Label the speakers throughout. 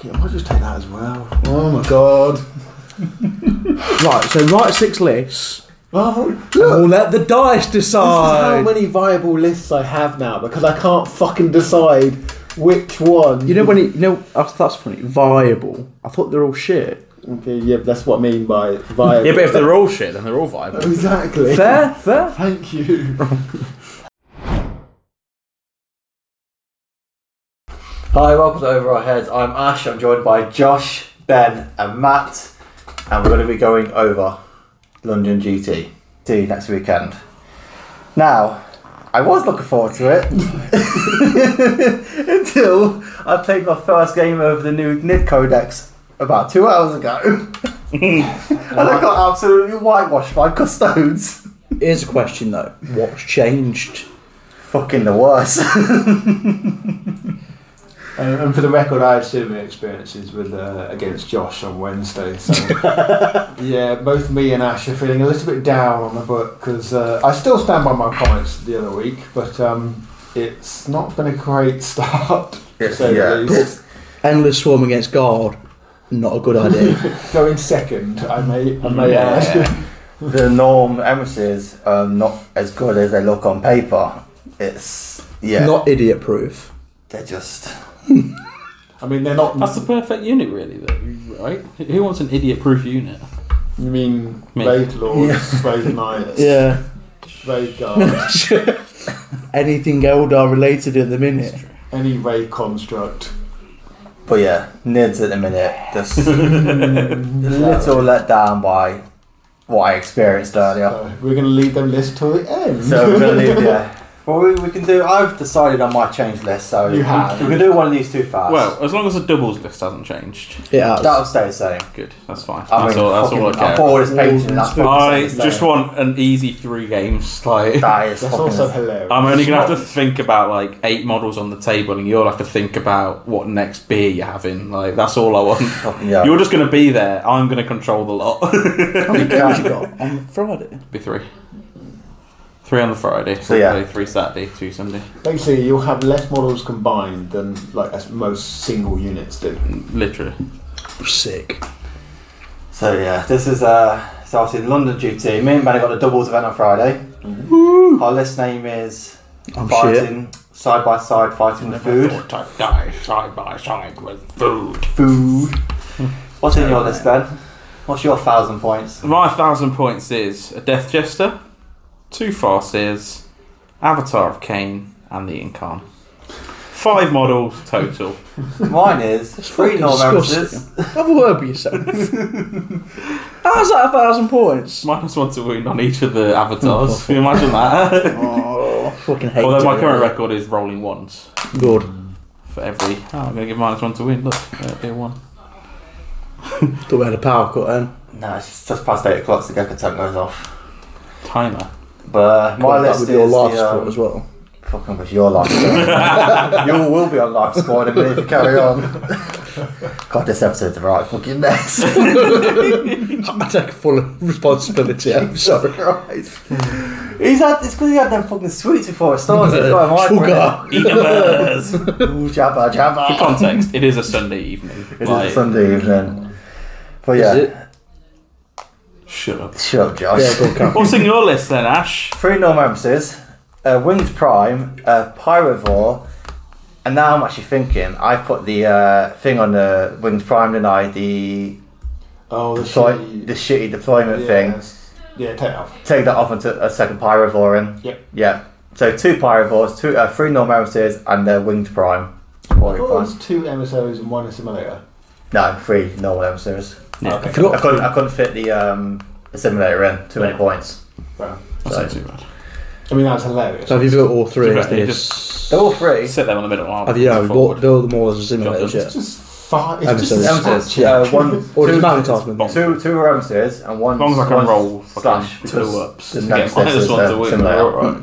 Speaker 1: Yeah, I might just take that as well. Oh my god. right, so write six lists.
Speaker 2: Oh,
Speaker 1: Look,
Speaker 2: we'll let the dice how
Speaker 1: decide.
Speaker 2: many viable lists I have now because I can't fucking decide which one.
Speaker 1: You know when it, you know that's, that's funny. Viable. I thought they're all shit.
Speaker 2: Okay, yeah, that's what I mean by viable.
Speaker 3: Yeah, but if they're all shit, then they're all viable.
Speaker 2: exactly.
Speaker 1: Fair, fair.
Speaker 2: Thank you.
Speaker 4: Hi, welcome to Over Our Heads. I'm Ash. I'm joined by Josh, Ben, and Matt, and we're going to be going over London GT See next weekend. Now, I was looking forward to it until I played my first game of the new NID Codex about two hours ago, and I got absolutely whitewashed by custodes.
Speaker 3: Here's a question though: What's changed?
Speaker 4: Fucking the worst.
Speaker 5: And, and for the record, I had similar experiences with uh, against Josh on Wednesday. So yeah, both me and Ash are feeling a little bit down on the book because uh, I still stand by my comments the other week, but um, it's not been a great start. to say the least.
Speaker 3: Endless swarm against God. Not a good idea.
Speaker 5: Going second, I may, I may add.
Speaker 4: Yeah. the norm emissaries are not as good as they look on paper. It's yeah,
Speaker 3: Not idiot proof.
Speaker 4: they're just
Speaker 5: I mean, they're not.
Speaker 6: That's the perfect unit, really, though, right? Who wants an idiot-proof unit?
Speaker 5: you mean
Speaker 6: Me.
Speaker 5: raid lords, raid knights,
Speaker 3: Yeah.
Speaker 5: raid guards,
Speaker 3: Anything Eldar related at the minute.
Speaker 5: any raid construct.
Speaker 4: but yeah, nids at the minute. Just a little let down by what I experienced earlier.
Speaker 5: So we're going to leave them list till the end.
Speaker 4: So we're gonna leave yeah. Well, we, we can do. I've decided on my change list, so
Speaker 5: You have.
Speaker 4: we can do one of these two fast.
Speaker 6: Well, as long as the doubles list hasn't changed,
Speaker 3: It has.
Speaker 4: that'll stay the same.
Speaker 6: good. That's fine.
Speaker 4: I
Speaker 6: that's
Speaker 4: mean,
Speaker 6: all. That's
Speaker 4: fucking,
Speaker 6: all I care.
Speaker 4: bought all this painting. and That's
Speaker 6: I
Speaker 4: fucking staying the
Speaker 6: just
Speaker 4: same.
Speaker 6: want an easy three games. Like
Speaker 4: That is
Speaker 5: That's
Speaker 4: fucking-
Speaker 5: also hilarious.
Speaker 6: I'm only gonna have to think about like eight models on the table, and you'll have to think about what next beer you're having. Like that's all I want.
Speaker 4: fucking yeah.
Speaker 6: You're just gonna be there. I'm gonna control the lot.
Speaker 3: How many games you got on Friday?
Speaker 6: be three, three on the Friday.
Speaker 4: So, yeah.
Speaker 6: Saturday, three Saturday, two Sunday.
Speaker 5: Basically, you'll have less models combined than like as most single units do.
Speaker 6: Literally.
Speaker 3: Sick.
Speaker 4: So yeah, this is uh, so obviously the London GT. Me and Ben have got the doubles event on Friday. Our list name is
Speaker 3: I'm Oh, shit.
Speaker 4: fighting side by side, fighting with food.
Speaker 6: Thought I'd die side by side with food.
Speaker 4: Food. What's in your list, Ben? What's your thousand points?
Speaker 6: My thousand points is a Death Jester, two Farseers, Avatar of Kane, and the Incarn. Five models total.
Speaker 4: Mine is three
Speaker 3: fucking
Speaker 4: Norm Emersons.
Speaker 3: disgusting. Have a word with yourself. How's that a thousand points?
Speaker 6: Minus one to wound on each of the avatars. Can you imagine that?
Speaker 3: Oh, I fucking hate
Speaker 6: Although my
Speaker 3: doing
Speaker 6: current
Speaker 3: it.
Speaker 6: record is rolling ones
Speaker 3: Good.
Speaker 6: for every. Oh, I'm going to give minus one to win. Look, uh, do one.
Speaker 3: Thought we had a power cut then.
Speaker 4: No, it's just, just past eight o'clock. So the Gecko tank goes off.
Speaker 6: Timer.
Speaker 4: But uh, my
Speaker 3: that
Speaker 4: list
Speaker 3: would
Speaker 4: is
Speaker 3: be your life
Speaker 4: the,
Speaker 3: support
Speaker 4: um,
Speaker 3: as well.
Speaker 4: Fucking with your life support. you will be on life support in a minute if you carry on. God, this episode's a right fucking mess.
Speaker 3: I take full responsibility. I'm sorry.
Speaker 4: Christ. He's had, it's because he had them fucking sweets before it started. It's got him hyper
Speaker 3: Sugar.
Speaker 6: Eat the birds.
Speaker 4: in it. Ooh, jabba, jabba.
Speaker 6: For context, it is a Sunday evening.
Speaker 4: It is a
Speaker 6: Like,
Speaker 4: Sunday evening. But yeah,
Speaker 3: it?
Speaker 6: Shut up.
Speaker 4: shut up, Josh.
Speaker 3: Yeah, go Cap.
Speaker 6: What's in your list then, Ash?
Speaker 4: Three Normances, uh, Winged Prime, uh, Pyrovore, and now I'm actually thinking, I put the uh, thing on the Winged Prime, didn't I? The,
Speaker 5: Oh, the
Speaker 4: deploy-
Speaker 5: shitty-
Speaker 4: the shitty deployment
Speaker 5: yeah,
Speaker 4: thing.
Speaker 5: that's- Yeah, take it off.
Speaker 4: take that off into a second pyrovore in.
Speaker 5: Yep.
Speaker 4: Yeah. So two pyrovores, two uh, three normances, and a winged prime. Or
Speaker 5: I thought
Speaker 4: prime.
Speaker 5: it was two emissaries and one assimilator.
Speaker 4: No, three normal emissaries.
Speaker 6: Yeah.
Speaker 5: Okay.
Speaker 4: I couldn't I couldn't fit the um assimilator in, too many points.
Speaker 5: Well,
Speaker 6: That's not too bad.
Speaker 5: I mean, that's hilarious.
Speaker 3: So have you built all three
Speaker 6: You
Speaker 3: of
Speaker 6: just- you
Speaker 3: these?
Speaker 4: They're all three.
Speaker 6: Sit there on the middle arm.
Speaker 3: Have you? Uh, Yeah,
Speaker 6: Forward.
Speaker 3: we've bought- built them all as a simulators,
Speaker 6: Job
Speaker 3: yeah.
Speaker 5: It's just fine. It's just
Speaker 3: Emissaries.
Speaker 4: Emissaries,
Speaker 3: Yeah.
Speaker 4: uh, one
Speaker 3: Or
Speaker 4: two,
Speaker 3: just mountain titles.
Speaker 4: two two emissaries and one
Speaker 6: As long as I can
Speaker 4: one
Speaker 6: roll
Speaker 4: slash
Speaker 6: slash
Speaker 4: because
Speaker 6: two ups
Speaker 4: the
Speaker 6: and
Speaker 4: next
Speaker 6: get minus
Speaker 4: is
Speaker 6: one
Speaker 4: the
Speaker 6: to win.
Speaker 4: similar.
Speaker 6: they're alright.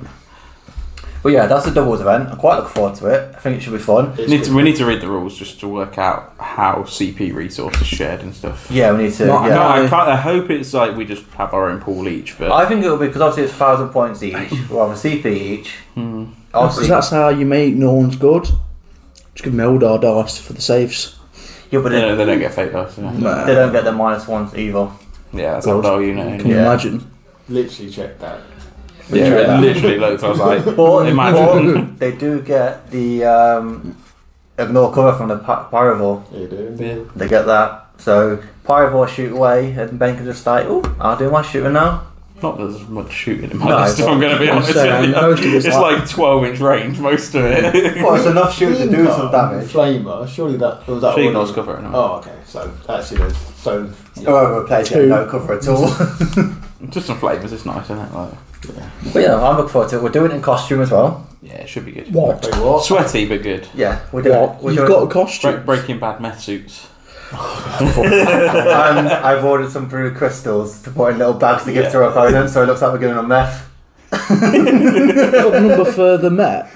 Speaker 4: But yeah, that's a doubles event. I'm quite looking forward to it. I think it should be fun.
Speaker 5: It's
Speaker 6: Need
Speaker 5: good.
Speaker 6: to, we need to read the rules just to work out how CP resource is shared and stuff.
Speaker 4: Yeah, we need to.
Speaker 3: Not-
Speaker 4: yeah.
Speaker 6: No, I, can't, I hope it's like we just have our own pool each, but
Speaker 4: I think it'll be because obviously it's thousand points each, rather CP each.
Speaker 6: Hmm.
Speaker 3: Because
Speaker 4: Obviously,
Speaker 3: that's how you make Norns good. Just give them Eldar dice for the saves.
Speaker 4: Yeah, but
Speaker 6: They
Speaker 4: it,
Speaker 6: don't, they don't get fake dice. Yeah,
Speaker 3: Nah.
Speaker 4: they don't get the minus ones either.
Speaker 6: yeah that's
Speaker 3: Gold.
Speaker 6: a dull unit.
Speaker 3: Can you
Speaker 4: Yeah.
Speaker 3: imagine?
Speaker 5: Literally check that.
Speaker 6: Yeah,
Speaker 4: Yeah.
Speaker 6: I literally looked. I was like,
Speaker 4: Or,
Speaker 6: imagine.
Speaker 4: or they do get the um, ignore cover from the pi- Pyrovore.
Speaker 5: You do.
Speaker 4: They get that. So Pyrovore shoot away, and Ben can just like, oh, I'll do my shooting now.
Speaker 6: Not as much shooting in my
Speaker 4: No,
Speaker 6: list, if
Speaker 4: but-
Speaker 6: I'm going to be
Speaker 3: I'm
Speaker 6: honest.
Speaker 3: saying,
Speaker 6: with you.
Speaker 3: most of it's
Speaker 6: it's like 12 inch range, most of it.
Speaker 4: Well, it's enough shooting to do some damage.
Speaker 5: Flamer, surely that was that.
Speaker 6: She
Speaker 5: already-
Speaker 6: ignores cover anyway.
Speaker 5: Oh, okay. So actually, there's so
Speaker 4: However, players get
Speaker 3: Two.
Speaker 4: no cover at all.
Speaker 6: Just some flavors, it's nice, isn't it? Like,
Speaker 4: but yeah, I'm looking forward to it. We're doing it in costume as well.
Speaker 6: yeah, it should be good.
Speaker 3: What?
Speaker 5: wait, what?
Speaker 6: Sweaty but good.
Speaker 4: Yeah, we're doing.
Speaker 3: What?
Speaker 4: It. We're
Speaker 3: You've got a
Speaker 4: doing
Speaker 6: Break,
Speaker 3: costume.
Speaker 6: breaking bad meth suits.
Speaker 4: and I've ordered some brew crystals to put in little bags to give to our opponents, so it looks like we're giving them meth.
Speaker 3: What number further met?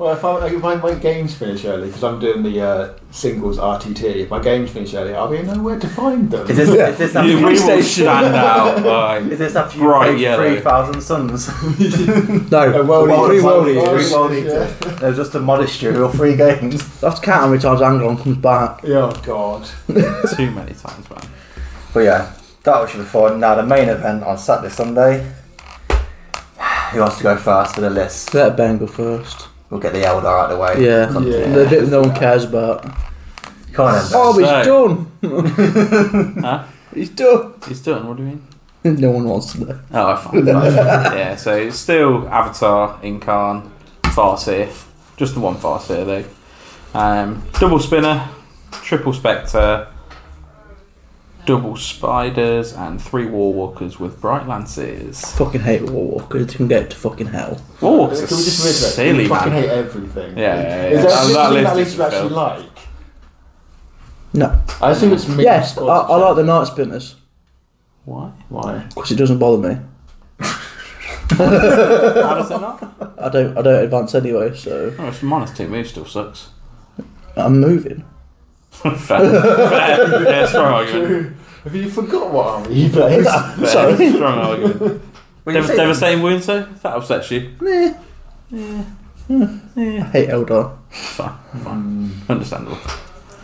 Speaker 5: Well, if, I, if my, my games finish early, because I'm doing the uh, singles RTT, if my games finish early, I'll be nowhere to find them.
Speaker 4: Is this,
Speaker 3: Yeah.
Speaker 4: is this
Speaker 6: You,
Speaker 4: after,
Speaker 6: we will
Speaker 4: you,
Speaker 3: PlayStation.
Speaker 6: stand out. Like,
Speaker 4: is this after you
Speaker 6: Bright
Speaker 4: played
Speaker 6: yellow.
Speaker 4: 3,000 suns?
Speaker 5: A
Speaker 3: No,
Speaker 5: world
Speaker 4: Well,
Speaker 5: eaters.
Speaker 4: three world eaters.
Speaker 5: Oh,
Speaker 4: Three
Speaker 5: shit,
Speaker 4: world eaters. There's just a modest rule, three games.
Speaker 3: that's count how many times Anglon comes back.
Speaker 5: Yeah. Oh, God.
Speaker 6: too many times, man.
Speaker 4: But yeah, that should be fun. Now the main event on Saturday, Sunday. Who wants to go first for the list?
Speaker 3: Let Ben go first.
Speaker 4: We'll get the Eldar out of the way.
Speaker 3: Yeah.
Speaker 5: Yeah.
Speaker 3: The bit no one cares about.
Speaker 4: Come on, Ember.
Speaker 3: Oh, he's
Speaker 6: So-
Speaker 3: done.
Speaker 6: Huh?
Speaker 3: He's done.
Speaker 6: He's done, what do you mean?
Speaker 3: No one wants to know.
Speaker 6: Oh, I found that. Yeah, so it's still Avatar, Incarn, Farseer. Just the one Farseer, though. Um, double Spinner, Triple Spectre, Double Spiders, and three Warwalkers with Bright Lances.
Speaker 3: Fucking hate Warwalkers. You can get to fucking hell.
Speaker 5: Can
Speaker 6: Warwalkers
Speaker 5: we
Speaker 6: are
Speaker 5: just reiterate?
Speaker 6: silly,
Speaker 5: we fucking
Speaker 6: man.
Speaker 5: hate everything.
Speaker 6: Yeah, yeah, yeah.
Speaker 5: Is
Speaker 6: That-
Speaker 5: there
Speaker 6: that
Speaker 5: that, that list
Speaker 6: list
Speaker 5: you
Speaker 6: is
Speaker 5: actually
Speaker 6: filled.
Speaker 5: like?
Speaker 3: No.
Speaker 5: I assume it's me.
Speaker 3: Yes, I, I like the Night Spinners
Speaker 6: Why?
Speaker 5: Why?
Speaker 3: because it doesn't bother me.
Speaker 6: How does it not?
Speaker 3: I don't. I don't advance anyway, so
Speaker 6: Oh, it's minus two moves, still sucks.
Speaker 3: I'm moving.
Speaker 6: fair. fair. Yeah, strong argument.
Speaker 5: Have you forgot what army he plays?
Speaker 6: Fair. Strong argument.
Speaker 4: Well, you
Speaker 6: Dev-
Speaker 4: say-
Speaker 6: devastating wound, so? If That upsets you.
Speaker 3: I hate Eldar.
Speaker 6: Fine. Fine. Understandable.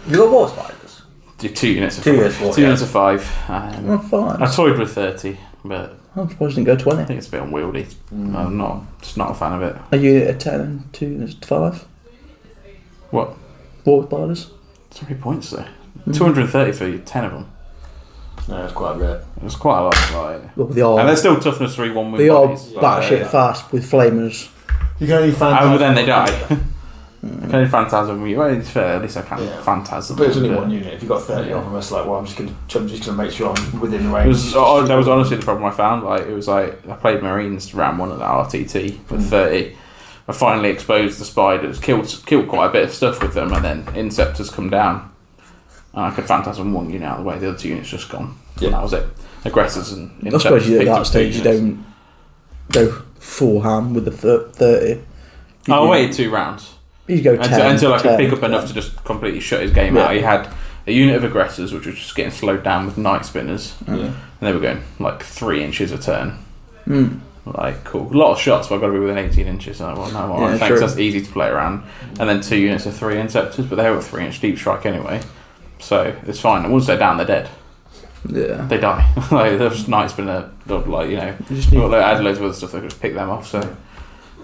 Speaker 4: You got war spiders.
Speaker 6: Do Two units of
Speaker 4: Two
Speaker 6: five.
Speaker 4: units of four,
Speaker 6: two
Speaker 4: yeah.
Speaker 6: units of five. Um,
Speaker 3: I'm fine.
Speaker 6: I toyed with 30, but
Speaker 3: I'm surprised you didn't go
Speaker 6: I
Speaker 3: 20.
Speaker 6: think it's a bit unwieldy. I'm not just not a fan of it.
Speaker 3: A unit of 10 and 2 and 5.
Speaker 6: What?
Speaker 3: War spiders.
Speaker 6: So many points though. 230 for 10 of them.
Speaker 5: no, it's quite rare.
Speaker 6: It was quite a lot. Like,
Speaker 3: Well, they
Speaker 6: and
Speaker 3: are,
Speaker 6: they're still toughness 3 1 with
Speaker 3: they are
Speaker 6: bodies. but,
Speaker 3: batshit
Speaker 5: yeah.
Speaker 3: fast with flamers.
Speaker 5: You can only find.
Speaker 6: Oh, but then they die. I can only phantasm you. Well, it's fair, at least I can
Speaker 5: Yeah.
Speaker 6: phantasm.
Speaker 5: But it's only
Speaker 6: them,
Speaker 5: one unit. If you've got 30 of them, it's like, well, I'm just going to just gonna make sure I'm within
Speaker 6: It
Speaker 5: range.
Speaker 6: was, oh, that was honestly the problem I found. Like it was like I played Marines round one at the RTT
Speaker 3: Mm.
Speaker 6: with thirty. I finally exposed the spiders, killed killed quite a bit of stuff with them, and then Inceptors come down, and I could Phantasm one unit out of the way. The other two units just gone.
Speaker 5: Yeah.
Speaker 6: Yeah, that was it. Aggressors and Inceptors.
Speaker 3: I suppose you at
Speaker 6: picked
Speaker 3: that
Speaker 6: up
Speaker 3: stage
Speaker 6: two
Speaker 3: you
Speaker 6: units.
Speaker 3: don't go full ham with the thir- 30. You-
Speaker 6: I
Speaker 3: you-
Speaker 6: waited two rounds
Speaker 3: You go 10.
Speaker 6: Oh, until, until I
Speaker 3: 10,
Speaker 6: could pick up enough
Speaker 3: 10.
Speaker 6: to just completely shut his game
Speaker 3: Oh, Yeah.
Speaker 6: out. He had a unit of aggressors, which was just getting slowed down with night spinners,
Speaker 5: Yeah.
Speaker 6: and they were going like three inches a turn.
Speaker 3: Mm.
Speaker 6: Like, cool. A lot of shots, but I've got to be within 18 inches. Like, well, no, all right,
Speaker 3: Yeah,
Speaker 6: thanks.
Speaker 3: true.
Speaker 6: That's easy to play around. And then two units of three interceptors, but they were three inch deep strike anyway. So it's fine. And once they're down, they're dead.
Speaker 3: Yeah.
Speaker 6: They die. like, there's nights been a, like, you know,
Speaker 3: You just need
Speaker 6: well, they had loads of other stuff they could just pick them off. So I think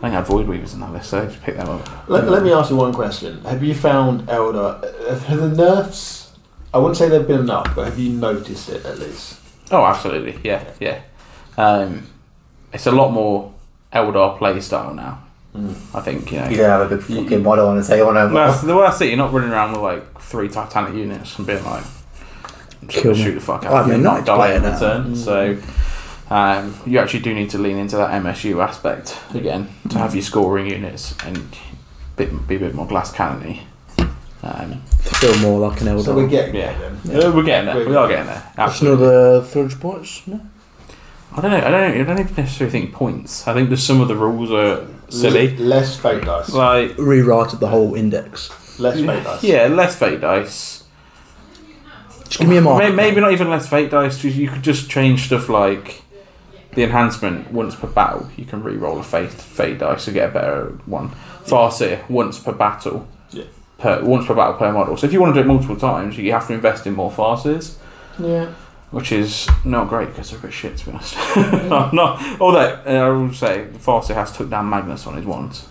Speaker 6: I had Void Weavers in that list, so just pick them up.
Speaker 5: Let, let me ask you one question. Have you found Elder? Have the nerfs? I wouldn't say they've been enough, but have you noticed it at least?
Speaker 6: Oh, absolutely. Yeah, yeah. Um, it's a lot more Eldar play style now.
Speaker 3: Mm.
Speaker 6: I think, you know.
Speaker 4: You don't have a big fucking model on the table no
Speaker 6: No,
Speaker 4: more.
Speaker 6: that's, well, that's it. You're not running around with like three Titanic units and being like, I'm just
Speaker 3: Kill
Speaker 6: gonna
Speaker 3: me.
Speaker 6: shoot the fuck out.
Speaker 3: I'm
Speaker 6: of you
Speaker 3: a
Speaker 6: and
Speaker 3: knight
Speaker 6: die
Speaker 3: player
Speaker 6: in
Speaker 3: now.
Speaker 6: return. So
Speaker 3: Mm.
Speaker 6: um, you actually do need to lean into that MSU aspect again to
Speaker 3: Mm.
Speaker 6: have your scoring units and bit, be a bit more glass cannony. Um,
Speaker 3: Feel more like an Eldar.
Speaker 5: So we're getting
Speaker 6: Yeah.
Speaker 5: there then.
Speaker 6: uh, We're getting there. We are getting there.
Speaker 3: That's
Speaker 6: Absolutely.
Speaker 3: another 300 points. No?
Speaker 6: I don't know. I don't. I don't even necessarily think points. I think just some of the rules are silly.
Speaker 5: L- less fake dice.
Speaker 6: Like
Speaker 3: Rewrited the whole index.
Speaker 5: less fake dice.
Speaker 6: yeah, less fate dice.
Speaker 3: Just give me a mark.
Speaker 6: May- Maybe not even less fate dice. just- You could just change stuff like the enhancement once per battle. You can re-roll a fate fate dice to get a better one. Farseer once per battle.
Speaker 5: Yeah.
Speaker 6: per once per battle per model. So if you want to do it multiple times, you have to invest in more farces,
Speaker 3: Yeah.
Speaker 6: which is not great because they're a bit shit to be honest. I'm not, although uh, I will say Farsi has took down Magnus on his ones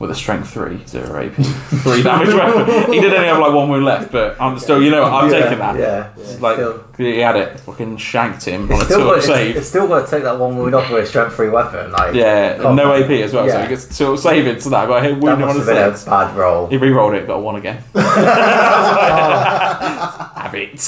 Speaker 6: with a strength three, zero AP, three damage weapon. He did only have like one wound left, but I'm still you know what, I'm
Speaker 4: yeah,
Speaker 6: taking that.
Speaker 4: Yeah,
Speaker 6: It's
Speaker 4: yeah.
Speaker 6: like
Speaker 4: still,
Speaker 6: he had it, fucking shanked him on
Speaker 4: it's
Speaker 6: a
Speaker 4: still
Speaker 6: two
Speaker 4: got,
Speaker 6: up
Speaker 4: it's,
Speaker 6: save.
Speaker 4: it's still got to take that one wound off with a strength three weapon. Like
Speaker 6: Yeah, and
Speaker 4: Oh,
Speaker 6: no AP as well, so
Speaker 4: yeah.
Speaker 6: he gets two up save into that. But he
Speaker 4: that
Speaker 6: wounded him on
Speaker 4: must
Speaker 6: a
Speaker 4: have been a
Speaker 6: six.
Speaker 4: bad roll.
Speaker 6: He re-rolled it, got a one again. Have it.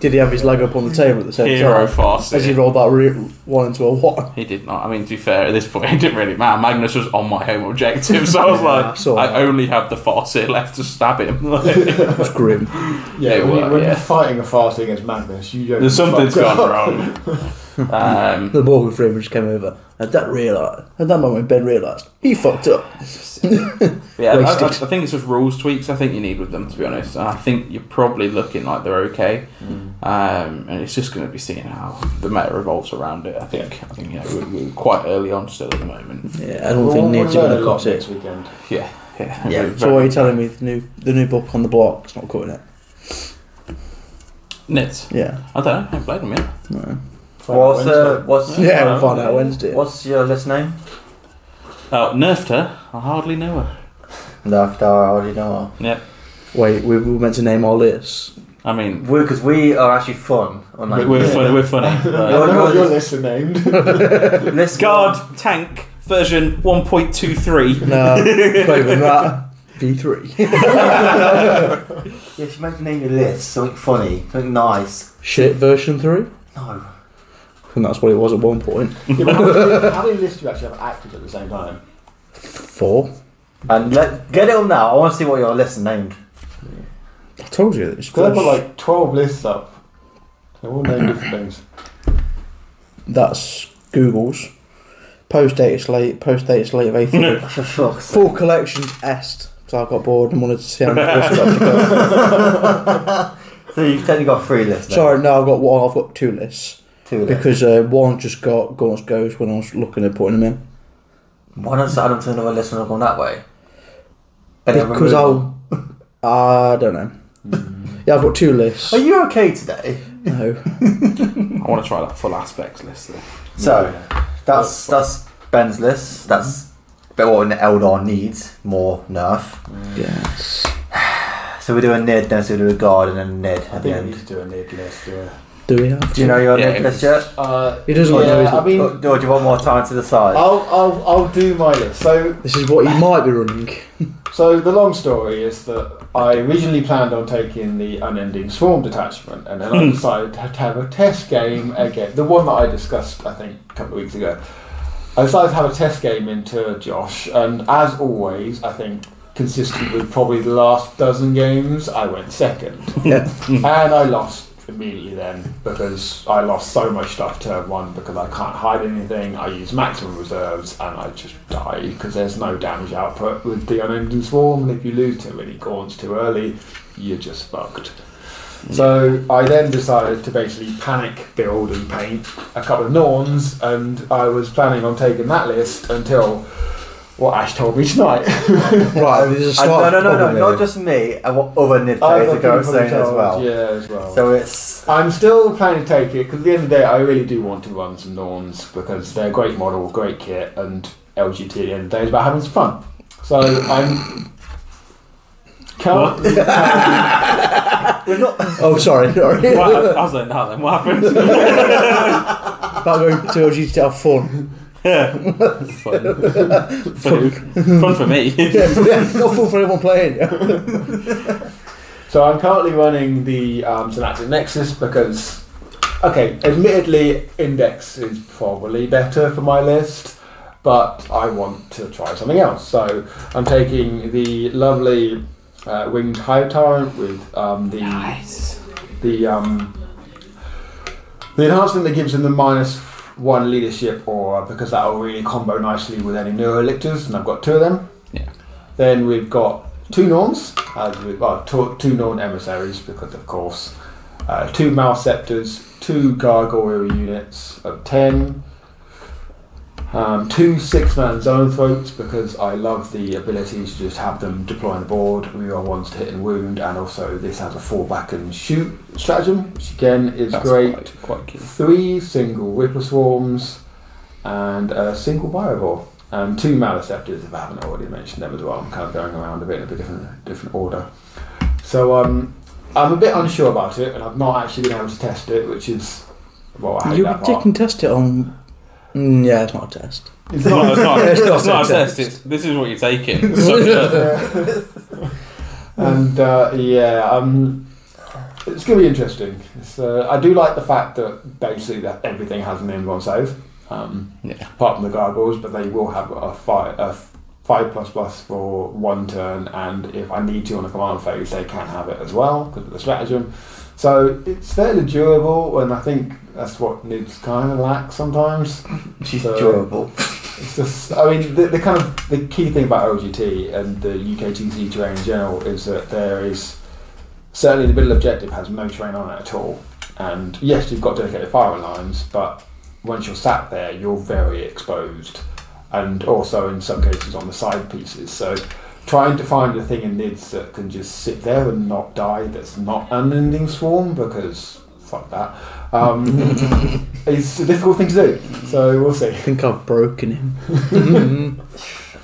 Speaker 3: Did he have his leg up on the table at the same
Speaker 6: Hero
Speaker 3: time? As he
Speaker 6: fast.
Speaker 3: rolled that root one into a one.
Speaker 6: He did not. I mean, to be fair, at this point, it didn't really matter. Magnus was on my home objective, so I was like,
Speaker 3: so-
Speaker 6: I only have the Farseer left to stab him. Like,
Speaker 3: That was grim.
Speaker 5: Yeah,
Speaker 6: It
Speaker 5: when,
Speaker 6: worked,
Speaker 5: you, when
Speaker 6: yeah.
Speaker 5: you're fighting a farce against Magnus, you don't.
Speaker 6: there's something's
Speaker 5: fuck
Speaker 6: gone
Speaker 5: up.
Speaker 6: wrong. Um,
Speaker 3: The Morgan Freeman just came over. At that realised, at that moment, Ben realised he fucked up.
Speaker 6: yeah, I, I, I
Speaker 3: Wasted.
Speaker 6: think it's just rules tweaks. I think you need with them, to be honest. And I think you're probably looking like they're okay. Um, and it's just going to be seeing how the meta revolves around it. I think. I think yeah, we're, we're quite early on still at the moment.
Speaker 3: Yeah, I don't
Speaker 5: We'll,
Speaker 3: think
Speaker 5: we'll
Speaker 3: Nate's
Speaker 5: learn
Speaker 3: going
Speaker 5: a
Speaker 3: to
Speaker 5: lot
Speaker 3: cut
Speaker 5: next
Speaker 3: it.
Speaker 5: weekend.
Speaker 6: Yeah, yeah.
Speaker 4: Yeah.
Speaker 6: Very-
Speaker 3: So what are you telling me? The new, the new book on the block's not cutting it.
Speaker 6: Nits.
Speaker 3: Yeah.
Speaker 6: I don't know. I haven't played them yet.
Speaker 3: No.
Speaker 4: What's uh, what's
Speaker 3: Yeah, we'll
Speaker 6: Um,
Speaker 3: find out Wednesday.
Speaker 4: what's your list name?
Speaker 6: Oh, nerfed her. I hardly know her.
Speaker 4: Left uh, I already know.
Speaker 6: Yep.
Speaker 3: Wait, we, we were meant to name all this.
Speaker 6: I mean,
Speaker 4: Because we are actually fun.
Speaker 6: we're,
Speaker 4: Unlike
Speaker 6: we're
Speaker 4: you.
Speaker 6: funny. We're funny.
Speaker 5: I
Speaker 6: Uh,
Speaker 5: don't know what your list is named.
Speaker 4: List one.
Speaker 6: guard tank version 1.23.
Speaker 3: No, not even that. V3.
Speaker 4: Yeah, if you make name your list, something funny, something nice.
Speaker 3: Shit version 3?
Speaker 4: No.
Speaker 3: And that's what it was at one point.
Speaker 5: Yeah, but how many- how many lists do you actually have active at the same time?
Speaker 3: Four?
Speaker 4: And let get it on now. I want to see what your list is named.
Speaker 3: I told you this.
Speaker 5: Because I put like 12 lists up. They're all named different things.
Speaker 3: That's Google's. Post date slate, post date slate of A3.
Speaker 4: For fuck's sake.
Speaker 3: Full collections est. Because I got bored and wanted to see how many lists I've got.
Speaker 4: So you've technically got three lists. then.
Speaker 3: Sorry, no, I've got one, I've got two lists.
Speaker 4: Two lists.
Speaker 3: Because uh, one just got Guns Goes when I was looking at putting them in.
Speaker 4: Why not just add them to another list and not go that way? And then
Speaker 3: Because
Speaker 4: remove
Speaker 3: I'll. Ah, I don't know.
Speaker 4: Hmm.
Speaker 3: Yeah, I've got two lists. Oh,
Speaker 4: them. Are you okay today?
Speaker 3: No.
Speaker 6: I want to try that full aspects list. Though.
Speaker 3: Oh,
Speaker 4: So that's that's Ben's list. That's but what Eldar needs more nerf.
Speaker 3: Yes.
Speaker 4: So we do a nid, then so we do a guard, and then a nid
Speaker 5: I think
Speaker 4: at the
Speaker 5: we need
Speaker 4: end.
Speaker 5: to do a need list, yeah.
Speaker 3: Do we have?
Speaker 4: Do you know your
Speaker 6: Yeah,
Speaker 4: nid
Speaker 6: it's-
Speaker 4: list yet?
Speaker 5: Uh,
Speaker 3: He doesn't know his
Speaker 5: yeah, I mean,
Speaker 4: Or, or do you want more time to decide?
Speaker 5: I'll, I'll, I'll do my list. So,
Speaker 3: This is what he might be running.
Speaker 5: so the long story is that I originally planned on taking the unending swarm detachment, and then
Speaker 3: Hmm.
Speaker 5: I decided to have a test game again. The one that I discussed, I think, a couple of weeks ago. I decided to have a test game into Josh, and as always, I think consistent with probably the last dozen games, I went second.
Speaker 3: Yeah.
Speaker 5: and I lost immediately then because I lost so much stuff turn one because I can't hide anything. I use maximum reserves and I just die because there's no damage output with the unending swarm. And if you lose too many corns too early, you're just fucked. So I then decided to basically panic build and paint a couple of Norns, and I was planning on taking that list until what Ash told me tonight.
Speaker 3: Right, this is a
Speaker 4: And
Speaker 3: start.
Speaker 4: Uh, no, no, no, no,
Speaker 3: problem,
Speaker 4: not
Speaker 3: really.
Speaker 4: just me. I want other nid
Speaker 5: I've
Speaker 4: players to go
Speaker 5: been
Speaker 4: saying as
Speaker 5: told,
Speaker 4: well.
Speaker 5: Yeah, as well.
Speaker 4: So it's
Speaker 5: I'm still planning to take it because at the end of the day, I really do want to run some Norns because they're a great model, great kit, and LGT at the end of the day is about having some fun. So I'm. Currently,
Speaker 3: Oh, sorry, sorry.
Speaker 6: What, I was like, nah, then what happened?
Speaker 3: About going to LG to have fun.
Speaker 6: Fun. Fun. Fun for me.
Speaker 3: Yeah, yeah, not fun for everyone playing. Yeah.
Speaker 5: so I'm currently running the um, Synaptic Nexus because, okay, admittedly, Index is probably better for my list, but I want to try something else. So I'm taking the lovely uh, Winged Hive Tyrant with um, the.
Speaker 6: Nice.
Speaker 5: the um, the enhancement that gives them the minus one leadership or because that will really combo nicely with any neuro lictors and I've got two of them
Speaker 6: Yeah.
Speaker 5: then we've got two Norns as we, well two, two Norn emissaries because of course uh, two Malceptors two Gargoyle units of ten Um, two six man zone throats because I love the ability to just have them deploy on the board. We are ones to hit and wound, and also this has a fall back and shoot stratagem, which again is
Speaker 6: That's
Speaker 5: great.
Speaker 6: Quite, quite cute.
Speaker 5: Three single Whipper Swarms and a single Bioball. And two Maliceptors, if I haven't already mentioned them as well. I'm kind of going around a bit in a bit different, different order. So um, I'm a bit unsure about it, and I've not actually been able to test it, which is. Well, I hate
Speaker 3: You
Speaker 5: that
Speaker 3: you
Speaker 5: part.
Speaker 3: can test it on. Mm, yeah, it's not a test.
Speaker 6: It's not, it's not,
Speaker 3: It's
Speaker 6: it's
Speaker 3: not
Speaker 6: not, a
Speaker 3: test.
Speaker 6: test. It's, this is what you're taking. So, uh,
Speaker 5: and uh, yeah, um, it's going to be interesting. It's, uh, I do like the fact that basically that everything has an inborn save, um,
Speaker 6: yeah.
Speaker 5: apart from the gargoyles, but they will have a five, a f- five plus plus for one turn, and if I need to on a command phase, they can have it as well because of the stratagem. So it's fairly durable, and I think that's what noobs kind of lack sometimes.
Speaker 4: She's
Speaker 5: So-
Speaker 4: durable.
Speaker 5: It's just, I mean, the, the kind of the key thing about OGT and the UKTC terrain in general is that there is certainly the middle objective has no terrain on it at all. And yes, you've got dedicated firing lines, but once you're sat there, you're very exposed, and also in some cases on the side pieces. So trying to find a thing in NIDS that can just sit there and not die, that's not an ending swarm because fuck that. Um, it's a difficult thing to do. So we'll see.
Speaker 3: I think I've broken him.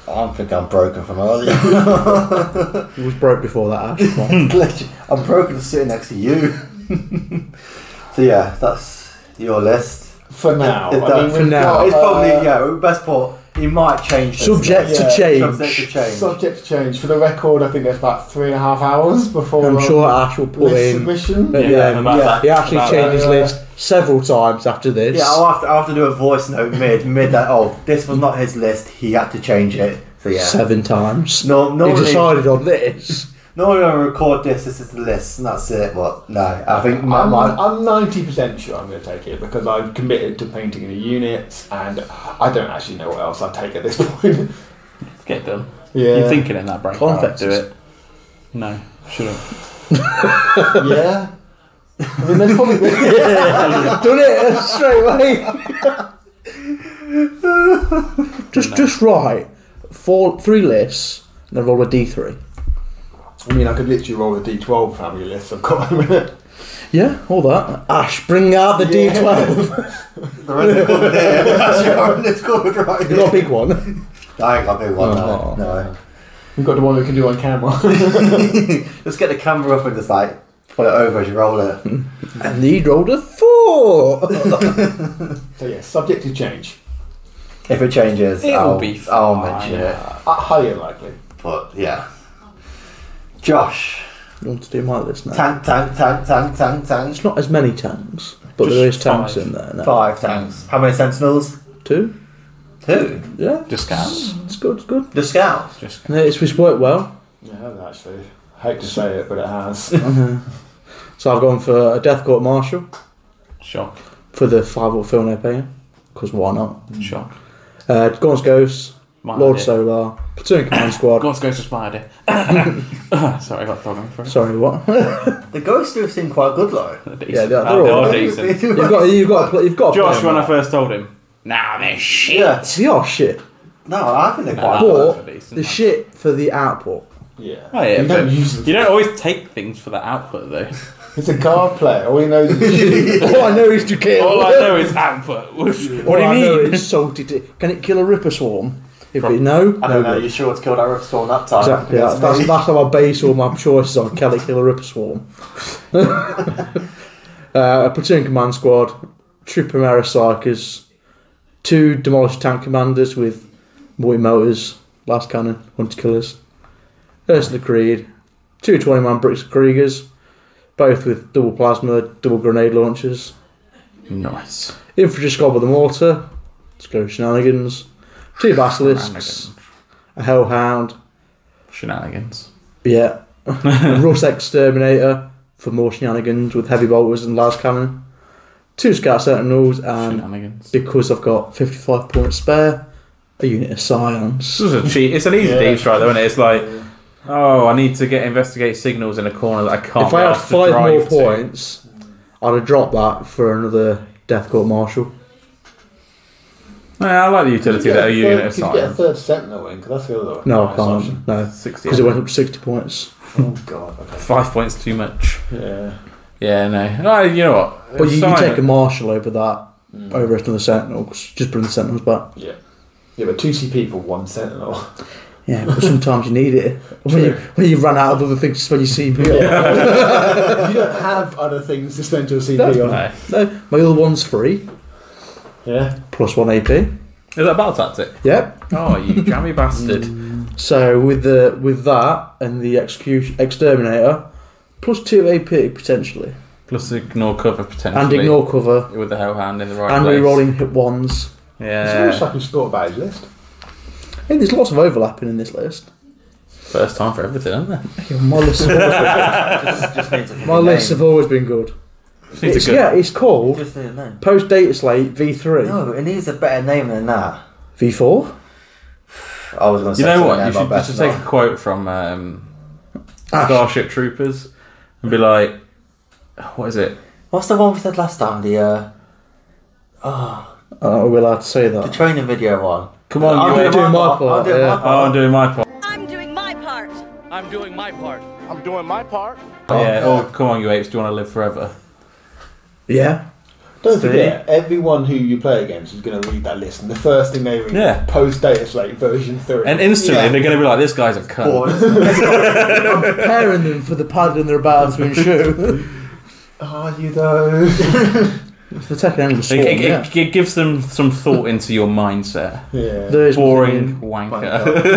Speaker 4: I don't think I'm broken from earlier.
Speaker 3: He was broke before that, Ash. Come on.
Speaker 4: I'm broken sitting next to you. so yeah, that's your list.
Speaker 5: For now,
Speaker 4: It
Speaker 5: I mean,
Speaker 4: does.
Speaker 5: we've
Speaker 3: For now.
Speaker 5: got,
Speaker 4: it's probably
Speaker 5: uh,
Speaker 4: yeah. Best part, he might change. this.
Speaker 3: Subject to
Speaker 5: Yeah,
Speaker 3: change.
Speaker 4: Subject to change.
Speaker 5: subject to change. For the record, I think there's about three and a half hours before
Speaker 3: I'm
Speaker 5: um,
Speaker 3: sure Ash will pull
Speaker 5: list
Speaker 3: in.
Speaker 5: submission.
Speaker 3: Yeah,
Speaker 6: about
Speaker 4: yeah.
Speaker 6: that-
Speaker 3: He actually
Speaker 6: about
Speaker 3: changed his
Speaker 5: yeah.
Speaker 3: list several times after this.
Speaker 4: yeah, oh, I'll have, to, I'll have to do a voice note mid mid that. Oh, this was not his list. He had to change it. So yeah.
Speaker 3: Seven times.
Speaker 4: No,
Speaker 3: he
Speaker 4: normally,
Speaker 3: decided on this.
Speaker 4: normally when I record this, this is the list, and that's it. But no, I think my
Speaker 5: I'm,
Speaker 4: mind.
Speaker 5: I'm 90% sure I'm going to take it because I've committed to painting the units and I don't actually know what else I take at this point.
Speaker 6: Get it done.
Speaker 5: yeah.
Speaker 6: You're thinking in that brain.
Speaker 3: Confetti.
Speaker 6: Do it. No. Shouldn't.
Speaker 5: Yeah. I mean, there's probably.
Speaker 3: Done it straight away. just, just right. Four, three lists, and then roll a d3.
Speaker 5: I mean, I could literally roll a d12 family list. I've got a minute.
Speaker 3: Yeah, all that. Ash, bring out the
Speaker 5: Yeah.
Speaker 3: d12.
Speaker 4: The red cupboard there. The red cupboard right
Speaker 3: You got a
Speaker 4: here.
Speaker 3: big one.
Speaker 4: I ain't got a big one.
Speaker 3: Oh.
Speaker 4: No, no.
Speaker 5: We've got the one we can do on camera.
Speaker 4: Just get the camera up and just like put it over as you roll it.
Speaker 3: And he rolled a four.
Speaker 5: so, yeah, subject to change.
Speaker 4: If it changes,
Speaker 6: It'll
Speaker 4: I'll,
Speaker 6: be
Speaker 4: I'll
Speaker 6: fine.
Speaker 4: mention it.
Speaker 5: Uh, highly unlikely.
Speaker 4: But yeah. Josh.
Speaker 3: You want to do my list now?
Speaker 4: Tank, tank, tank, tank, tank, tank.
Speaker 3: It's not as many tanks, but
Speaker 6: Just
Speaker 3: there is tanks
Speaker 6: five.
Speaker 3: in there now.
Speaker 4: Five tanks. How many sentinels?
Speaker 3: Two?
Speaker 4: Two.
Speaker 3: Yeah,
Speaker 6: Discounts.
Speaker 3: it's good, it's good.
Speaker 4: The scouts.
Speaker 6: Just
Speaker 3: And it's, it's worked well.
Speaker 5: Yeah, it has actually. Hate to say it, but it has.
Speaker 3: So I've gone for a Death Court Marshal
Speaker 6: shock.
Speaker 3: for the 5 or Phil No Pain, because why not?
Speaker 6: Shock.
Speaker 3: Uh, Gaunt's Ghosts,
Speaker 6: My
Speaker 3: Lord
Speaker 6: idea.
Speaker 3: Solar, Platoon Command Squad.
Speaker 6: God's goes to spider. Sorry, I got thrown for it.
Speaker 3: Sorry, what?
Speaker 4: The ghosts do seem quite good though.
Speaker 3: Yeah, they're- they're
Speaker 6: Uh, they
Speaker 3: all
Speaker 6: are
Speaker 3: right.
Speaker 6: decent.
Speaker 3: you've got, you've got, to pl- you've got. to
Speaker 6: Josh,
Speaker 3: play
Speaker 6: when I
Speaker 3: them.
Speaker 6: first told him, nah, they're shit.
Speaker 4: Yeah.
Speaker 3: See our shit,
Speaker 4: No, I think they're
Speaker 6: Nah,
Speaker 4: quite
Speaker 6: they're
Speaker 4: good.
Speaker 3: But
Speaker 6: quite Ah, decent.
Speaker 3: the shit for the output.
Speaker 5: Yeah.
Speaker 6: Oh, yeah,
Speaker 5: you
Speaker 6: but-
Speaker 5: don't use
Speaker 6: You don't always take things for the output, though.
Speaker 5: It's a card player. All he knows is
Speaker 3: All I know is to kill.
Speaker 6: All I know is output. What do you
Speaker 3: All I know
Speaker 6: mean?
Speaker 3: is salty. Di- Can it kill a Ripper Swarm? If
Speaker 6: Prob-
Speaker 3: it no,
Speaker 4: I don't
Speaker 3: no
Speaker 4: know,
Speaker 3: good.
Speaker 4: you sure it's killed that rip storm that time.
Speaker 3: Exactly.
Speaker 4: Yes,
Speaker 3: That's, that's,
Speaker 4: mate.
Speaker 3: that's how I base all my choices on Kelly Killer Ripper Swarm. uh, a platoon command squad, two Primera Psykers, two demolished tank commanders with multi motors, last cannon, hunter killers, Ursula Creed, two 20 man Bricks Kriegers, both with double plasma, double grenade launchers,
Speaker 6: Nice.
Speaker 3: infantry squad with a mortar, let's go shenanigans, two basilisks, a hellhound,
Speaker 6: Shenanigans.
Speaker 3: Yeah. a Russ Exterminator for more shenanigans with heavy bolters and last cannon. Two Scout Sentinels, and
Speaker 6: Shenanigans.
Speaker 3: because I've got 55 points spare, a unit of Science.
Speaker 6: This is a cheat. It's an easy
Speaker 5: Yeah.
Speaker 6: deep try, though, isn't it? It's like, oh, I need to get investigate signals in a corner that I can't.
Speaker 3: if I
Speaker 6: be
Speaker 3: had
Speaker 6: asked to
Speaker 3: five
Speaker 6: drive
Speaker 3: more
Speaker 6: to.
Speaker 3: points, I'd have dropped that for another Death Court Marshal.
Speaker 6: Yeah, I like the utility
Speaker 5: Did you
Speaker 6: that
Speaker 5: get
Speaker 6: a
Speaker 5: a
Speaker 6: unit
Speaker 5: third-
Speaker 6: of
Speaker 5: did you get a
Speaker 6: science.
Speaker 5: third Sentinel in? 'Cause that's the other one.
Speaker 3: No, I
Speaker 5: Nice option.
Speaker 3: can't. No,
Speaker 6: Sixty.
Speaker 3: because it went up sixty points.
Speaker 5: Oh, God. Okay.
Speaker 6: Five points too much.
Speaker 5: Yeah.
Speaker 6: Yeah, no. No, you know what?
Speaker 3: But you, you
Speaker 6: Science-
Speaker 3: take a marshal over that
Speaker 5: Mm.
Speaker 3: over another sentinel. 'cause just bring the sentinels back.
Speaker 5: Yeah, but two C people, one Sentinel.
Speaker 3: Yeah, but sometimes you need it when you when you run out of other things when you see me.
Speaker 2: you don't have other things to spend your
Speaker 3: That's
Speaker 2: CP on.
Speaker 6: No.
Speaker 3: No, my other one's free
Speaker 5: Yeah.
Speaker 3: plus one AP.
Speaker 6: Is that a battle tactic?
Speaker 3: Yep.
Speaker 6: Oh, you jammy
Speaker 3: Mm.
Speaker 6: bastard.
Speaker 3: So with the with that and the execution exterminator, plus two AP potentially,
Speaker 6: Plus ignore cover potentially.
Speaker 3: and ignore cover
Speaker 6: With the hell hand in the right
Speaker 3: and
Speaker 6: place.
Speaker 3: re-rolling hit ones.
Speaker 5: It's almost
Speaker 6: Yeah.
Speaker 5: like he's thought about his list.
Speaker 3: Hey, there's lots of overlapping in this list.
Speaker 6: First time for everything, isn't there?
Speaker 3: Yeah, My lists have always been,
Speaker 4: just, just needs a
Speaker 3: my
Speaker 4: name.
Speaker 3: lists have always been good.
Speaker 6: Just needs
Speaker 3: It's,
Speaker 6: a good.
Speaker 3: yeah, it's
Speaker 4: It
Speaker 3: called
Speaker 4: Just needs a name.
Speaker 3: post data slate V three
Speaker 4: No, it needs a better name than that.
Speaker 3: V four.
Speaker 4: I was going to say
Speaker 6: You know
Speaker 4: something
Speaker 6: what?
Speaker 4: there,
Speaker 6: You
Speaker 4: but
Speaker 6: should
Speaker 4: best
Speaker 6: just take
Speaker 4: not.
Speaker 6: a quote from um,
Speaker 3: Ash.
Speaker 6: Starship Troopers and be like, what is it?
Speaker 4: What's the one we said last time? The uh,
Speaker 3: Uh, we're allowed to say
Speaker 4: the
Speaker 3: that.
Speaker 4: training video one.
Speaker 6: Come on,
Speaker 4: I'll
Speaker 6: you
Speaker 4: do
Speaker 6: wait.
Speaker 4: my
Speaker 3: doing my
Speaker 4: part.
Speaker 3: part,
Speaker 4: I'll do
Speaker 3: yeah.
Speaker 4: my
Speaker 6: Oh, I'm
Speaker 4: part.
Speaker 6: doing my part.
Speaker 7: I'm doing my part.
Speaker 8: I'm doing my part.
Speaker 9: I'm doing my part.
Speaker 6: yeah, oh, come on, you apes, do you want to live forever?
Speaker 3: Yeah,
Speaker 5: Don't
Speaker 4: See?
Speaker 5: forget, everyone who you play against is going to read that list, and the first thing they read
Speaker 6: Yeah.
Speaker 5: is post data slate version 3.
Speaker 6: And instantly, they're going to be like, this guy's a cunt.
Speaker 3: preparing them for the paddling they're about to ensue.
Speaker 5: Are you though?
Speaker 3: the Tekken Endless
Speaker 6: It,
Speaker 3: Swarm.
Speaker 6: it- it-
Speaker 3: yeah.
Speaker 6: it gives them some thought into your mindset.
Speaker 5: Yeah.
Speaker 3: There is
Speaker 6: Boring
Speaker 3: nothing
Speaker 6: wanker.
Speaker 5: Basically,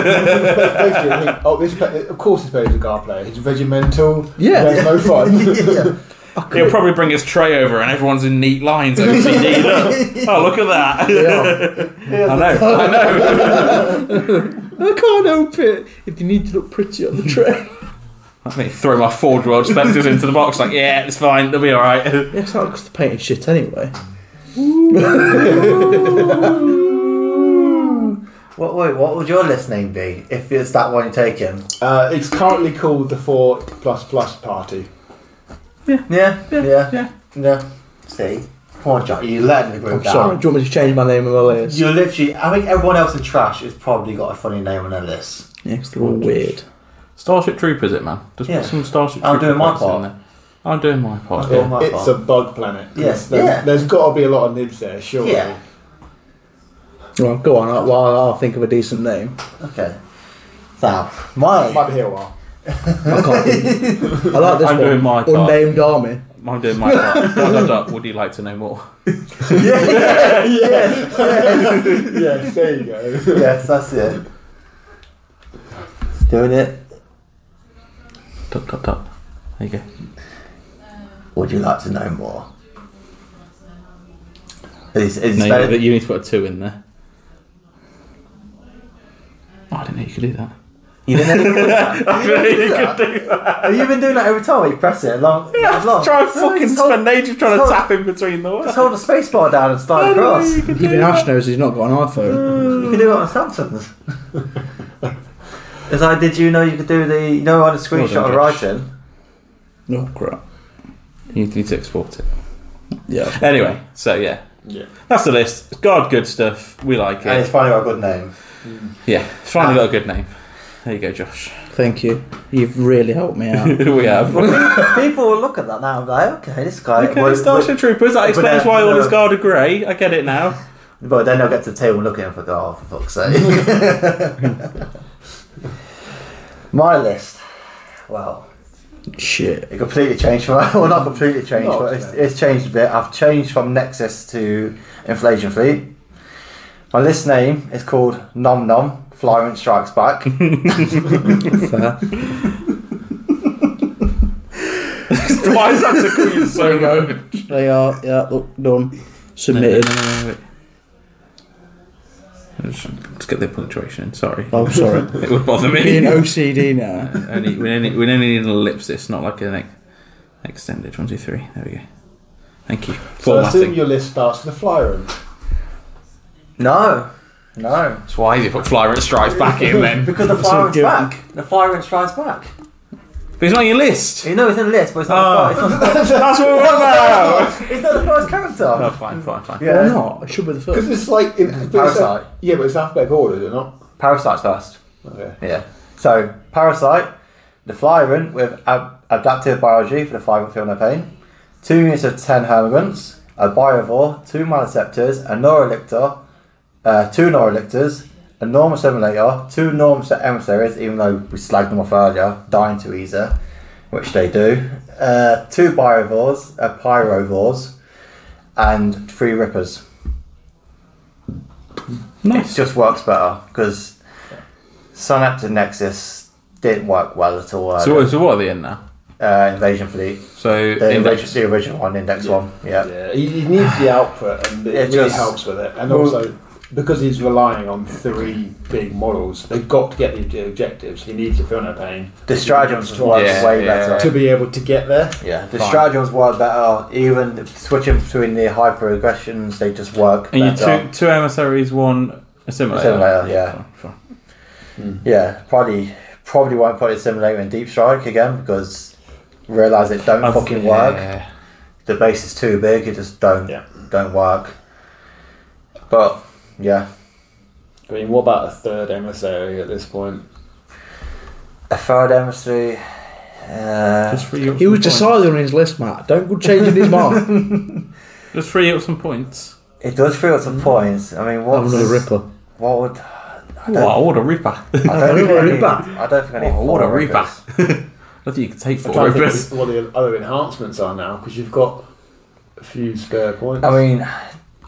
Speaker 5: I think, oh, this, pe- of course, this player is a guard player. He's regimental.
Speaker 3: Yeah.
Speaker 5: There's no fun. yeah.
Speaker 6: He'll probably bring his tray over and everyone's in neat lines. OCD. Look. Oh, look at that.
Speaker 3: in- Yeah.
Speaker 6: I know, I know.
Speaker 3: I can't help it. If you need to look pretty on the tray,
Speaker 6: I mean, throw my Ford World Spectres into the box, like, yeah, it's fine, they'll be alright.
Speaker 3: yeah, it's not because the painted shit anyway.
Speaker 4: What, wait, what would your list name be if it's that one you're taking?
Speaker 5: Uh, it's currently called the 4 plus plus party.
Speaker 4: Yeah, yeah, yeah.
Speaker 6: yeah.
Speaker 4: See? Come on, John, you letting the group
Speaker 3: I'm
Speaker 4: down.
Speaker 3: sorry. Do you want me to change my name on my list?
Speaker 4: You're literally. I think everyone else in trash has probably got a funny name on their list.
Speaker 3: Yeah, 'cause they're all weird.
Speaker 6: Starship Troopers, it man. Just
Speaker 4: Yeah.
Speaker 6: put some Starship
Speaker 4: I'm
Speaker 6: Trooper
Speaker 4: doing my
Speaker 6: quotes in
Speaker 4: part.
Speaker 6: there. I'm doing my part.
Speaker 4: Yeah, my
Speaker 5: it's
Speaker 4: fault.
Speaker 5: a bug planet.
Speaker 4: Yes,
Speaker 5: There-
Speaker 4: yeah.
Speaker 5: There's got to be a lot of nibs there, surely.
Speaker 4: Yeah.
Speaker 3: Well, go on. I'll, well, I'll think of a decent name.
Speaker 4: Okay. So, my
Speaker 5: Might be here a while.
Speaker 3: I can't. Think. I like this
Speaker 6: I'm
Speaker 3: one.
Speaker 6: doing my part.
Speaker 3: Unnamed army.
Speaker 6: I'm doing my part. Dot, dot, dot. Would you like to know more?
Speaker 5: yes, there you go.
Speaker 4: yes, that's it. Doing it.
Speaker 6: Dot, dot, dot. There you go.
Speaker 4: Would you like to know more? Is, is
Speaker 6: No,
Speaker 4: better-
Speaker 6: you, you need to put a two in there. Oh, I didn't know you could do that.
Speaker 4: you didn't know you could do that?
Speaker 6: I didn't know you could do that.
Speaker 4: Have you been doing that every time you press it? Long, long.
Speaker 6: Try and
Speaker 4: No,
Speaker 6: fucking
Speaker 4: just hold-
Speaker 6: spend ages trying to
Speaker 4: hold-
Speaker 6: tap in between the words.
Speaker 4: Just hold the space bar down and slide across. You can
Speaker 3: Even Ash knows he's not got an
Speaker 6: Uh.
Speaker 3: iPhone.
Speaker 4: do it on Samsung's. It's like, did you know you could do the, you know, on a screenshot of
Speaker 6: done, Josh.
Speaker 4: writing?
Speaker 3: Oh crap.
Speaker 6: You need to export it.
Speaker 3: Yeah.
Speaker 6: Anyway, so yeah.
Speaker 5: Yeah.
Speaker 6: That's the list. It's God, good stuff. We like
Speaker 4: And it's
Speaker 6: it.
Speaker 4: finally got a good name.
Speaker 6: Yeah, it's finally got a good name. There you go, Josh.
Speaker 3: Thank you. You've really helped me out.
Speaker 6: we have.
Speaker 4: People will look at that now and be like, okay, this guy.
Speaker 6: Okay,
Speaker 4: well,
Speaker 6: Starship Troopers. That
Speaker 4: but
Speaker 6: explains
Speaker 4: then-
Speaker 6: why all
Speaker 4: no.
Speaker 6: his guard are grey. I get it now.
Speaker 4: well- But then they'll get to the table and look at him for God, for fuck's sake. My list. Well,
Speaker 3: Shit.
Speaker 4: it completely changed from, well, not completely changed,
Speaker 5: Not,
Speaker 4: but it's,
Speaker 5: yeah.
Speaker 4: it's changed a bit. I've changed from Nexus to Inflation Fleet. My list name is called Nom Nom Florence Strikes Back.
Speaker 3: Fair.
Speaker 6: why is that tickling you so much?
Speaker 3: They are. Yeah. Look, done. Submitted.
Speaker 6: Let's let's get the punctuation. in, Sorry,
Speaker 3: Oh, sorry.
Speaker 6: it would bother me.
Speaker 3: Being OCD now.
Speaker 6: only, we, only, we only need an ellipsis, not like an ex- extended one, two, three. There we go. Thank you.
Speaker 5: So I assume
Speaker 6: Formatting.
Speaker 5: your list starts with a flyer room.
Speaker 4: no, no.
Speaker 6: That's why you put Flyer and Strife back in then.
Speaker 4: Because the Florence
Speaker 3: give-
Speaker 4: back. The Florence Strikes Back.
Speaker 6: But he's not on your list.
Speaker 4: You know, it's in the list, but it's not, the,
Speaker 6: Oh.
Speaker 4: first, it's,
Speaker 6: That's what we're about.
Speaker 4: not, it's not the first character.
Speaker 6: Oh, fine, fine, fine.
Speaker 3: Why
Speaker 4: Yeah.
Speaker 3: not? It should be the first.
Speaker 5: Because it's like in, but it's
Speaker 4: Parasite.
Speaker 5: a- yeah, but it's alphabetical order, is it not?
Speaker 4: Parasite's first.
Speaker 5: Okay.
Speaker 4: Yeah. So, Parasite, the Flyrant with ab- adaptive biology for the Flyrant feel no pain. Two units of 10 hermagants, a Biovore, two Maliceptors, a Neurolictor, uh, two Neurolictors, a Norm Assimilator, two Norm Se- Emissaries, even though we slagged them off earlier, dying to Easer, which they do, uh, two Biovores, a Pyrovores, and three Rippers. It
Speaker 6: Nice.
Speaker 4: just works better because Synaptic Nexus didn't work well at all.
Speaker 6: So, what- so what are they in now?
Speaker 4: uh, Invasion Fleet,
Speaker 6: So
Speaker 4: the,
Speaker 6: invasion.
Speaker 4: invasion, the original one, Index One. Yeah.
Speaker 5: Yeah, he, he needs the output, and it,
Speaker 4: It
Speaker 5: really
Speaker 4: just-
Speaker 5: helps with it. And
Speaker 4: Well-
Speaker 5: also, because he's relying on three big models, they've got to get the, the objectives. He needs to feel no pain
Speaker 4: The stratagems work
Speaker 6: Yeah,
Speaker 4: way
Speaker 6: yeah.
Speaker 4: better.
Speaker 2: to be able to get there.
Speaker 4: Yeah, the
Speaker 6: Fine.
Speaker 4: stratagems work better. Even the- switching between the hyper aggressions, they just work
Speaker 6: And you
Speaker 4: better.
Speaker 6: two two emissaries, one assimilator.
Speaker 4: Assimilator, yeah.
Speaker 6: Fine, fine.
Speaker 4: yeah, probably probably won't put a simulator in deep strike again because realize it don't
Speaker 6: I've-
Speaker 4: fucking work.
Speaker 6: yeah.
Speaker 4: The base is too big. It just don't
Speaker 5: Yeah.
Speaker 4: don't work. But yeah,
Speaker 5: I mean, what about a third emissary at this point?
Speaker 4: a third emissary. Uh,
Speaker 6: Just free up.
Speaker 3: He
Speaker 6: some
Speaker 3: was
Speaker 6: points.
Speaker 3: deciding on his list, Matt. Don't go changing his mind.
Speaker 6: Just free up some points.
Speaker 4: It does feel some points. I mean,
Speaker 3: I'm
Speaker 4: what's,
Speaker 3: another ripper.
Speaker 4: what would don't-
Speaker 6: Wow, what a ripper!
Speaker 4: I don't think
Speaker 3: What a
Speaker 4: I need,
Speaker 3: ripper.
Speaker 4: I don't think I need
Speaker 6: Wow,
Speaker 4: four
Speaker 6: Oh, what a
Speaker 4: rippers.
Speaker 6: ripper! I think you can take
Speaker 5: I'm
Speaker 6: four
Speaker 5: trying to think
Speaker 6: rippers.
Speaker 5: of what the other enhancements are now because you've got a few spare points.
Speaker 4: I mean,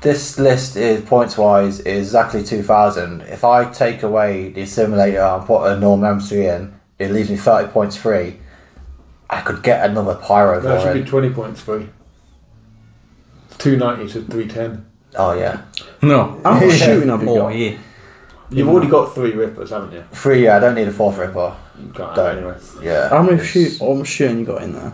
Speaker 4: this list is points wise is exactly two thousand. If I take away the simulator and put a normal emissary in, it leaves me thirty points free. I could get another pyro
Speaker 5: that
Speaker 4: for
Speaker 5: should be
Speaker 4: it.
Speaker 5: twenty points free. Two ninety to three ten.
Speaker 4: Oh yeah,
Speaker 6: No.
Speaker 3: How much shooting have you
Speaker 6: Oh
Speaker 3: got?
Speaker 6: yeah.
Speaker 5: You've already got three rippers, haven't you?
Speaker 4: free. Yeah, I don't need a fourth ripper.
Speaker 5: You can't
Speaker 4: Don't.
Speaker 5: anyway.
Speaker 4: Yeah.
Speaker 3: How many
Speaker 4: It's
Speaker 3: shoot? How much shooting you got in there?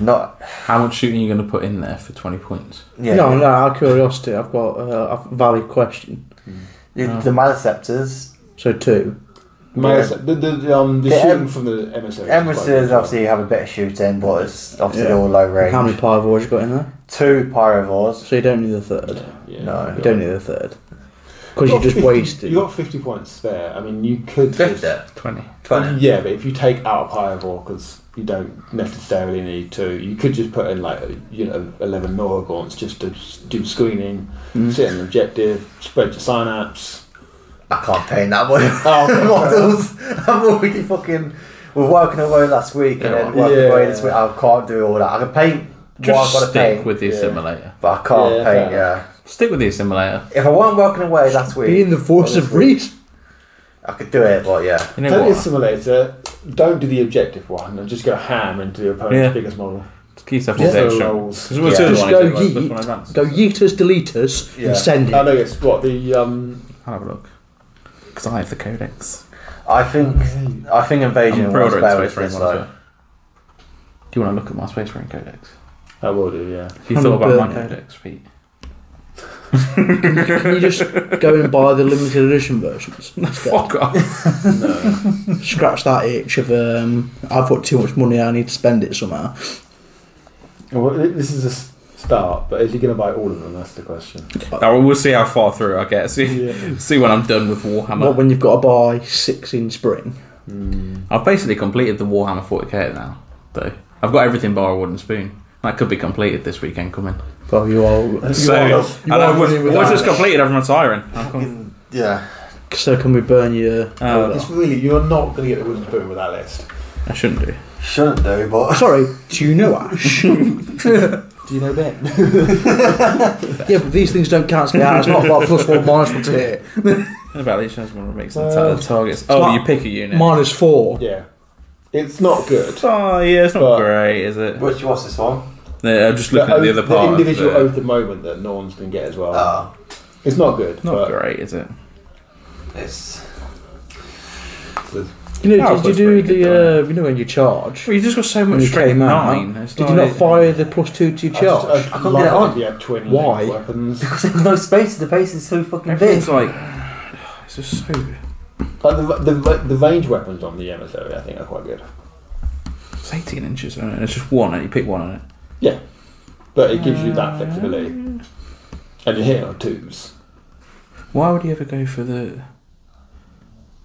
Speaker 4: Not.
Speaker 6: How much shooting are you going to put in there for twenty points?
Speaker 4: Yeah.
Speaker 3: No, no. Out of curiosity, I've got uh, a valid question.
Speaker 4: The,
Speaker 6: no.
Speaker 4: the Maliceptors,
Speaker 3: So two.
Speaker 5: Mas- the, the, the, um, the
Speaker 4: The
Speaker 5: shooting
Speaker 4: em-
Speaker 5: from the emissary.
Speaker 4: Emissars obviously have a bit of shooting, but it's obviously
Speaker 3: Yeah.
Speaker 4: all low range.
Speaker 3: How many pyrovores you got in there?
Speaker 4: Two pyrovores.
Speaker 3: So you don't need the third.
Speaker 5: Yeah.
Speaker 4: No.
Speaker 3: You don't need the third because you
Speaker 5: got
Speaker 3: just
Speaker 5: 50
Speaker 3: wasted.
Speaker 5: You got fifty points spare. I mean, you could. just-
Speaker 6: Twenty.
Speaker 4: Twenty.
Speaker 5: Yeah, but if you take out a pyrovore because you don't necessarily need to, you could just put in like you know eleven noragons just to s- do screening, set an objective, spread your synapse.
Speaker 4: I can't paint that one.
Speaker 5: Oh,
Speaker 4: models. I'm already fucking. We're working away last week and then
Speaker 5: Yeah.
Speaker 4: working away this
Speaker 5: Yeah.
Speaker 4: week. I can't do all that. I can paint
Speaker 6: Just
Speaker 4: what I've got to
Speaker 6: stick
Speaker 4: paint,
Speaker 6: with the
Speaker 5: yeah.
Speaker 6: assimilator.
Speaker 4: but I can't
Speaker 5: Yeah, fair
Speaker 4: paint. Yeah.
Speaker 6: Stick with the assimilator.
Speaker 4: If I weren't working away last week,
Speaker 3: Being the force of reason.
Speaker 4: I could do it. But yeah,
Speaker 6: You know
Speaker 5: Don't
Speaker 6: what?
Speaker 5: assimilator. Don't do the objective one and just go ham into the opponent's
Speaker 6: Yeah.
Speaker 5: biggest model.
Speaker 6: Just keep yourself
Speaker 5: Yeah.
Speaker 6: off the edge.
Speaker 5: So
Speaker 6: Sean.
Speaker 5: rolls.
Speaker 6: 'Cause we'll
Speaker 4: Yeah.
Speaker 6: do the
Speaker 3: Just
Speaker 6: one
Speaker 3: go
Speaker 6: I did, like,
Speaker 3: yeet.
Speaker 6: this one advanced.
Speaker 3: Go yeet us, delete us,
Speaker 5: Yeah.
Speaker 3: and send
Speaker 5: I
Speaker 3: it.
Speaker 5: know it's what the um.
Speaker 6: I'll have a look. Because I have the codex.
Speaker 4: I think I think
Speaker 6: I'm
Speaker 4: invasion was
Speaker 6: pre-ordering
Speaker 4: better with
Speaker 6: Space Marine
Speaker 4: this
Speaker 6: one as well.
Speaker 4: though.
Speaker 6: Do you want to look at my Space Marine codex?
Speaker 5: I will do. Yeah.
Speaker 6: Have you
Speaker 3: I'm
Speaker 6: thought
Speaker 3: gonna
Speaker 6: about my
Speaker 3: burn it.
Speaker 6: codex, Pete?
Speaker 3: Can you just go and buy the limited edition versions? Let's go.
Speaker 6: Fuck off.
Speaker 3: Scratch that itch of um, I've got too much money. I need to spend it somehow.
Speaker 5: Well, th- this is a s- start, but is he going to buy all of them? That's the question.
Speaker 6: Now, we'll see how far through I get. See,
Speaker 5: Yeah.
Speaker 6: see when I'm done with Warhammer.
Speaker 3: Not when you've got to buy six in spring.
Speaker 6: I've basically completed the Warhammer 40k now, though. I've got everything bar a wooden spoon. That could be completed this weekend coming.
Speaker 3: Well, you are.
Speaker 6: so, and
Speaker 3: are
Speaker 6: I've-
Speaker 3: winning with
Speaker 6: once
Speaker 3: that.
Speaker 6: it's completed, I'm retiring. I'm com-
Speaker 4: Yeah.
Speaker 3: So can we burn your?
Speaker 6: Uh,
Speaker 5: It's really you're not going to get the wooden spoon with that list.
Speaker 6: I shouldn't do.
Speaker 4: Shouldn't do, but
Speaker 3: Sorry, do you know Ash?
Speaker 5: Do you know Ben?
Speaker 3: yeah, but these things don't cancel out. It's not like plus one minus one to hit.
Speaker 6: What about these ones when it makes the
Speaker 5: Well,
Speaker 6: tar- targets? Oh,
Speaker 3: not-
Speaker 6: you pick a unit.
Speaker 3: Minus four.
Speaker 5: Yeah. It's not good.
Speaker 6: Oh, yeah, it's not
Speaker 5: But-
Speaker 6: great, is it?
Speaker 4: which what's this one?
Speaker 6: No, I'm just looking at the other part. of
Speaker 5: individual
Speaker 6: the-
Speaker 5: oath of moment that Norns can get as well.
Speaker 4: Ah,
Speaker 5: It's not good.
Speaker 6: Not
Speaker 5: but
Speaker 6: great, is it?
Speaker 4: it's
Speaker 3: You know,
Speaker 6: Oh,
Speaker 3: did
Speaker 6: that's
Speaker 3: you do
Speaker 6: pretty
Speaker 3: the?
Speaker 6: good,
Speaker 3: Uh, you know when you charge.
Speaker 6: Well, you just got so
Speaker 3: When
Speaker 6: much
Speaker 3: you
Speaker 6: strength
Speaker 3: came out,
Speaker 6: nine. It's
Speaker 3: Did you not fire the plus two to your
Speaker 5: I just-
Speaker 3: charge?
Speaker 5: I'd
Speaker 4: I can't
Speaker 5: love
Speaker 4: get it
Speaker 5: if
Speaker 4: on.
Speaker 5: you had twin
Speaker 3: Why?
Speaker 5: linked weapons.
Speaker 4: because there's no space. The base is so fucking big.
Speaker 6: It's like it's just so.
Speaker 5: But the, the the range weapons on the emissary, I think, are quite good.
Speaker 6: It's 18 inches, isn't it? It's just one, and you pick one on it.
Speaker 5: But it gives you that flexibility. And you hit on twos.
Speaker 6: Why would you ever go for the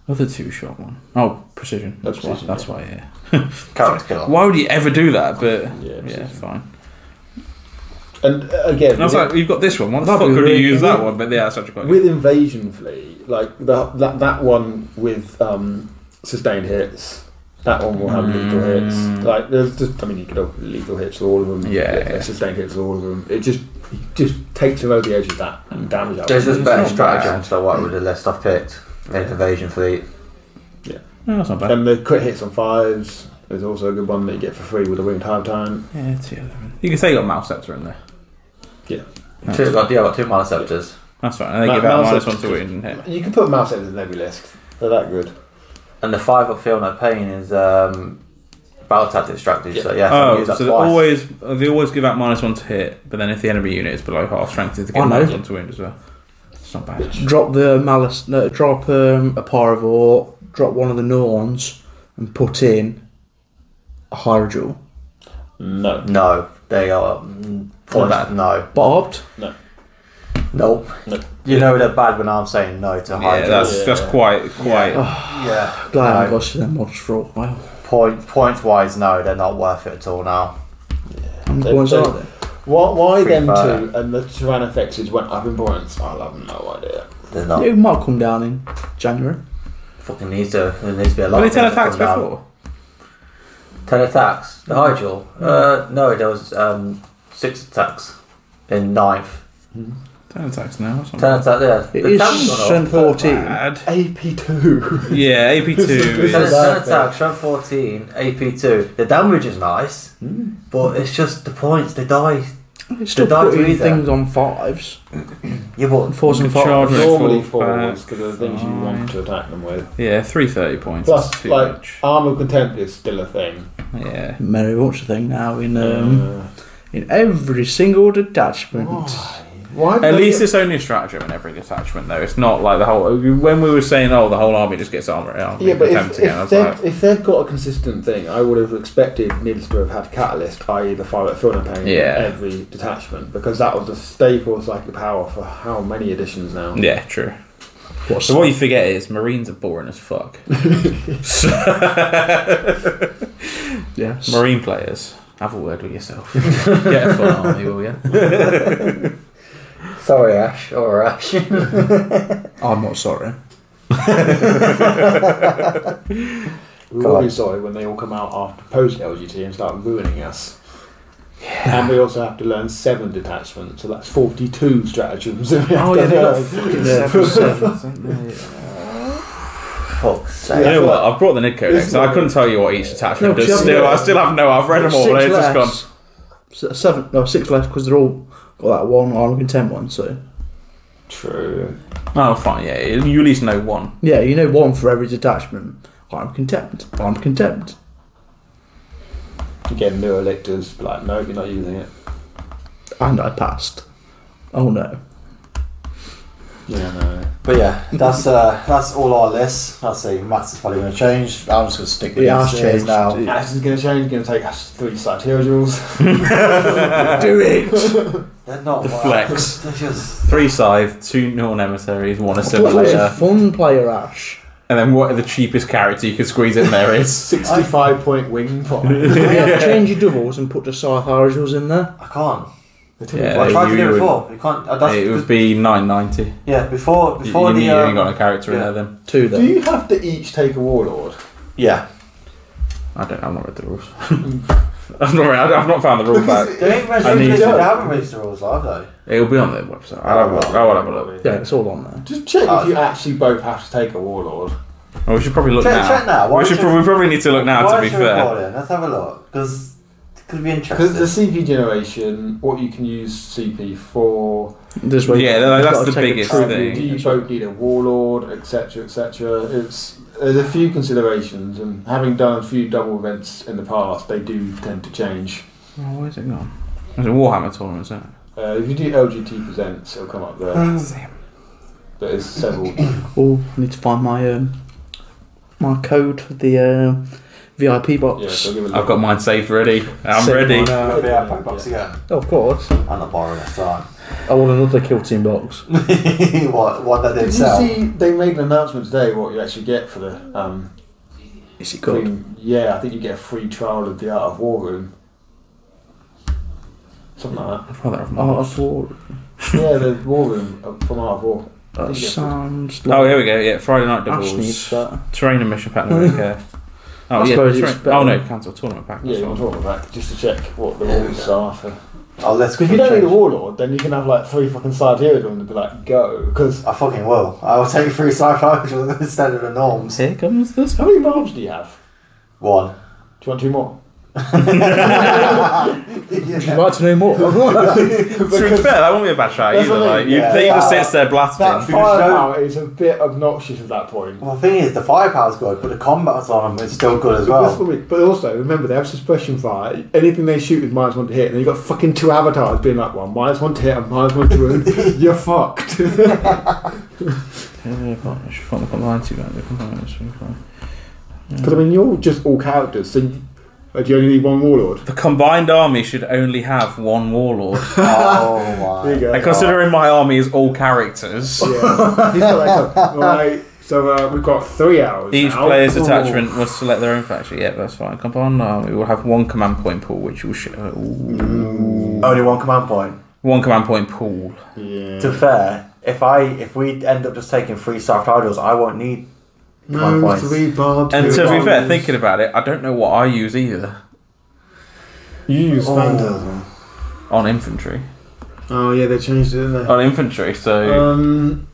Speaker 6: other two shot one? Oh, precision. That's
Speaker 5: Precision,
Speaker 6: why. That's why. Yeah.
Speaker 4: Character killer.
Speaker 6: Why would you ever do that? But
Speaker 5: Yeah,
Speaker 6: yeah,
Speaker 5: precision.
Speaker 6: fine.
Speaker 5: And uh, again,
Speaker 6: And I was
Speaker 5: with-
Speaker 6: like, you've got this one. Why the
Speaker 1: That'd
Speaker 6: fuck
Speaker 1: be
Speaker 6: would you
Speaker 1: really-
Speaker 6: use that one? But yeah, that's actually quite.
Speaker 5: with invasion flea, like the, that that one with um, sustained hits, that one will have lethal
Speaker 6: Mm.
Speaker 5: hits. Like there's just, I mean, you could have lethal hits with all of them.
Speaker 6: Yeah, yeah.
Speaker 5: sustained hits with all of them. It just it just takes them over the edge of that and damage. out.
Speaker 4: There's just better
Speaker 6: not
Speaker 4: stratagems than what I would have list I've picked. An invasion fleet.
Speaker 6: No, that's not bad.
Speaker 5: and the crit hits on fives is also a good one that you get for free with a winged time time.
Speaker 6: yeah, two of them. You can say you got mouse scepter in there. That's
Speaker 4: Two, I've got two Maliceptors.
Speaker 6: That's right. And they
Speaker 5: Ma-
Speaker 6: give out
Speaker 5: mouse
Speaker 6: minus one
Speaker 5: scepter.
Speaker 6: to it and hit.
Speaker 5: You can put mouse in every list. They're that good.
Speaker 4: And the five up feel no pain is um, battle tactics strategy. So yeah, so I
Speaker 6: Oh,
Speaker 4: use that
Speaker 6: so they
Speaker 4: twice.
Speaker 6: always they always give out minus one to hit, but then if the enemy unit is below half strength, they get
Speaker 3: Oh, no.
Speaker 6: minus one to wound as well. It's not bad.
Speaker 3: Drop the malice. No, drop um, a parvor. Drop one of the neurons and put in a hydrogel.
Speaker 5: No,
Speaker 4: No, they are. mm,
Speaker 3: Not
Speaker 4: honest, no,
Speaker 3: Barbed.
Speaker 4: nope.
Speaker 5: No.
Speaker 4: You know they're bad when I'm saying no to
Speaker 6: Yeah,
Speaker 4: hydro.
Speaker 6: that's that's quite quite.
Speaker 4: yeah.
Speaker 3: Glad I haven't
Speaker 4: No.
Speaker 3: got to them models for a while.
Speaker 4: Point points wise, no, they're not worth it at all now.
Speaker 3: How many
Speaker 5: They-
Speaker 3: points
Speaker 5: they-
Speaker 3: are there?
Speaker 5: Why, why
Speaker 4: Free
Speaker 5: them
Speaker 4: fire.
Speaker 5: two and the Tyrannofexes went up in points? I have no idea.
Speaker 4: They're not.
Speaker 3: It might come down in January.
Speaker 4: Fucking needs to. There needs to be a lot.
Speaker 6: Were they
Speaker 4: of things
Speaker 6: ten
Speaker 4: that
Speaker 6: attacks
Speaker 4: come down.
Speaker 6: before?
Speaker 4: Ten attacks. The Hyjal. Uh, no, there was um, six attacks in ninth.
Speaker 6: Ten attacks now. That's not
Speaker 4: Ten attacks. Yeah,
Speaker 3: It
Speaker 4: the
Speaker 3: is
Speaker 4: tenth's gone up.
Speaker 3: strength 14.
Speaker 6: bad.
Speaker 5: AP two.
Speaker 6: Yeah, AP two.
Speaker 5: This
Speaker 4: Ten,
Speaker 5: is-
Speaker 6: is-
Speaker 4: ten attack, strength 14, AP 2. The damage is nice,
Speaker 6: Hmm.
Speaker 4: but it's just the points, they die.
Speaker 3: It's still
Speaker 4: Did I
Speaker 3: putting
Speaker 4: read that?
Speaker 3: things on fives.
Speaker 4: Yeah,
Speaker 3: And
Speaker 4: but
Speaker 3: forcing
Speaker 6: Good charge.
Speaker 3: fives.
Speaker 5: Normally
Speaker 6: Full
Speaker 5: fours
Speaker 6: back,
Speaker 5: because of the things you want to attack them with.
Speaker 6: Yeah, three thirty points. That's
Speaker 5: Plus,
Speaker 6: too
Speaker 5: like
Speaker 6: much.
Speaker 5: arm of contempt is still a thing.
Speaker 6: Yeah.
Speaker 3: Very much a thing now in um,
Speaker 5: Uh,
Speaker 3: in every single detachment.
Speaker 5: why?
Speaker 6: At least it's only a stratagem in every detachment, though. It's not like the whole. When we were saying, "Oh, the whole army just gets armor." armor
Speaker 5: yeah, but if,
Speaker 6: contempt again, I
Speaker 5: if,
Speaker 6: was
Speaker 5: they've,
Speaker 6: like,
Speaker 5: if they've got a consistent thing, I would have expected Nils to have had Catalyst, i.e., the fire at Fiona Pain,
Speaker 6: Yeah.
Speaker 5: in every detachment, because that was a staple of Psychic Power for how many editions now?
Speaker 6: Yeah, true.
Speaker 3: What's
Speaker 6: So what you forget is Marines are boring as fuck. So-
Speaker 3: yes.
Speaker 6: Marine players, have a word with yourself. Get a full army, will you?
Speaker 4: sorry, Ash, or Ash.
Speaker 3: I'm not sorry.
Speaker 5: We
Speaker 4: God.
Speaker 5: will be sorry when they all come out after post LGT and start ruining us. And we also have to learn seven detachments, so that's 42 stratagems. that we have
Speaker 6: Oh
Speaker 5: to
Speaker 6: yeah, they got
Speaker 5: learn.
Speaker 6: fucking
Speaker 3: Yeah.
Speaker 6: seven sevens, ain't they?
Speaker 4: Fuck's
Speaker 6: You
Speaker 4: sake.
Speaker 6: know what? I've brought the Nidco next. so I couldn't tell you what each
Speaker 3: No,
Speaker 6: attachment
Speaker 3: but you
Speaker 6: does.
Speaker 3: haven't
Speaker 6: Still,
Speaker 3: got-
Speaker 6: I still have no. I've read them all, but it's just gone.
Speaker 3: less. S- Seven, no, six left because they're all got that one arm and ten one. So
Speaker 5: True.
Speaker 6: Oh, fine. Yeah, you at least know one.
Speaker 3: yeah, you know one for every detachment. I'm contempt. I'm contempt.
Speaker 5: Again, new electors, like, no, you're not using it.
Speaker 3: And I passed. Oh no.
Speaker 5: Yeah, no.
Speaker 4: But yeah, that's uh, that's all our lists. I'd say Matt's is probably going to change. I'm just going to stick with
Speaker 3: It has
Speaker 4: these series
Speaker 3: changed.
Speaker 4: now.
Speaker 3: It-
Speaker 5: Ash is going to change, going to take us three Sartorials.
Speaker 3: Do it.
Speaker 4: They're not
Speaker 6: The
Speaker 4: worth-
Speaker 6: flex.
Speaker 4: They're just.
Speaker 6: Three scythe, two non emissaries, one
Speaker 3: I thought it was a
Speaker 6: assimilator,
Speaker 3: fun player, Ash.
Speaker 6: and then what are the cheapest character you could squeeze in there is?
Speaker 5: 65 point wing pot.
Speaker 3: Can you have change your doubles and put the scythe horizontals in there?
Speaker 4: I can't.
Speaker 6: Yeah,
Speaker 4: I tried to
Speaker 6: you
Speaker 4: do it
Speaker 6: would-
Speaker 4: before. You can't. Uh, that's,
Speaker 6: It would be nine ninety.
Speaker 4: yeah, before
Speaker 6: You,
Speaker 4: before
Speaker 6: you,
Speaker 4: the.
Speaker 6: you
Speaker 4: um,
Speaker 6: ain't got a character in
Speaker 4: yeah.
Speaker 6: there then.
Speaker 3: Two
Speaker 5: Do
Speaker 3: then.
Speaker 5: you have to each take a warlord?
Speaker 4: yeah.
Speaker 6: I don't. I've not read the rules. I've not. Read, I've not found the rule book.
Speaker 4: They ain't
Speaker 6: I need
Speaker 4: registered. They
Speaker 6: to-
Speaker 4: haven't registered the rules live though.
Speaker 6: It'll be on the website. I'll have a look. Oh, I'll have a look.
Speaker 3: Yeah, it's all on there.
Speaker 5: Just check
Speaker 6: Uh,
Speaker 4: Oh.
Speaker 5: if you actually both have to take a warlord.
Speaker 6: Well, we should probably look
Speaker 4: Check-
Speaker 6: now.
Speaker 4: check now. Why
Speaker 6: We
Speaker 4: don't
Speaker 6: should
Speaker 4: you-
Speaker 6: probably, we probably need to look now.
Speaker 4: Why
Speaker 6: To be
Speaker 4: is she
Speaker 6: fair,
Speaker 4: recording? Let's have a look because it could be
Speaker 5: Because the
Speaker 4: interesting.
Speaker 5: CP generation, what you can use CP for,
Speaker 3: This way.
Speaker 6: Yeah, no,
Speaker 3: you've
Speaker 6: that's
Speaker 3: got to
Speaker 6: the
Speaker 3: take a
Speaker 6: biggest
Speaker 3: tribute.
Speaker 6: thing.
Speaker 5: do you both need a warlord, etc., etc. It's there's a few considerations, and having done a few double events in the past, they do tend to change.
Speaker 6: oh, where's it gone? It's a Warhammer tournament, isn't it?
Speaker 5: Uh, if you do LGT presents, it'll come up
Speaker 4: Hmm.
Speaker 5: there. But it's several.
Speaker 3: Oh, I need to find my um, my code for the uh, VIP box.
Speaker 10: Yeah, so give it a
Speaker 6: I've got mine safe ready. I'm
Speaker 3: Send
Speaker 6: ready.
Speaker 3: mine out.
Speaker 4: Got the outback box again.
Speaker 3: Oh, Of course.
Speaker 4: I'm not borrowing that time.
Speaker 3: I want another kill team box.
Speaker 4: what, what that
Speaker 10: Did
Speaker 4: did
Speaker 10: you
Speaker 4: sell.
Speaker 10: see they made an announcement today what you actually get for the um,
Speaker 3: Is it good?
Speaker 10: free- yeah, I think you get a free trial of the Art of War room. Something like
Speaker 6: I've got that off my
Speaker 3: Oh, I
Speaker 6: box.
Speaker 3: thought
Speaker 10: that. yeah, the War Room uh, from Art of War.
Speaker 3: that sounds like
Speaker 6: Oh, here we go. Yeah, Friday night
Speaker 3: Ash
Speaker 6: doubles.
Speaker 3: needs that.
Speaker 6: Terrain and mission pattern. okay. Oh,
Speaker 3: I
Speaker 6: yeah,
Speaker 3: suppose
Speaker 6: terrain-
Speaker 3: it's better.
Speaker 6: oh no, cancel tournament pack.
Speaker 10: Yeah,
Speaker 6: that's
Speaker 10: you can
Speaker 6: what-
Speaker 10: talk about that just to check what the rules are for.
Speaker 4: Oh, let's
Speaker 10: Because if you don't need a
Speaker 4: change.
Speaker 10: warlord, then you can have like three fucking side heroes and be like, go. Because
Speaker 4: I fucking will. I will take three sci-fi instead of the norms.
Speaker 6: Here comes the
Speaker 10: how many barbs do you have?
Speaker 4: One.
Speaker 10: Do you want two more?
Speaker 3: Would you like to know more?
Speaker 6: To be fair, that wouldn't be a bad shot
Speaker 10: That's
Speaker 6: either.
Speaker 10: what I
Speaker 6: Like,
Speaker 10: mean,
Speaker 6: you
Speaker 4: yeah.
Speaker 6: think he just
Speaker 4: That-
Speaker 6: sits there
Speaker 10: That
Speaker 6: blasting.
Speaker 10: firepower is a bit obnoxious at that point.
Speaker 4: Well, the thing is, the firepower's good, but the combat's on them is still good as
Speaker 5: That's
Speaker 4: well.
Speaker 5: probably, but also remember they have suppression fire. Anything they shoot is minus one to hit, and then you have got fucking two avatars being like, well, minus one to hit and minus one to wound. You're fucked.
Speaker 6: The
Speaker 5: Because I mean, you're just all characters, so you, uh, do you only need one warlord?
Speaker 6: combined army should only have one warlord.
Speaker 4: oh
Speaker 5: There
Speaker 4: my.
Speaker 5: you go.
Speaker 6: And considering my army is all characters,
Speaker 5: Yeah. He's got that covered. Right. So uh, we've got three hours.
Speaker 6: each
Speaker 5: now.
Speaker 6: player's detachment must select their own faction. Yeah, that's fine. Combined army will have one command point pool, which will sh- uh, ooh.
Speaker 4: Only one command point.
Speaker 6: one command point pool.
Speaker 5: Yeah.
Speaker 4: To be fair, if I if we end up just taking three star titles, I won't need command
Speaker 5: no,
Speaker 4: points.
Speaker 5: three barbed.
Speaker 6: And to be
Speaker 5: arrows.
Speaker 6: fair, thinking about it, I don't know what I use either
Speaker 5: you use thunder.
Speaker 4: Oh.
Speaker 6: on infantry.
Speaker 5: Oh yeah, they changed it, didn't
Speaker 6: On
Speaker 5: they?
Speaker 6: infantry, so
Speaker 5: Um,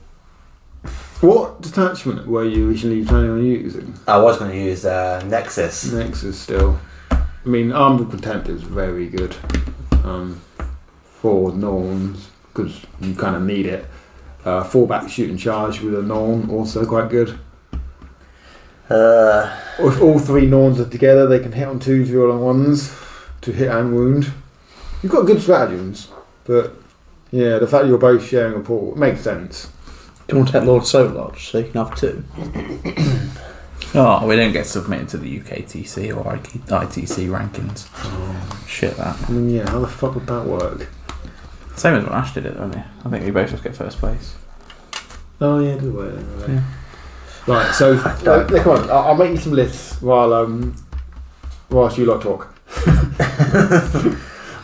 Speaker 5: what detachment were you originally planning on using?
Speaker 4: I was going to use uh, Nexus.
Speaker 5: Nexus still. I mean, Armed with Contempt is very good um, for norms because you kind of need it. Uh, four back shoot and charge with a norm also quite good.
Speaker 4: Uh,
Speaker 5: Or If all three Norns are together, they can hit on twos, roll on ones to hit and wound. You've got good stratagems, but yeah, the fact you're both sharing a portal makes sense.
Speaker 3: Do you want to take Lord Solar so you can have two?
Speaker 6: oh, we don't get submitted to the UKTC or IK- ITC rankings. Shit, that.
Speaker 5: I mean, yeah, how the fuck would that work?
Speaker 6: Same as when Ash did it, didn't he? I think we both just get first place.
Speaker 5: Oh yeah, do work.
Speaker 6: Yeah.
Speaker 5: Right, so uh, yeah, come on, I'll, I'll make you some lists while um whilst you lot talk.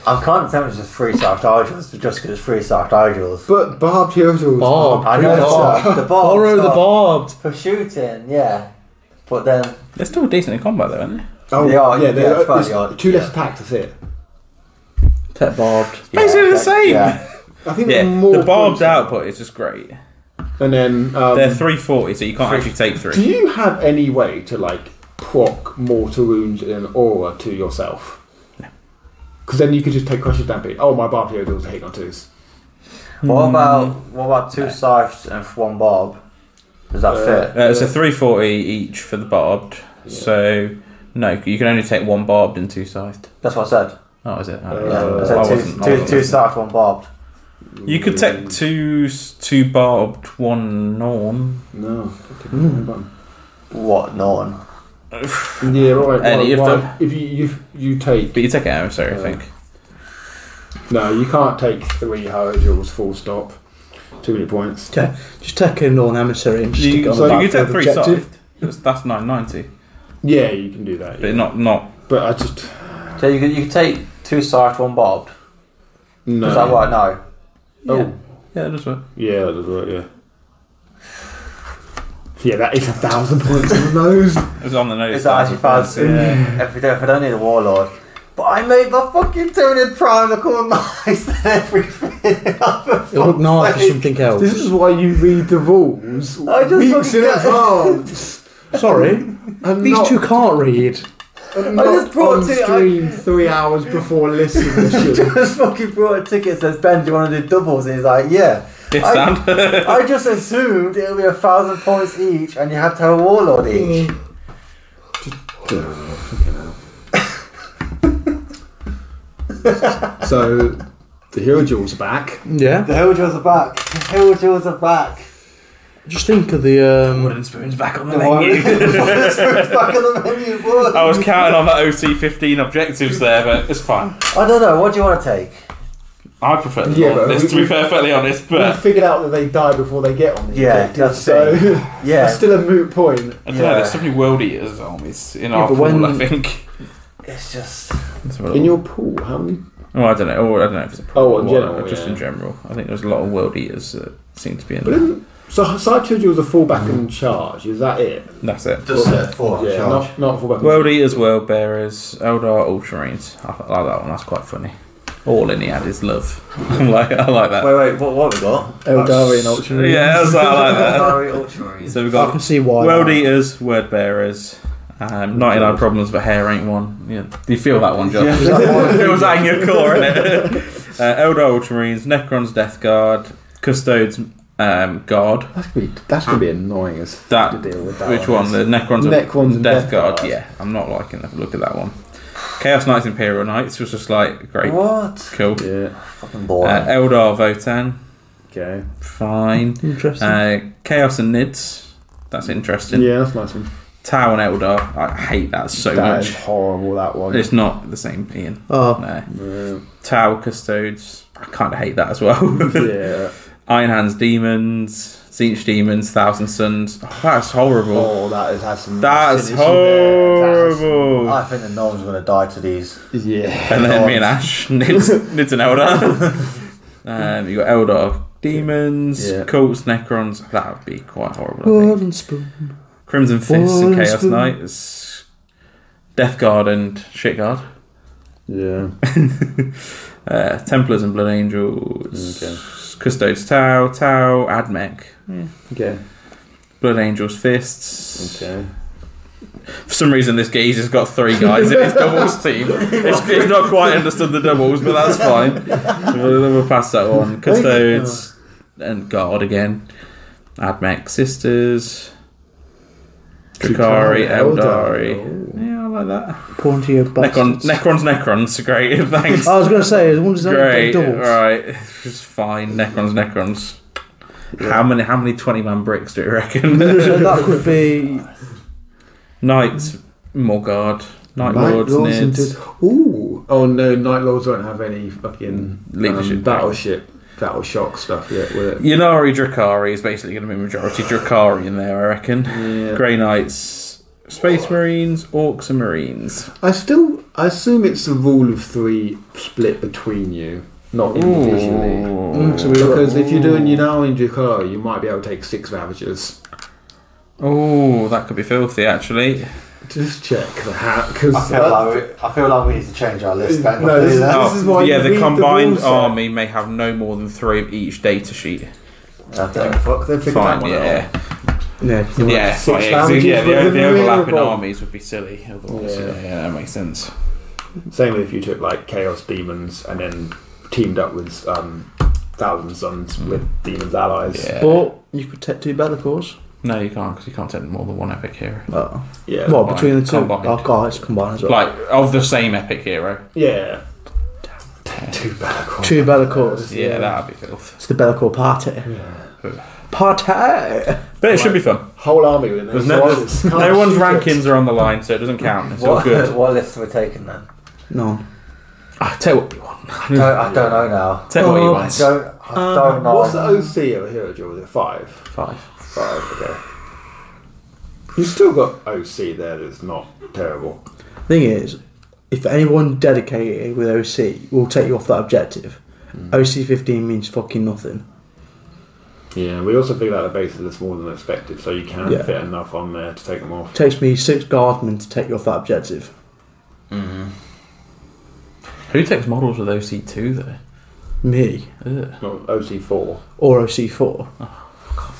Speaker 4: I'm kind of tempted to just three star titles, just because three star titles.
Speaker 5: But barbed heroes.
Speaker 3: Barbed.
Speaker 4: I know the bar, the bar
Speaker 3: Borrow the barbed.
Speaker 4: for shooting, yeah. But then
Speaker 6: They're still decent in combat, though, aren't they?
Speaker 5: Oh
Speaker 4: They are,
Speaker 5: yeah,
Speaker 4: yeah,
Speaker 5: they're,
Speaker 4: it's fine,
Speaker 5: it's
Speaker 4: they are,
Speaker 5: two less
Speaker 4: yeah.
Speaker 5: attacks. That's it.
Speaker 3: Pet barbed.
Speaker 4: yeah,
Speaker 6: Basically the
Speaker 4: that-
Speaker 6: same.
Speaker 4: Yeah,
Speaker 5: I think
Speaker 6: Yeah,
Speaker 5: they're more
Speaker 6: the barbed
Speaker 5: points.
Speaker 6: output is just great.
Speaker 5: And then um,
Speaker 6: They're 340, so you can't actually take
Speaker 5: Do
Speaker 6: three.
Speaker 5: you have any way to like proc mortar wounds in an aura to yourself? Because then you could just take crushing damage. Oh, my barbed hero deals a hit on twos.
Speaker 4: What about what about two scythes and one bob? Does that fit?
Speaker 6: Uh, it's a 340 each for the barbed, so no, you can only take one barbed and two sized.
Speaker 4: That's what I said.
Speaker 6: Oh, is it? Oh,
Speaker 4: Yeah,
Speaker 5: Uh,
Speaker 4: I
Speaker 6: I
Speaker 4: said
Speaker 6: wasn't-
Speaker 4: two,
Speaker 6: I
Speaker 4: two,
Speaker 6: wasn't
Speaker 4: two
Speaker 6: listening.
Speaker 4: scythe, one bob.
Speaker 6: You could
Speaker 5: Mm,
Speaker 6: take two s- two barbed, one norm.
Speaker 5: No.
Speaker 6: Hmm.
Speaker 4: What Norton?
Speaker 5: Yeah, right.
Speaker 6: Any
Speaker 5: right,
Speaker 6: of them?
Speaker 5: right. If you, you you take
Speaker 6: But you take an emissary, I
Speaker 5: Yeah.
Speaker 6: think.
Speaker 5: no, you can't take three hurdles. Full stop. Too many points.
Speaker 3: Ta- Just take a non emissary and just
Speaker 6: You,
Speaker 3: stick it on
Speaker 6: so
Speaker 3: the
Speaker 6: you
Speaker 3: back
Speaker 6: can take
Speaker 3: of
Speaker 6: three
Speaker 3: the objective.
Speaker 6: sized. That's, that's 990,
Speaker 5: Yeah, you can do that.
Speaker 6: but
Speaker 5: yeah.
Speaker 6: not not.
Speaker 5: But I just
Speaker 4: So you could you could take two scythe, one bob.
Speaker 5: no.
Speaker 4: Is that right? No.
Speaker 5: Oh,
Speaker 6: Yeah, that's what.
Speaker 5: yeah, that is right. Yeah. Yeah, that is a thousand points on the nose.
Speaker 6: It's on the nose.
Speaker 4: Is that actually fast?
Speaker 6: Yeah.
Speaker 4: If we don't, if we don't need a warlord. But I made my fucking Tony Prime look all nice and everything.
Speaker 3: It would look nice for something
Speaker 5: This
Speaker 3: else.
Speaker 5: is why you read the rules
Speaker 4: I just
Speaker 5: weeks
Speaker 4: fucking
Speaker 5: in
Speaker 4: get-
Speaker 5: advance.
Speaker 3: Sorry,
Speaker 5: And
Speaker 3: these
Speaker 5: not,
Speaker 3: two can't read.
Speaker 5: and
Speaker 4: I
Speaker 5: not
Speaker 4: just brought
Speaker 5: on
Speaker 4: to- I-
Speaker 5: stream three hours before listening. to
Speaker 4: just fucking brought a ticket and says, Ben, do you want to do doubles? And he's like, yeah.
Speaker 6: This
Speaker 4: I-
Speaker 6: sound.
Speaker 4: I just assumed it'll be a thousand points each and you had to have a warlord each.
Speaker 5: shit. so the hero jewel's back.
Speaker 3: Yeah.
Speaker 4: The Hilldrills are back. The Hilldrills are back.
Speaker 3: Just think of the. Um,
Speaker 6: Wooden spoons back on the
Speaker 11: The one-
Speaker 6: menu.
Speaker 11: Back on the menu, what?
Speaker 12: I was counting on the OT15 objectives there, but it's fine.
Speaker 4: I don't know. What do you want to take?
Speaker 12: I prefer the
Speaker 5: Yeah,
Speaker 12: yeah,
Speaker 5: but
Speaker 12: this,
Speaker 5: we-
Speaker 12: to be perfectly honest,
Speaker 13: We
Speaker 12: but
Speaker 13: figured out that they die before they get on the
Speaker 4: Yeah,
Speaker 13: objective,
Speaker 4: that's
Speaker 13: so
Speaker 4: it. Yeah.
Speaker 13: that's still a moot point.
Speaker 12: I don't know, there's
Speaker 4: Yeah.
Speaker 12: so many world eaters armies in our
Speaker 3: but
Speaker 12: pool,
Speaker 3: when-
Speaker 12: I think.
Speaker 4: It's just.
Speaker 13: In your pool, how many?
Speaker 6: Well, Oh, I don't know. Or I don't know if it's a
Speaker 13: Oh, in
Speaker 6: or
Speaker 13: general,
Speaker 6: what, just
Speaker 13: yeah.
Speaker 6: in general. I think there's a lot of world eaters that seem to be in
Speaker 13: But
Speaker 6: there.
Speaker 13: isn't, so side schedule was a fullback and charge. Is that it?
Speaker 6: That's it.
Speaker 4: Just uh, four on
Speaker 13: yeah,
Speaker 4: charge.
Speaker 13: not not fullback. and
Speaker 6: World Eaters, World Bearers, Eldar, All Terrains. I like that one. That's quite funny. All in the ad is love. I'm like, I like that.
Speaker 4: Wait, wait. What? What have we got?
Speaker 13: Eldari and Ultramarine.
Speaker 6: Yeah, I, was like, I like that.
Speaker 4: Sorry, Ultramarines.
Speaker 6: So we've
Speaker 3: I can
Speaker 6: got
Speaker 3: see why.
Speaker 6: World
Speaker 3: not.
Speaker 6: Eaters, Word Bearers, um, 99 Problems, but hair ain't one. Yeah. Do you feel that one, Josh? it was that in your core, innit? Uh, Eldar Ultramarines, Necron's Death Guard, Custodes um, Guard.
Speaker 5: That's gonna be that's gonna be annoying as f-
Speaker 6: That
Speaker 5: to deal with that.
Speaker 6: Which one? The Necrons,
Speaker 5: Necrons
Speaker 6: Necrons
Speaker 5: and
Speaker 6: Death,
Speaker 5: Death
Speaker 6: Guard.
Speaker 5: Guard.
Speaker 6: Yeah, I'm not liking the look at that one. Chaos Knights, Imperial Knights was just like great,
Speaker 4: What?
Speaker 6: cool.
Speaker 5: Yeah.
Speaker 4: Fucking
Speaker 6: Uh,
Speaker 4: boring.
Speaker 6: Eldar Votan,
Speaker 5: Okay.
Speaker 6: fine.
Speaker 3: Interesting.
Speaker 6: Uh, Chaos and Nids, that's interesting.
Speaker 5: Yeah, that's a nice one.
Speaker 6: Tau and Eldar, I hate that so
Speaker 5: That
Speaker 6: much.
Speaker 5: is horrible. That one.
Speaker 6: It's not the same, Ian.
Speaker 3: oh,
Speaker 6: No.
Speaker 5: Yeah.
Speaker 6: Tau Custodes, I kind of hate that as well.
Speaker 5: yeah.
Speaker 6: Iron Hands Demons, Zinch Demons, Thousand Suns. Oh, that's horrible.
Speaker 5: Oh, that is has some.
Speaker 6: that's
Speaker 5: acidity there. That has-
Speaker 6: horrible.
Speaker 4: I think the Norm's going to die to these.
Speaker 5: Yeah.
Speaker 6: And then me and Ash, Nid's, Nid's an Eldar. um, you got Eldar demons,
Speaker 5: Yeah.
Speaker 6: cults, Necrons. That would be quite horrible. I
Speaker 3: World
Speaker 6: think.
Speaker 3: and spoon.
Speaker 6: Crimson Fists
Speaker 3: Wooden
Speaker 6: and Chaos
Speaker 3: spoon.
Speaker 6: Knights, Death Guard and Shit Guard,
Speaker 5: Yeah.
Speaker 6: uh, Templars and Blood Angels,
Speaker 5: Okay.
Speaker 6: Custodes Tau, Tau, Admech,
Speaker 5: Okay.
Speaker 6: Blood Angels Fists.
Speaker 5: Okay.
Speaker 6: For some reason, this geezer has got three guys in his doubles team. It's, he's not quite understood the doubles, but that's fine. We'll, we'll pass that on. Custodes and guard again. Admech sisters. Tricari, Eldari.
Speaker 5: Oh.
Speaker 6: Yeah, I like that.
Speaker 3: Pointy of
Speaker 6: Necron,
Speaker 3: bastards.
Speaker 6: Necrons, Necrons. Great, thanks.
Speaker 3: I was going to say, as long as they don't play
Speaker 6: Great,
Speaker 3: doubles.
Speaker 6: right? It's fine. Necrons, Necrons. How many? How many twenty-man bricks do you reckon?
Speaker 3: So that could be.
Speaker 6: Knights, Morgard, Night,
Speaker 5: Night
Speaker 6: Lords,
Speaker 5: Lords and
Speaker 6: Nids.
Speaker 5: Ooh. Oh no, Night Lords don't have any fucking
Speaker 6: Leadership.
Speaker 5: um, battleship, battle shock stuff yet, will it?
Speaker 6: Yanari Drakari is basically going to be majority Drakari in there, I reckon.
Speaker 5: Yeah.
Speaker 6: Grey Knights, Space Marines, Orcs, and Marines.
Speaker 5: I still, I assume it's the rule of three split between you, not individually.
Speaker 3: so we
Speaker 5: Because if you're doing Yunao and Jakar, you might be able to take six Ravagers.
Speaker 6: Oh, that could be filthy, actually.
Speaker 5: Just check the hat, because
Speaker 4: I feel, like we, I feel like we need to change our list. Don't
Speaker 5: No,
Speaker 4: we?
Speaker 5: this is-
Speaker 4: Yeah.
Speaker 6: Oh,
Speaker 5: is why
Speaker 6: yeah,
Speaker 5: you
Speaker 6: the
Speaker 5: read the
Speaker 6: combined
Speaker 5: rules set.
Speaker 6: army may have no more than three of each data sheet.
Speaker 4: I don't know.
Speaker 5: fuck, they figured that
Speaker 6: Fine,
Speaker 5: one
Speaker 6: yeah.
Speaker 3: Yeah.
Speaker 6: Yeah, yeah,
Speaker 5: six
Speaker 6: yeah,
Speaker 5: damages
Speaker 6: yeah,
Speaker 5: with
Speaker 6: the, the
Speaker 5: the
Speaker 6: overlapping
Speaker 5: available.
Speaker 6: armies would be silly. Otherwise,
Speaker 5: Yeah.
Speaker 6: yeah, yeah, that makes sense.
Speaker 5: out. Same with if you took like Chaos Demons and then teamed up with um, Thousand Suns with Demons allies.
Speaker 6: Yeah.
Speaker 3: But you could take two Bellicors.
Speaker 6: no, you can't because you can't take more than one epic hero.
Speaker 3: Oh.
Speaker 5: yeah,
Speaker 3: Well,
Speaker 6: Uh, combined.
Speaker 3: between the two.
Speaker 6: Combined.
Speaker 3: Oh, God, it's combined as well.
Speaker 6: Like, of the same epic hero.
Speaker 5: yeah. Too bad. I
Speaker 3: two Bellicors.
Speaker 6: Yeah, that'd be filth.
Speaker 3: It's the Bellicor party. Party!
Speaker 6: But it should be fun.
Speaker 13: Whole army with them.
Speaker 6: There's no, there's- no one's rankings are on the line, so it doesn't count. It's all
Speaker 4: What,
Speaker 6: good.
Speaker 4: what list are we taking then?
Speaker 3: No.
Speaker 6: I tell you what you want.
Speaker 4: No, I don't know now.
Speaker 6: Tell you what you
Speaker 4: I
Speaker 6: want.
Speaker 4: don't, I don't know.
Speaker 13: What's the OC over here, Joe? Is it five?
Speaker 6: Five.
Speaker 13: Five. Okay.
Speaker 5: You've still got OC there that's not terrible.
Speaker 3: Thing is, if anyone dedicated with OC will take you off that objective,
Speaker 6: Hmm.
Speaker 3: OC 15 means fucking nothing.
Speaker 5: Yeah, we also figured out the bases are smaller than expected, so you can
Speaker 3: Yeah.
Speaker 5: fit enough on there to take them off.
Speaker 3: takes me six guardsmen to take you off that objective.
Speaker 6: Who takes models with OC2 though?
Speaker 3: Me
Speaker 6: Ugh.
Speaker 5: Well, OC4.
Speaker 3: or OC4.
Speaker 6: Oh,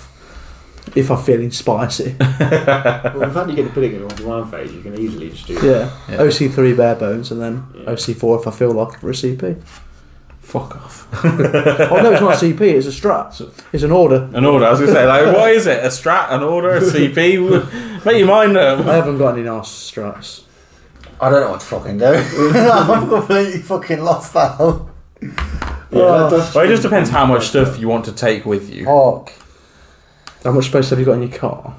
Speaker 3: If I'm feeling spicy.
Speaker 5: well, the fact you get the pudding in all one phase, you can easily just do that.
Speaker 3: Yeah.
Speaker 6: Yeah.
Speaker 3: OC3 bare bones and then
Speaker 5: Yeah.
Speaker 3: OC4 if I feel like for a CP.
Speaker 6: Fuck off.
Speaker 3: oh no, it's not a CP, it's a strat. It's an order.
Speaker 6: An order. I was gonna say like, what is it? A strat? An order? A CP? Make your mind up.
Speaker 3: I haven't got any nice strats.
Speaker 4: I don't know what to fucking do. I'm completely fucking lost now.
Speaker 5: Yeah, that does
Speaker 6: Well, it just depends how much stuff you want to take with you.
Speaker 4: Fuck.
Speaker 3: How much space have you got in your car?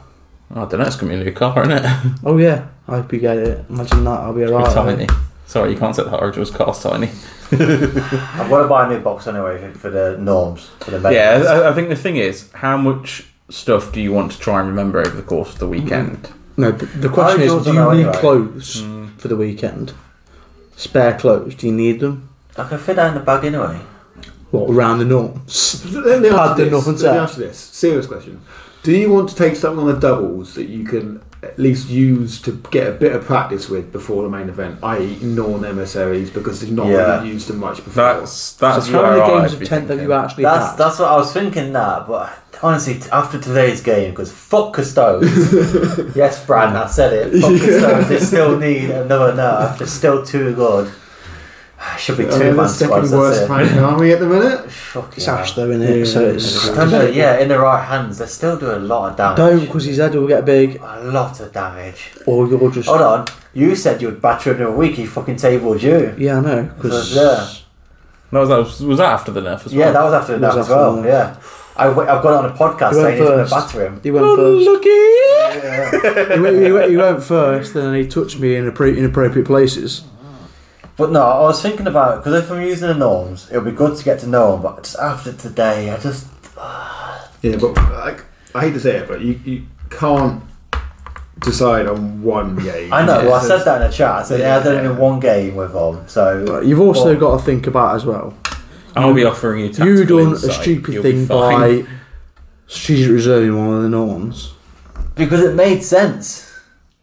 Speaker 6: I don't know, it's going to be a new car, isn't it?
Speaker 3: Oh yeah, I hope you get it. Imagine that, I'll be
Speaker 6: It's
Speaker 3: alright.
Speaker 6: tiny. Sorry, you can't set that original's car's tiny.
Speaker 4: I'm going to buy a new box anyway for- for the norms. For the
Speaker 6: Yeah, uh,
Speaker 4: measurements.
Speaker 6: I, I think the thing is, how much stuff do you want to try and remember over the course of the weekend?
Speaker 3: No, but the question is,
Speaker 4: yours
Speaker 3: do
Speaker 4: are
Speaker 3: you
Speaker 4: now
Speaker 3: need
Speaker 4: anyway.
Speaker 3: clothes
Speaker 6: Mm.
Speaker 3: for the weekend? Spare clothes? Do you need them?
Speaker 4: I can fit that in the bag anyway.
Speaker 3: What around the norms?
Speaker 5: Let me
Speaker 3: Pardon
Speaker 5: ask you
Speaker 3: nothing,
Speaker 5: this.
Speaker 3: sir.
Speaker 5: Let me ask you this. Serious question. Do you want to take something on the doubles that you can at least use to get a bit of practice with before the main event, i.e., non emissaries, because they've not
Speaker 4: Yeah.
Speaker 5: really used them much before?
Speaker 6: That's that's
Speaker 3: So how many
Speaker 6: where I'd
Speaker 3: games of
Speaker 6: be
Speaker 3: tenth have
Speaker 6: thinking.
Speaker 3: you actually
Speaker 4: That's
Speaker 3: had?
Speaker 4: that's what I was thinking. That, but honestly, t- after today's game, because fuck Custodes. yes, Bran, I said it. Fuck Custodes. They still need another nerf. They're still too good. Should be
Speaker 5: I mean,
Speaker 4: two
Speaker 5: the
Speaker 4: man squads.
Speaker 5: second
Speaker 4: That's
Speaker 5: worst
Speaker 4: it.
Speaker 5: Frank army at the minute.
Speaker 4: Fuck
Speaker 3: It's
Speaker 4: yeah.
Speaker 3: Ash though, innit? So it's
Speaker 4: I don't know, yeah, in the right hands, they still do a lot of damage.
Speaker 3: don't because his head will get big,
Speaker 4: a lot of damage.
Speaker 3: or you're just
Speaker 4: Hold on, you said you'd batter him in a week. He fucking tabled you.
Speaker 3: yeah, I know because
Speaker 4: Yeah.
Speaker 6: That was, that was, was that after the nerf as well?
Speaker 4: Yeah, that was after
Speaker 3: It was
Speaker 4: that as
Speaker 3: after
Speaker 4: well.
Speaker 3: that.
Speaker 4: Yeah, I w- I've got it on a podcast
Speaker 3: You went
Speaker 4: saying he's going to
Speaker 3: first.
Speaker 4: batter him.
Speaker 3: he went first.
Speaker 6: Unlucky!
Speaker 3: he, went, he, went, he went first, then he touched me in appro- inappropriate places.
Speaker 4: But no, I was thinking about because if I'm using the norms, it'll be good to get to know them. But just after today, I just
Speaker 5: Yeah, but like, I hate to say it, but you, you can't decide on one game.
Speaker 4: I know.
Speaker 5: Yeah.
Speaker 4: well, I said that in the chat. I said yeah, I did it in one game with them. So
Speaker 3: But you've also
Speaker 4: Well-
Speaker 3: got to think about as well.
Speaker 6: I'll be offering you tactical
Speaker 3: You done a
Speaker 6: insight.
Speaker 3: stupid
Speaker 6: You'll be
Speaker 3: thing
Speaker 6: fine.
Speaker 3: by strategic reserving one of the norms.
Speaker 4: because it made sense,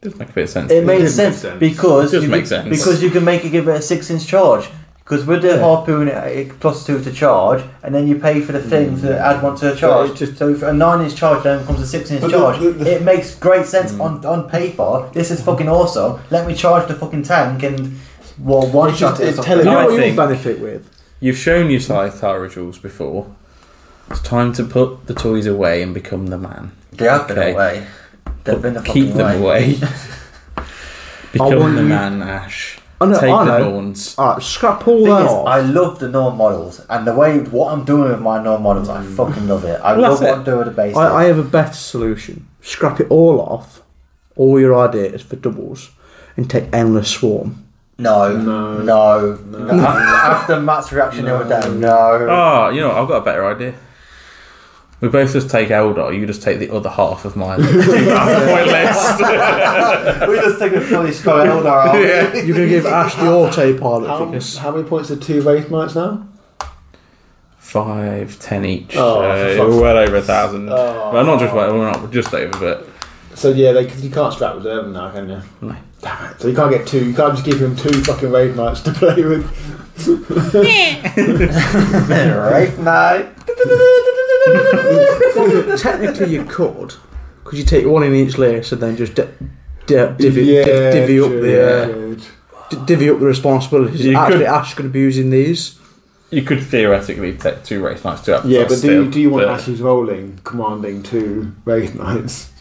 Speaker 6: Doesn't make a bit of sense.
Speaker 4: it made
Speaker 5: did make
Speaker 4: sense,
Speaker 5: sense.
Speaker 4: because
Speaker 6: It does
Speaker 4: you
Speaker 6: make
Speaker 4: can,
Speaker 6: sense.
Speaker 4: because you can make it give it a six inch charge. Because with the harpoon, it- it plus two to charge, and then you pay for the thing to add one to the charge.
Speaker 5: Mm. it just-
Speaker 4: so for a nine inch charge then becomes a six inch
Speaker 5: But the-
Speaker 4: charge.
Speaker 5: the- the- Mm.
Speaker 4: it makes great sense on, on paper. This is fucking awesome. Let me charge the fucking tank and well, one
Speaker 5: It's
Speaker 4: shot
Speaker 5: just-
Speaker 4: it or
Speaker 5: it's
Speaker 4: something.
Speaker 3: You know
Speaker 6: I
Speaker 3: what you will
Speaker 6: think-
Speaker 3: benefit with?
Speaker 6: You've shown your Scythar rituals before. It's time to put the toys away and become the man.
Speaker 4: They have been
Speaker 6: Okay.
Speaker 4: away. They've been a
Speaker 6: Keep
Speaker 4: fucking
Speaker 6: them
Speaker 4: way.
Speaker 6: away.
Speaker 3: want
Speaker 6: become the
Speaker 3: you-
Speaker 6: man, Ash.
Speaker 3: I know,
Speaker 6: Take
Speaker 3: I
Speaker 6: the
Speaker 3: know.
Speaker 6: horns.
Speaker 3: Alright, scrap all
Speaker 4: Thing
Speaker 3: that
Speaker 4: is,
Speaker 3: off.
Speaker 4: I love the norm models and the way what I'm doing with my norm models. I
Speaker 5: Mm.
Speaker 4: fucking love it. I
Speaker 6: Well,
Speaker 4: love
Speaker 6: that's
Speaker 4: what
Speaker 6: it.
Speaker 4: I'm doing with the base.
Speaker 3: I, I have a better solution. Scrap it all off, all your ideas for doubles, and take Endless Swarm.
Speaker 4: no, no,
Speaker 5: No.
Speaker 4: no, After, after Matt's reaction the other day, no.
Speaker 6: Ah, you know, what, I've got a better idea. We both just take Eldar, you just take the other half of my list. That's my list. Oh.
Speaker 4: we just take a fully Scott Eldar. aren't we?
Speaker 3: You're going to give Ash the autopilot
Speaker 14: How,
Speaker 3: for this.
Speaker 14: how many points are two Wraith Knights now?
Speaker 6: Five, ten each.
Speaker 14: Oh,
Speaker 6: so
Speaker 14: for fuck's
Speaker 6: well over a thousand.
Speaker 14: Oh.
Speaker 6: Well, not just well, not just over, but
Speaker 14: So yeah, they, 'cause you can't strap reserve them now, can you?
Speaker 6: No.
Speaker 14: Damn it. So you can't get two. You can't just give him two fucking Wraith Knights to play with.
Speaker 4: right now.
Speaker 3: Technically, you could, because you take one in each layer, so then just di- di- divvy, div- divvy up the uh,
Speaker 5: Good.
Speaker 3: di- divvy up the responsibilities.
Speaker 6: You
Speaker 3: Actually,
Speaker 6: could-
Speaker 3: Ash going to be using these.
Speaker 6: you could theoretically take two race knights, two up.
Speaker 5: Yeah, but do
Speaker 6: still,
Speaker 5: you, do you want
Speaker 6: but-
Speaker 5: Ashes rolling, commanding two Wraith Knights?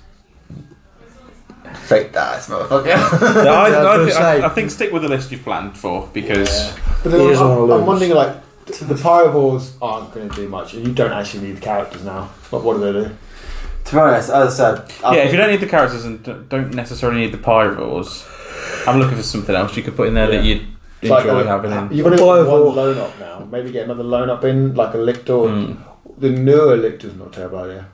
Speaker 4: Fake that, motherfucker.
Speaker 6: No, I,
Speaker 3: Yeah, I was
Speaker 6: I,
Speaker 3: gonna
Speaker 6: think, I,
Speaker 3: say.
Speaker 6: I think stick with the list you've planned for because
Speaker 14: But
Speaker 3: He
Speaker 14: then I'm,
Speaker 3: doesn't wanna
Speaker 14: I'm,
Speaker 3: lose.
Speaker 14: wondering, like, the Pyrovores aren't going to do much, and you don't actually need the characters now. But what do they do?
Speaker 4: to be honest, as I said,
Speaker 6: yeah, if you don't need the characters and d- don't necessarily need the pyros, I'm looking for something else you could put in there that
Speaker 14: Yeah.
Speaker 6: you'd
Speaker 14: It's
Speaker 6: enjoy
Speaker 14: like, uh,
Speaker 6: having. In.
Speaker 14: You've only got
Speaker 3: Pyrovore.
Speaker 14: one loan up now. Maybe get another loan up in, like a Lictor.
Speaker 3: Hmm.
Speaker 6: Mm.
Speaker 14: The newer Lictor's not a terrible idea.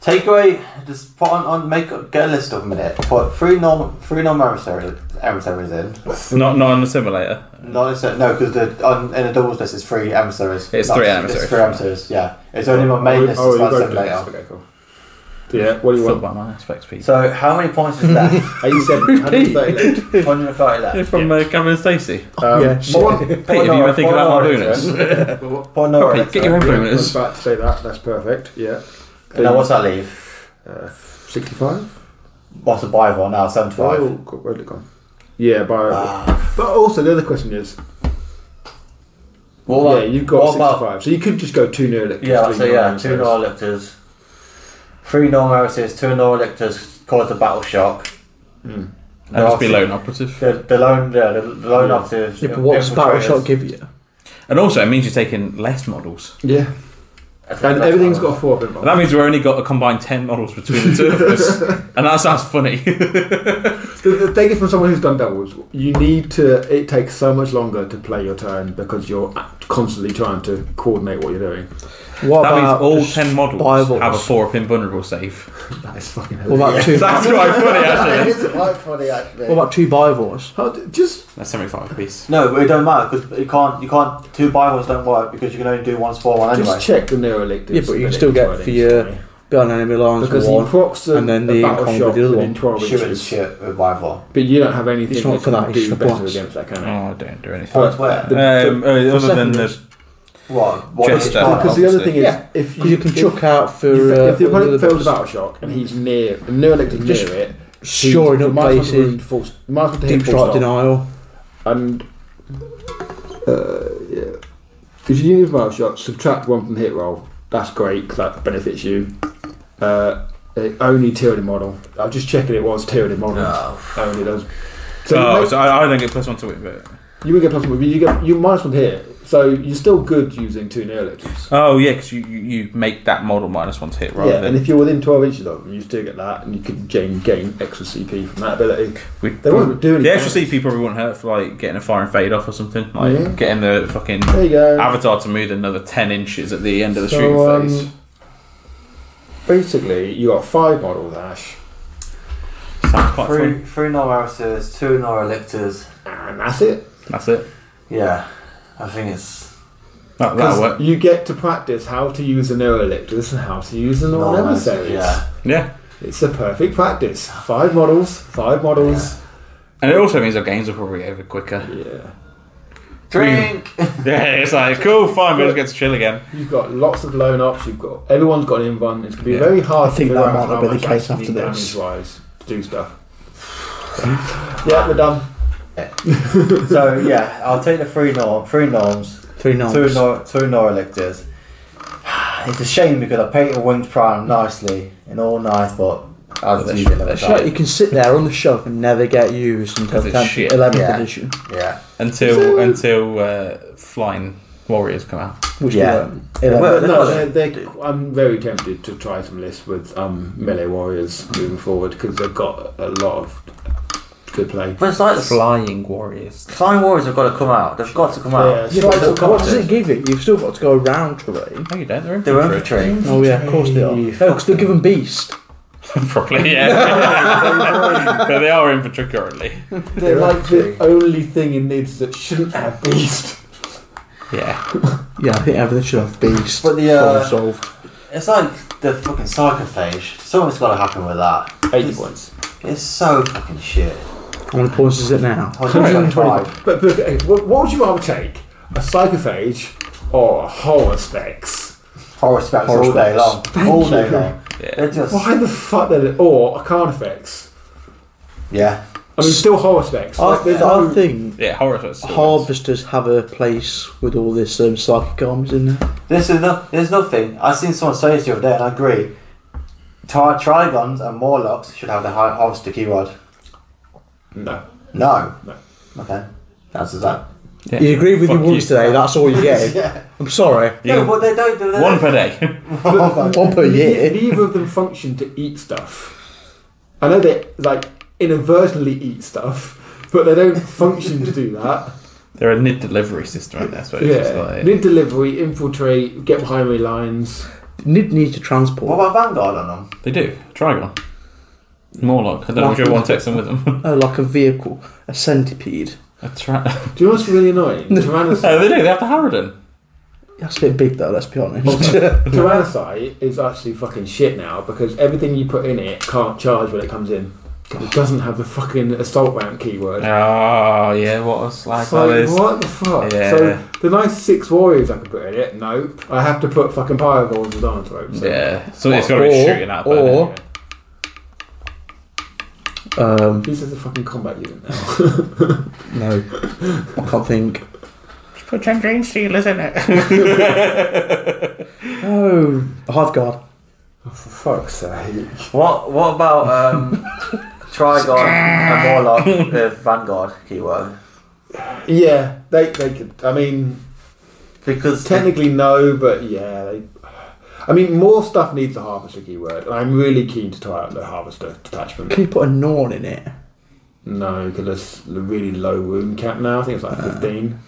Speaker 4: Take away, just put on, on make get a list of them in it. Put three normal, three normal emissaries, emissaries in.
Speaker 6: Not not an assimilator.
Speaker 4: Not necessarily, no, because the on in the doubles list it's three emissaries.
Speaker 6: It's
Speaker 4: Not-
Speaker 6: three emissaries. Oh,
Speaker 4: It's three emissaries. Yeah, it's only
Speaker 14: Oh,
Speaker 4: my main list.
Speaker 5: you've got
Speaker 4: that's got
Speaker 5: to
Speaker 4: later.
Speaker 5: do this. Okay, cool. Yeah, what do you
Speaker 6: Thought
Speaker 5: want?
Speaker 6: about my aspects piece.
Speaker 4: So how many points is left?
Speaker 5: 87, 130 left.
Speaker 4: 130
Speaker 6: Yeah,
Speaker 4: left.
Speaker 6: from uh, Gavin and Stacey.
Speaker 5: Um,
Speaker 3: yeah,
Speaker 5: what-
Speaker 3: shit.
Speaker 6: Pete, have you been thinking about my bonus?
Speaker 4: Point no
Speaker 6: Pete, get your own
Speaker 5: I was
Speaker 6: bonus.
Speaker 5: about to say that, that's perfect, yeah.
Speaker 4: Now what's that leave?
Speaker 5: Uh, 65?
Speaker 4: What's a buy one uh, now? 75.
Speaker 5: Oh, God, where'd it gone? Yeah, by...
Speaker 4: Ah.
Speaker 5: but also, the other question is,
Speaker 4: What about-
Speaker 5: yeah, you've got
Speaker 4: what about-
Speaker 5: 65, so you could just go 2 nil. at
Speaker 4: Yeah,
Speaker 5: just
Speaker 4: so
Speaker 5: doing
Speaker 4: yeah,
Speaker 5: nine
Speaker 4: two
Speaker 5: first.
Speaker 4: normal electors, three normal emissaries, two normal electors caused the battle shock.
Speaker 5: Mm.
Speaker 6: And just be lone operative.
Speaker 4: The, the lone, yeah, the lone officers.
Speaker 3: Yeah, but what's Battle Shot give you?
Speaker 6: And also, it means you're taking less models.
Speaker 5: Yeah. And everything's got a four up in
Speaker 6: That means we've only got a combined 10 models between the two of us. and that sounds funny.
Speaker 5: The, the thing is, from someone who's done doubles, you need to. It takes so much longer to play your turn because you're constantly trying to coordinate what you're doing.
Speaker 3: What
Speaker 6: that means
Speaker 3: about
Speaker 6: all
Speaker 3: just
Speaker 6: 10 models
Speaker 3: bibles?
Speaker 6: have a 4 up invulnerable save.
Speaker 5: That is fucking.
Speaker 3: What about two?
Speaker 6: That's quite funny, actually.
Speaker 4: it's quite funny actually.
Speaker 3: What about two bivors?
Speaker 5: Hard- Just
Speaker 6: That's 75 piece.
Speaker 4: no, but it don't matter because you can't. You can't. Two bivors don't work because you can only do one spore one anyway.
Speaker 5: just check the neurolytics.
Speaker 3: Yeah, but you
Speaker 5: that
Speaker 3: can still
Speaker 5: it's
Speaker 3: get
Speaker 5: writing
Speaker 3: for your-
Speaker 5: something.
Speaker 3: Got an enemy lines
Speaker 5: because
Speaker 3: one.
Speaker 5: he procs the,
Speaker 3: and then
Speaker 5: the
Speaker 3: the
Speaker 5: battle
Speaker 3: incombi
Speaker 5: shot
Speaker 3: the other
Speaker 5: within
Speaker 3: one.
Speaker 5: 12
Speaker 4: Shooting
Speaker 5: inches,
Speaker 4: shit with bivor.
Speaker 5: but you don't have anything
Speaker 3: It's not
Speaker 5: that
Speaker 3: for
Speaker 5: can
Speaker 3: that, it's
Speaker 5: do
Speaker 3: for
Speaker 5: better
Speaker 3: blast.
Speaker 5: against that
Speaker 6: Oh,
Speaker 5: can it?
Speaker 6: I don't do anything.
Speaker 4: But where?
Speaker 5: The- the-
Speaker 6: um, uh, other than the.
Speaker 4: What? What
Speaker 6: Just,
Speaker 4: is
Speaker 6: uh,
Speaker 4: bivor?
Speaker 5: because the other thing is,
Speaker 3: Yeah.
Speaker 5: if
Speaker 3: Because you can
Speaker 5: if-
Speaker 3: chuck out for
Speaker 5: if,
Speaker 3: uh,
Speaker 5: if the
Speaker 3: other
Speaker 5: opponent fails the
Speaker 3: battles,
Speaker 5: battle shock and he's near, the neurolytic
Speaker 3: Just
Speaker 5: near it, he-
Speaker 3: shoring
Speaker 5: you
Speaker 3: up
Speaker 5: might as well to
Speaker 3: places,
Speaker 5: hit full- might as well to hit
Speaker 3: deep
Speaker 5: full
Speaker 3: strike
Speaker 5: stop.
Speaker 3: denial.
Speaker 5: and uh, yeah, if you use mouth shot, subtract one from the hit roll. That's great 'cause that benefits you. Uh, it only Tyranid model. I was just checking it was Tyranid model.
Speaker 4: No.
Speaker 5: Only does. So, you,
Speaker 6: Oh,
Speaker 5: make-
Speaker 6: so I, I don't get plus one to win, but.
Speaker 5: you would get plus one, but you get you minus one here. So you're still good using two neurolitics.
Speaker 6: Oh, yeah, because you, you, you make that model minus one to hit rather
Speaker 5: yeah,
Speaker 6: than.
Speaker 5: and if you're within 12 inches of them, you still get that, and you can gain, gain extra CP from that ability.
Speaker 6: we,
Speaker 5: They won't do anything.
Speaker 6: The extra CP probably won't hurt for like getting a fire and fade off or something. Like
Speaker 5: Yeah.
Speaker 6: getting the fucking
Speaker 5: There you go.
Speaker 6: avatar to move another ten inches at the end of the
Speaker 5: So,
Speaker 6: shooting
Speaker 5: um,
Speaker 6: phase.
Speaker 5: Basically, you got five models, Ash,
Speaker 6: Sounds quite fun.
Speaker 4: Three, three Normaruses, two Norelictors.
Speaker 5: and that's it.
Speaker 6: That's it.
Speaker 4: Yeah, I think it's
Speaker 6: That,
Speaker 5: Because
Speaker 6: that'll work.
Speaker 5: You get to practice how to use an Neuroliptus and how to use an Norn
Speaker 4: Normaruses,
Speaker 5: Emissaries.
Speaker 4: Yeah,
Speaker 6: Yeah,
Speaker 5: It's a perfect practice. Five models, five models.
Speaker 6: and it also means our games are probably over quicker.
Speaker 5: Yeah.
Speaker 4: drink.
Speaker 6: yeah, it's like cool, fine, but let's get to chill again.
Speaker 5: You've got lots of lone ups. You've got everyone's got an invun. It's going to be
Speaker 6: Yeah.
Speaker 5: very hard
Speaker 3: I think
Speaker 5: to
Speaker 3: that
Speaker 5: figure
Speaker 3: might
Speaker 5: out
Speaker 3: have
Speaker 5: how
Speaker 3: been the
Speaker 5: much
Speaker 3: case
Speaker 5: actually
Speaker 3: after this.
Speaker 5: damage-wise to do stuff. yeah, we're done.
Speaker 4: so yeah, I'll take the three norm, three norms,
Speaker 3: Three nines.
Speaker 4: two nor, two Norelictors. It's a shame because I painted Wings Prime nicely and all nice, but I'll just use it another
Speaker 3: It's like you
Speaker 4: time.
Speaker 3: can sit there on the shelf and never get used until
Speaker 6: Because it's
Speaker 3: 10th,
Speaker 6: shit.
Speaker 3: 11th
Speaker 4: Yeah.
Speaker 3: edition.
Speaker 4: Yeah,
Speaker 6: Until until uh, flying warriors come out.
Speaker 3: Which
Speaker 4: Yeah.
Speaker 3: yeah. they weren't.
Speaker 5: Well,
Speaker 4: Well,
Speaker 5: no,
Speaker 4: look at
Speaker 5: they're, they're, I'm very tempted to try some lists with um, melee warriors moving forward because they've got a lot of good play.
Speaker 4: but it's like the
Speaker 6: Flying warriors.
Speaker 4: Flying Warriors have got to come out. They've got to come out.
Speaker 5: Yeah,
Speaker 3: Yeah,
Speaker 5: Strike
Speaker 3: but
Speaker 5: the
Speaker 3: what does
Speaker 5: contest.
Speaker 3: it give you? You've still got to go around terrain.
Speaker 6: No, you don't. They're
Speaker 4: They're
Speaker 6: infantry.
Speaker 4: infantry.
Speaker 3: Oh yeah, of course they are.
Speaker 4: You
Speaker 3: No, because they're given beast.
Speaker 6: Probably, yeah. but they are infantry currently.
Speaker 5: They're like the only thing in NIDS that shouldn't have beast.
Speaker 6: Yeah.
Speaker 3: Yeah, I think everything should have beast.
Speaker 4: But the, uh,
Speaker 3: Problem solved.
Speaker 4: It's like the fucking psychophage. Something's got to happen with that.
Speaker 5: 80 points.
Speaker 4: It's so fucking shit.
Speaker 3: How many points is it now?
Speaker 4: I was gonna say five.
Speaker 5: But, but hey, what, what would you rather take? A psychophage or a horror specs?
Speaker 4: Horror specs
Speaker 3: Horror
Speaker 4: all day
Speaker 3: specs.
Speaker 4: long. all day
Speaker 5: you.
Speaker 4: long. They're just
Speaker 5: Why the fuck they Or a carnifex?
Speaker 4: yeah.
Speaker 5: I mean, still horror specs.
Speaker 3: I,
Speaker 5: Like, there's
Speaker 3: I
Speaker 5: no-
Speaker 3: think
Speaker 6: Yeah, horror.
Speaker 3: harvesters have a place with all this um, psychic arms in there.
Speaker 4: This is no, there's nothing. I seen someone say this the other day, and I agree. Tri- Trigons and Morlocks should have the high harvester keyword.
Speaker 5: No.
Speaker 4: No.
Speaker 5: No.
Speaker 4: Okay. That's that.
Speaker 6: Yeah.
Speaker 3: You agree with
Speaker 6: Fuck
Speaker 3: you once today, that's all you get.
Speaker 4: yeah.
Speaker 3: I'm sorry.
Speaker 6: You
Speaker 4: No,
Speaker 6: can-
Speaker 4: but they don't do that.
Speaker 6: one per day.
Speaker 3: One per
Speaker 5: Ne-
Speaker 3: year.
Speaker 5: Neither of them function to eat stuff. I know they like inadvertently eat stuff, but they don't function to do that.
Speaker 6: They're a nid delivery system, aren't they? I suppose. It's
Speaker 5: Yeah,
Speaker 6: like-
Speaker 5: need delivery, infiltrate, get behind me lines.
Speaker 3: Need need to
Speaker 4: What
Speaker 3: transport.
Speaker 4: about Vanguard on them?
Speaker 6: They do. Trigon. Morlock. I don't know if you want to take some with them.
Speaker 3: Oh, like a vehicle, a centipede.
Speaker 6: a tra-
Speaker 5: Do you know what's really annoying? Tyrannosaurus.
Speaker 6: oh, they do. They have the Harridan.
Speaker 3: That's a bit big though. Let's be honest.
Speaker 6: Oh,
Speaker 5: Tyrannosaur is actually fucking shit now because everything you put in it can't charge when it comes in. It doesn't have the fucking assault ramp keyword.
Speaker 6: Oh, yeah. What a slag
Speaker 5: So
Speaker 6: that is.
Speaker 5: what the fuck?
Speaker 6: Yeah.
Speaker 5: So the nice six warriors I could put in it, nope. I have to put fucking pyroballs and Dinosaurs.
Speaker 6: Yeah. So it's got to be
Speaker 3: Or-
Speaker 6: shooting at.
Speaker 3: or-
Speaker 6: Or,
Speaker 3: um,
Speaker 5: These are the fucking combat unit now.
Speaker 3: no, I can't think.
Speaker 6: Put some green steelers in it.
Speaker 3: No, half Oh, guard.
Speaker 5: For fuck's sake.
Speaker 4: What What about um, Trigon and Morlock with Vanguard keyword?
Speaker 5: Yeah, they, they could. I mean,
Speaker 4: Because
Speaker 5: technically no, but yeah, they, I mean, more stuff needs a harvester keyword, and I'm really keen to try out the harvester detachment.
Speaker 3: Can you put a Norn in it?
Speaker 5: No, because it's a really low wound cap now. I think it's like 15.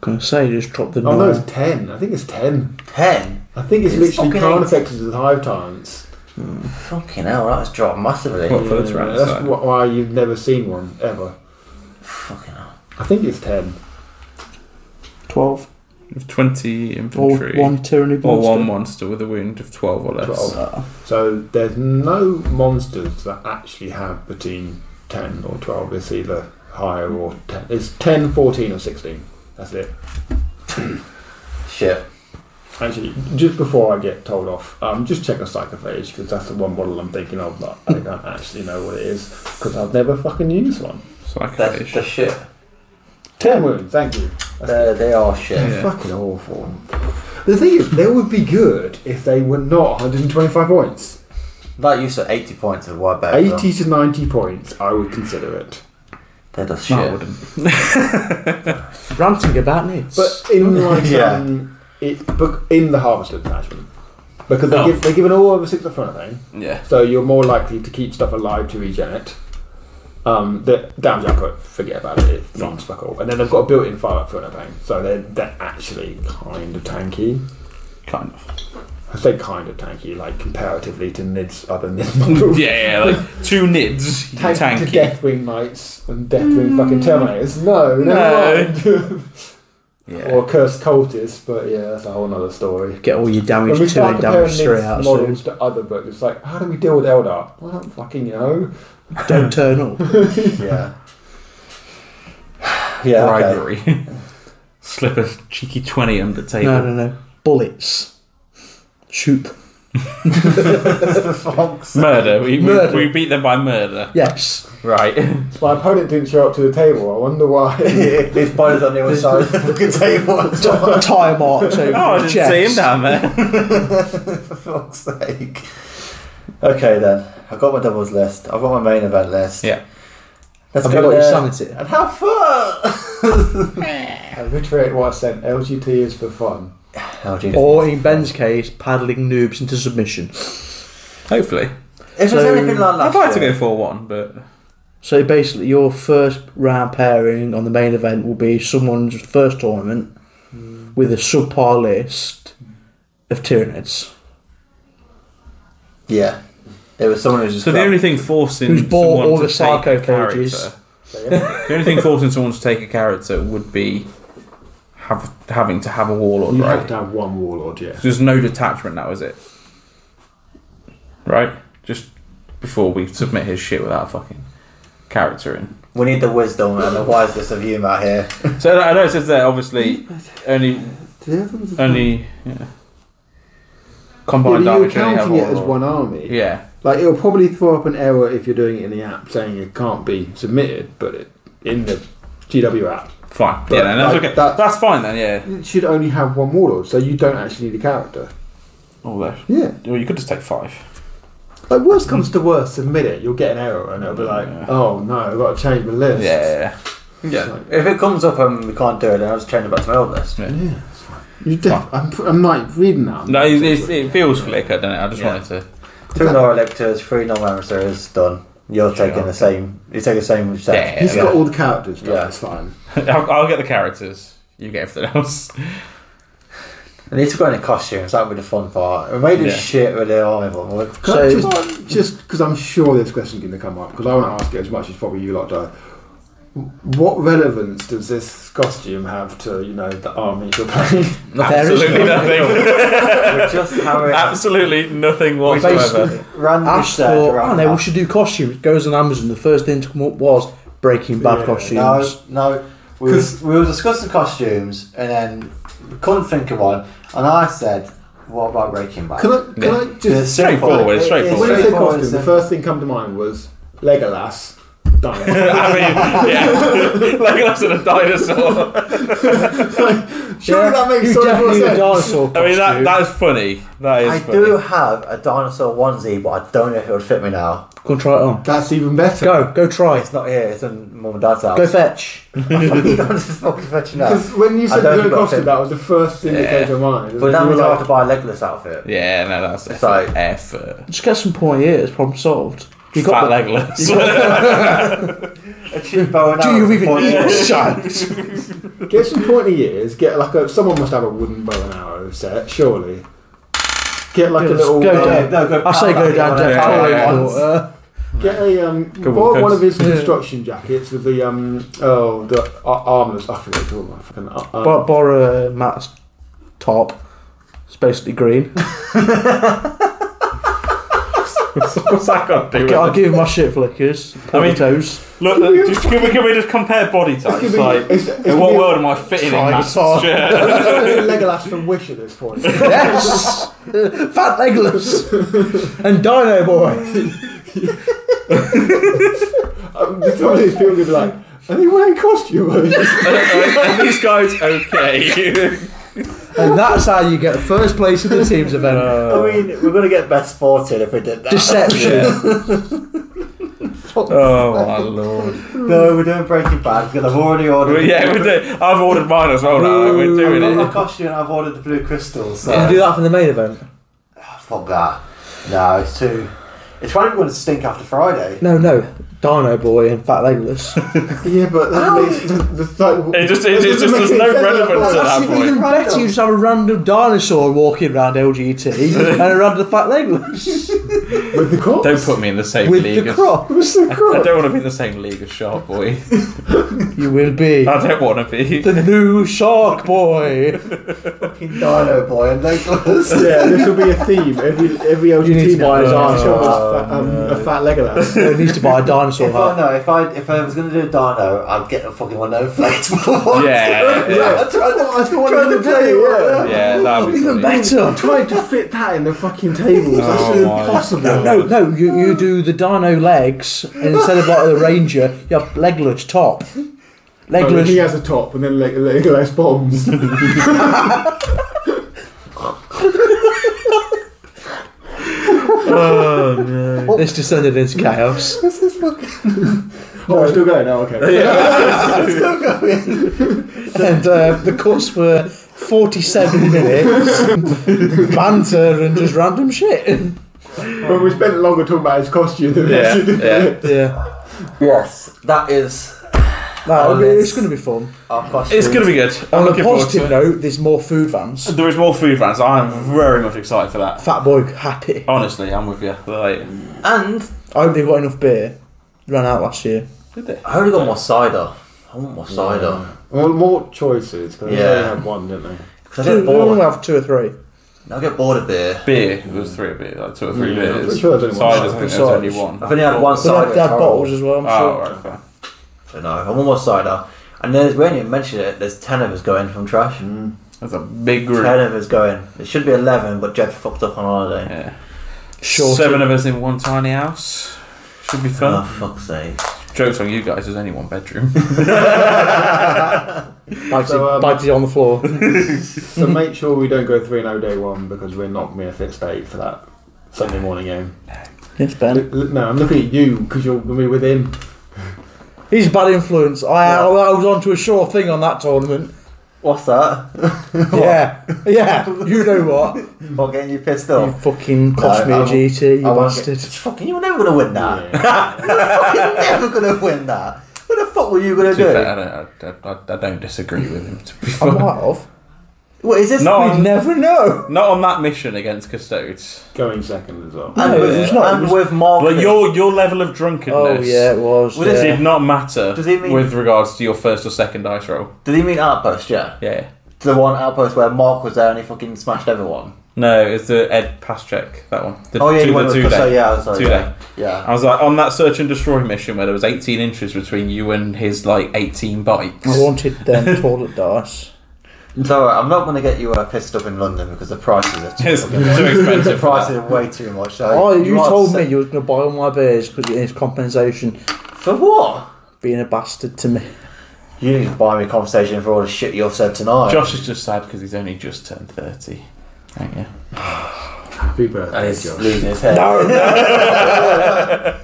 Speaker 3: gonna say just drop the
Speaker 5: oh,
Speaker 3: Norn.
Speaker 5: no, it's 10. I think it's 10.
Speaker 4: Ten.
Speaker 5: I think it's,
Speaker 4: It's
Speaker 5: literally
Speaker 4: fucking
Speaker 5: can't
Speaker 4: eight.
Speaker 5: affect us as hive tyrants.
Speaker 4: Fucking hell, that's dropped massively.
Speaker 6: What for the
Speaker 5: Yeah,
Speaker 6: Tyrant
Speaker 5: that's
Speaker 6: side?
Speaker 5: wh- why you've never seen one, ever.
Speaker 4: Fucking hell.
Speaker 5: I think it's 10.
Speaker 3: Twelve.
Speaker 6: Of 20
Speaker 3: Or
Speaker 6: infantry.
Speaker 3: one tyranny monster.
Speaker 6: or one monster with a wound of 12 or less.
Speaker 5: 12.
Speaker 3: Ah.
Speaker 5: So there's no monsters that actually have between 10 or 12. It's either higher or 10. It's 10, 14, or 16. That's it.
Speaker 4: Shit.
Speaker 5: Actually, just before I get told off, um, just check a psychophage because that's the one model I'm thinking of that I don't actually know what it is because I've never fucking used one.
Speaker 4: That's
Speaker 6: Psychophage.
Speaker 4: the shit.
Speaker 5: Ten wounds, thank you. That's
Speaker 4: They're, they are shit.
Speaker 6: Yeah.
Speaker 5: fucking awful. The thing is, they would be good if they were not 125 points.
Speaker 4: That used to 80 points of wide better.
Speaker 5: 80 to 90 points, I would consider it.
Speaker 4: They're just
Speaker 6: No, I
Speaker 4: shit.
Speaker 6: wouldn't.
Speaker 3: ranting about nits.
Speaker 5: But in like
Speaker 4: Yeah.
Speaker 5: um, it, but in the harvester detachment, because they give, they give an all over six up front, I think.
Speaker 6: Yeah.
Speaker 5: So you're more likely to keep stuff alive to regen it. Um, the damage output, forget about it. It farms fuck all. And then they've got a built-in fire up for an pain, so they're they're actually kind of tanky.
Speaker 6: Kind of.
Speaker 5: I say kind of tanky, like comparatively to Nid's other Nid models.
Speaker 6: Yeah, yeah, like two nids. you
Speaker 5: Tank to
Speaker 6: Tanky.
Speaker 5: Deathwing Knights and Deathwing fucking Terminators. No,
Speaker 6: No.
Speaker 5: never mind.
Speaker 6: Yeah.
Speaker 5: or Cursed Cultists, but yeah, that's a whole nother story.
Speaker 3: Get all your damage
Speaker 5: When we
Speaker 3: two
Speaker 5: start
Speaker 3: and
Speaker 5: comparing
Speaker 3: damage
Speaker 5: Nid's
Speaker 3: three out. So
Speaker 5: models to other books, it's like, how do we deal with Eldar? I don't fucking know.
Speaker 3: don't turn up.
Speaker 4: Yeah. Yeah, okay.
Speaker 6: Bribery. Slip a cheeky 20 under the table.
Speaker 3: No, no, no. Bullets. Shoot. them.
Speaker 4: Fuck's
Speaker 6: Murder. We, we-
Speaker 3: Murder.
Speaker 6: We, beat them by murder.
Speaker 3: Yes.
Speaker 6: Right.
Speaker 5: My opponent didn't show up to the table. I wonder why.
Speaker 4: His body's on the other side of the fucking table.
Speaker 3: Tire marks over
Speaker 6: Oh, I
Speaker 3: the
Speaker 6: didn't
Speaker 3: chest.
Speaker 6: see him down there.
Speaker 4: For fuck's sake. Okay then, I've got my doubles list. I've got my main event list.
Speaker 6: Yeah.
Speaker 4: Let's
Speaker 3: Have
Speaker 4: go
Speaker 3: you got your
Speaker 4: there.
Speaker 3: sanity?
Speaker 4: And have fun!
Speaker 15: I reiterate what I said. LGT is for fun.
Speaker 4: oh, Jesus.
Speaker 3: Or in Ben's case, paddling noobs into submission.
Speaker 6: Hopefully.
Speaker 4: If there's
Speaker 3: So-
Speaker 4: anything like last
Speaker 6: I'd like to
Speaker 4: year,
Speaker 6: go for 1, but.
Speaker 3: So basically, your first round pairing on the main event will be someone's first tournament
Speaker 5: Mm.
Speaker 3: with a subpar list of Tyranids.
Speaker 4: Yeah. There was someone who was just
Speaker 6: So the
Speaker 4: got-
Speaker 6: only thing forcing
Speaker 3: Who's bought
Speaker 6: someone
Speaker 3: all
Speaker 6: to
Speaker 3: the
Speaker 6: take a
Speaker 3: psychophages?
Speaker 6: character, the only thing forcing someone to take a character would be have having to have a warlord,
Speaker 5: You have
Speaker 6: right?
Speaker 5: to have one warlord, yeah.
Speaker 6: There's no detachment. That was it, right? Just before we submit his shit without a fucking character in.
Speaker 4: We need the wisdom and the wiseness of you, Matt, here.
Speaker 6: So I know it says there obviously only only yeah.
Speaker 5: Yeah, but you're
Speaker 6: combined damage. only have
Speaker 5: counting it as
Speaker 6: warlord.
Speaker 5: one army.
Speaker 6: Yeah,
Speaker 5: Like it'll probably throw up an error if you're doing it in the app saying it can't be submitted, but it, in the GW app
Speaker 6: fine.
Speaker 5: But,
Speaker 6: yeah, then that's
Speaker 5: like,
Speaker 6: okay.
Speaker 5: that's-
Speaker 6: that's fine then. Yeah.
Speaker 5: it should only have one warlord, so you don't actually need a character.
Speaker 6: Although,
Speaker 5: Yeah,
Speaker 6: well, you could just take five.
Speaker 5: like worst comes to worst, submit it. You'll get an error, and it'll be like,
Speaker 6: Yeah.
Speaker 5: oh no, I've got to change my
Speaker 6: Yeah,
Speaker 5: list.
Speaker 6: yeah, yeah. yeah.
Speaker 4: If it comes up and we can't do it, then I'll just change it back to my old list.
Speaker 5: Yeah, it's fine. You def- I'm, pr- I'm not reading that.
Speaker 6: No, it's, it's, it feels slicker, doesn't it? I just
Speaker 4: Yeah.
Speaker 6: wanted to.
Speaker 4: Two Nora lectors, three non-amateurs, done. You're
Speaker 6: Sure.
Speaker 4: taking the same, you take the same set.
Speaker 6: Yeah.
Speaker 5: He's
Speaker 6: He's
Speaker 5: got all the characters.
Speaker 4: though,
Speaker 5: Yeah,
Speaker 4: Yeah.
Speaker 5: it's
Speaker 4: it's
Speaker 5: fine.
Speaker 6: I'll, I'll get the characters. You get everything else.
Speaker 4: I need to go in a costume, so that would be the fun part. We made this
Speaker 6: Yeah.
Speaker 4: shit with the army, but we-
Speaker 3: So-
Speaker 5: just because I'm sure this question's going to come up, because I want to ask it as much as probably you lot do. What relevance does this costume have to you know the army you're playing?
Speaker 3: There is
Speaker 6: Absolutely nothing.
Speaker 4: we're just having
Speaker 6: Absolutely nothing whatsoever.
Speaker 4: random
Speaker 3: Ash
Speaker 4: search
Speaker 3: thought,
Speaker 4: around
Speaker 3: oh no,
Speaker 4: that.
Speaker 3: we should do costumes. Goes on Amazon, the first thing to come up was Breaking Bad
Speaker 5: Yeah.
Speaker 3: costumes.
Speaker 4: No, no. We,
Speaker 5: 'Cause-
Speaker 4: was, we were discussing costumes, and then we couldn't think of one, and I said, what about Breaking Bad?
Speaker 5: Can I? Can
Speaker 6: Yeah.
Speaker 5: I just
Speaker 6: straightforward,
Speaker 4: It- it's
Speaker 6: straightforward.
Speaker 5: when you say
Speaker 4: straightforward,
Speaker 5: costume? The
Speaker 4: simple.
Speaker 5: first thing come to mind was Legolas
Speaker 16: done.
Speaker 6: I mean, yeah, like us and a dinosaur.
Speaker 5: Surely that makes
Speaker 3: You
Speaker 5: so much more
Speaker 3: definitely a
Speaker 5: sense.
Speaker 3: dinosaur.
Speaker 6: I mean, that
Speaker 3: costume.
Speaker 6: that is funny. That is
Speaker 4: I
Speaker 6: funny.
Speaker 4: do have a dinosaur onesie, but I don't know if it would fit me now.
Speaker 3: Go and try it on.
Speaker 5: That's even better.
Speaker 3: Go, go try.
Speaker 4: It's not here. It's in mum and dad's house.
Speaker 3: Go fetch.
Speaker 4: you can't just fucking fetch it now.
Speaker 5: Because when you
Speaker 4: I
Speaker 5: said
Speaker 4: don't
Speaker 5: no
Speaker 4: think I'll
Speaker 5: costume,
Speaker 4: fit.
Speaker 5: that was the first thing that came to mind.
Speaker 4: But
Speaker 5: You
Speaker 4: that
Speaker 5: were
Speaker 4: means I have
Speaker 5: like,
Speaker 4: to buy a legless outfit.
Speaker 6: Yeah, no, that's effort.
Speaker 4: like-
Speaker 6: effort.
Speaker 3: Just get some pointy ears. Problem solved. You
Speaker 6: Fat
Speaker 3: got
Speaker 6: legless.
Speaker 4: A cheap bow and
Speaker 3: the, Do
Speaker 4: arrow
Speaker 3: you
Speaker 4: for
Speaker 3: even
Speaker 4: forty
Speaker 3: need
Speaker 4: quid.
Speaker 3: shite?
Speaker 5: get some pointy ears. Get like a someone must have a wooden bow and arrow set, surely. Get like a
Speaker 3: Yes,
Speaker 5: little.
Speaker 3: go
Speaker 5: uh,
Speaker 3: down.
Speaker 4: No, go
Speaker 3: I say
Speaker 4: pound
Speaker 3: go
Speaker 4: that
Speaker 3: down
Speaker 4: thing on
Speaker 3: Death
Speaker 4: a
Speaker 3: Alley.
Speaker 6: yeah, yeah.
Speaker 4: pound
Speaker 3: or,
Speaker 4: once.
Speaker 3: uh,
Speaker 5: Get a um, buy
Speaker 6: on,
Speaker 5: one
Speaker 6: Cubs.
Speaker 5: of his construction jackets with the um oh the uh, armors. I forget all my fucking. Uh, uh,
Speaker 3: bor- borrow Matt's top. It's basically green.
Speaker 6: What's that got to do with
Speaker 3: I'll
Speaker 6: it?
Speaker 3: give my shit flickers.
Speaker 6: I mean-
Speaker 3: Potatoes.
Speaker 6: Look, look, just- can, we, can we just compare body types?
Speaker 5: gonna be-
Speaker 6: like,
Speaker 5: it's- it's
Speaker 6: in
Speaker 5: gonna
Speaker 6: what
Speaker 5: be a-
Speaker 6: world am I fitting in
Speaker 3: Try
Speaker 6: that
Speaker 3: this on.
Speaker 6: shirt?
Speaker 5: Legolas from Wish at this point.
Speaker 3: Yes! Fat legless! and Dino Boy!
Speaker 5: um, some of these people would be like, are they wearing costume? Are they just-
Speaker 6: and these guys okay.
Speaker 3: And that's how you get first place in the team's event.
Speaker 4: I mean, we're gonna get best sported if we did that.
Speaker 3: Deception.
Speaker 6: oh my lord.
Speaker 4: No, we're doing Breaking Bad because I've already
Speaker 6: Well,
Speaker 4: ordered.
Speaker 6: yeah, we do. I've ordered mine as well now. like, we're
Speaker 4: I've
Speaker 6: doing
Speaker 4: got my
Speaker 6: it.
Speaker 4: costume. I've ordered the blue crystals. So.
Speaker 3: Can you do that for the main event?
Speaker 4: Fuck that. No, it's too. It's probably going to stink after Friday.
Speaker 3: No, no. Dino Boy and Fat Legless.
Speaker 5: yeah, but that makes, the, the, like,
Speaker 6: It just, it, it's just,
Speaker 5: doesn't
Speaker 6: there's
Speaker 5: make
Speaker 6: no
Speaker 5: any sense.
Speaker 6: relevance at that
Speaker 3: Even
Speaker 6: point.
Speaker 3: better, you just have a random dinosaur walking around LGT and a random Fat Legless
Speaker 5: With the cross.
Speaker 6: Don't put me in the same
Speaker 3: with
Speaker 6: league
Speaker 3: the
Speaker 6: as.
Speaker 3: crop.
Speaker 5: With the
Speaker 6: I
Speaker 5: cross.
Speaker 6: don't want to be in the same league as Shark Boy.
Speaker 3: You will be
Speaker 6: I don't want to be.
Speaker 3: the new Shark Boy.
Speaker 4: Fucking Dino Boy and Nicholas.
Speaker 5: Yeah, this will be a theme. Every every
Speaker 3: You need
Speaker 5: LGT
Speaker 3: to buy
Speaker 5: guy is
Speaker 3: a
Speaker 5: on
Speaker 3: dinosaur.
Speaker 5: um, a fat Legolas.
Speaker 3: Who needs to buy a dinosaur
Speaker 4: If I
Speaker 3: hat?
Speaker 4: know, if I if I was going to do a Dino, I'd get a fucking one of those inflatable ones.
Speaker 6: Yeah, yeah,
Speaker 5: I thought I thought
Speaker 4: Trying
Speaker 5: I
Speaker 4: to
Speaker 5: was
Speaker 4: play
Speaker 5: gonna
Speaker 4: it,
Speaker 5: do,
Speaker 4: yeah.
Speaker 6: yeah, that'd be
Speaker 3: Even
Speaker 6: funny.
Speaker 3: better!
Speaker 5: uh, Trying to fit that in the fucking tables.
Speaker 6: Oh
Speaker 5: That's
Speaker 6: my
Speaker 5: impossible.
Speaker 3: No, no, you, you do the dino legs and instead of like the ranger, you have legless top.
Speaker 5: No, he
Speaker 3: Legless.
Speaker 5: has a top and Oh, then like Legolas bombs.
Speaker 3: This descended into chaos.
Speaker 5: Oh, we're still going. Oh, okay.
Speaker 3: And uh, the cuts were 47 minutes. Banter and just random shit.
Speaker 5: Well, we spent longer talking about his costume than we
Speaker 6: Yeah,
Speaker 5: actually did.
Speaker 6: yeah.
Speaker 3: Yeah.
Speaker 4: Yes, that is
Speaker 3: No,
Speaker 4: Oh,
Speaker 3: it- it's
Speaker 4: yes.
Speaker 3: going to be fun.
Speaker 4: our costume.
Speaker 6: It's gonna be good. I'm
Speaker 3: On a
Speaker 6: looking forward to
Speaker 3: positive
Speaker 6: it.
Speaker 3: note, there's more food vans.
Speaker 6: There is more food vans. I'm very much excited for that.
Speaker 3: Fat boy happy.
Speaker 6: Honestly, I'm with you. Like,
Speaker 4: And
Speaker 3: I hope they've got enough beer. Ran out last year.
Speaker 6: did they?
Speaker 4: I only got more cider. I want more cider.
Speaker 5: Well, more choices. 'cause
Speaker 4: Yeah.
Speaker 5: They only had one, didn't they?
Speaker 4: 'Cause I
Speaker 3: Two,
Speaker 4: get
Speaker 3: we only
Speaker 4: bored.
Speaker 3: have two or three.
Speaker 4: I get bored of beer.
Speaker 6: Beer. It was three beer, like two or three
Speaker 5: Yeah, I'm
Speaker 6: beers.
Speaker 5: pretty sure there's only one.
Speaker 6: Cider, I think there's only one.
Speaker 4: I've only had one
Speaker 3: So
Speaker 4: cider.
Speaker 3: they
Speaker 4: it's
Speaker 3: had
Speaker 4: horrible.
Speaker 3: bottles as well, I'm
Speaker 6: Oh,
Speaker 3: sure.
Speaker 6: right, fair.
Speaker 4: So no, I want more cider. And there's, we haven't even mentioned it, there's 10 of us going from trash.
Speaker 6: That's a big group.
Speaker 4: 10 of us going. It should be 11, but Jed fucked up on holiday.
Speaker 6: Yeah.
Speaker 3: Short.
Speaker 6: Seven of us in one tiny house. Should be
Speaker 4: Oh,
Speaker 6: fun.
Speaker 4: fuck's sake.
Speaker 6: Jokes on you guys. There's only one bedroom.
Speaker 3: Bags
Speaker 5: So, um,
Speaker 3: bags on the floor.
Speaker 5: So make sure we don't go 3 0 day one because we're not going to fit state for that Sunday morning game.
Speaker 3: Yes, Ben.
Speaker 5: Look- look- No, I'm looking at you because you're going to be with him.
Speaker 3: He's a bad influence. I, I was onto a sure thing on that tournament.
Speaker 4: What's that?
Speaker 3: Yeah, yeah. You know what? You
Speaker 4: Not getting you pissed off.
Speaker 3: fucking cost
Speaker 4: No,
Speaker 3: me a
Speaker 4: I won't-
Speaker 3: GT, you
Speaker 4: I won't
Speaker 3: bastard.
Speaker 4: Get, fucking, you were never going to win
Speaker 6: Ah.
Speaker 4: that.
Speaker 5: Yeah.
Speaker 4: You're never going to win that. What the fuck were you going to
Speaker 6: To be
Speaker 4: do?
Speaker 6: fair, I, don't, I, I, I don't disagree with him. To be
Speaker 3: I
Speaker 6: fair.
Speaker 3: might have.
Speaker 4: What is this?
Speaker 6: No,
Speaker 3: We
Speaker 6: I'm-
Speaker 3: never know.
Speaker 6: Not on that mission against Custodes.
Speaker 5: Going second as well.
Speaker 6: Ah.
Speaker 4: and
Speaker 3: No,
Speaker 4: with,
Speaker 3: it's not. It
Speaker 4: and
Speaker 3: was-
Speaker 4: with Mark.
Speaker 6: Well, your your level of
Speaker 3: Oh
Speaker 6: drunkenness.
Speaker 3: yeah, it was.
Speaker 4: Well, this
Speaker 3: yeah.
Speaker 6: Did not matter
Speaker 4: Does he mean-
Speaker 6: with regards to your first or second dice roll.
Speaker 4: Did he mean Outpost, yeah?
Speaker 6: Yeah.
Speaker 4: The one Outpost where Mark was there and he fucking smashed everyone.
Speaker 6: No, it's the Ed Paschek that one. The
Speaker 4: oh, yeah,
Speaker 6: two,
Speaker 4: you
Speaker 6: the
Speaker 4: went
Speaker 6: two
Speaker 4: with so,
Speaker 6: day.
Speaker 4: yeah, so,
Speaker 6: Two
Speaker 4: yeah.
Speaker 6: day.
Speaker 4: Yeah.
Speaker 6: I was like on that search and destroy mission where there was 18 inches between you and his like 18 bikes.
Speaker 3: I wanted them toilet dice.
Speaker 4: So I'm not going to get you uh, pissed up in London because the prices are too,
Speaker 6: It's too expensive.
Speaker 4: the
Speaker 6: for that.
Speaker 4: prices are way too much. So
Speaker 3: Oh, you,
Speaker 4: are
Speaker 3: told
Speaker 4: sick.
Speaker 3: me you were going to buy all my beers because it is compensation.
Speaker 4: For what?
Speaker 3: Being a bastard to me.
Speaker 4: You need to buy me a conversation for all the shit you've said tonight.
Speaker 6: Josh is just sad because he's only just turned 30. Thank you.
Speaker 17: Happy birthday,
Speaker 4: and he's
Speaker 17: Josh.
Speaker 4: losing his head. No, well,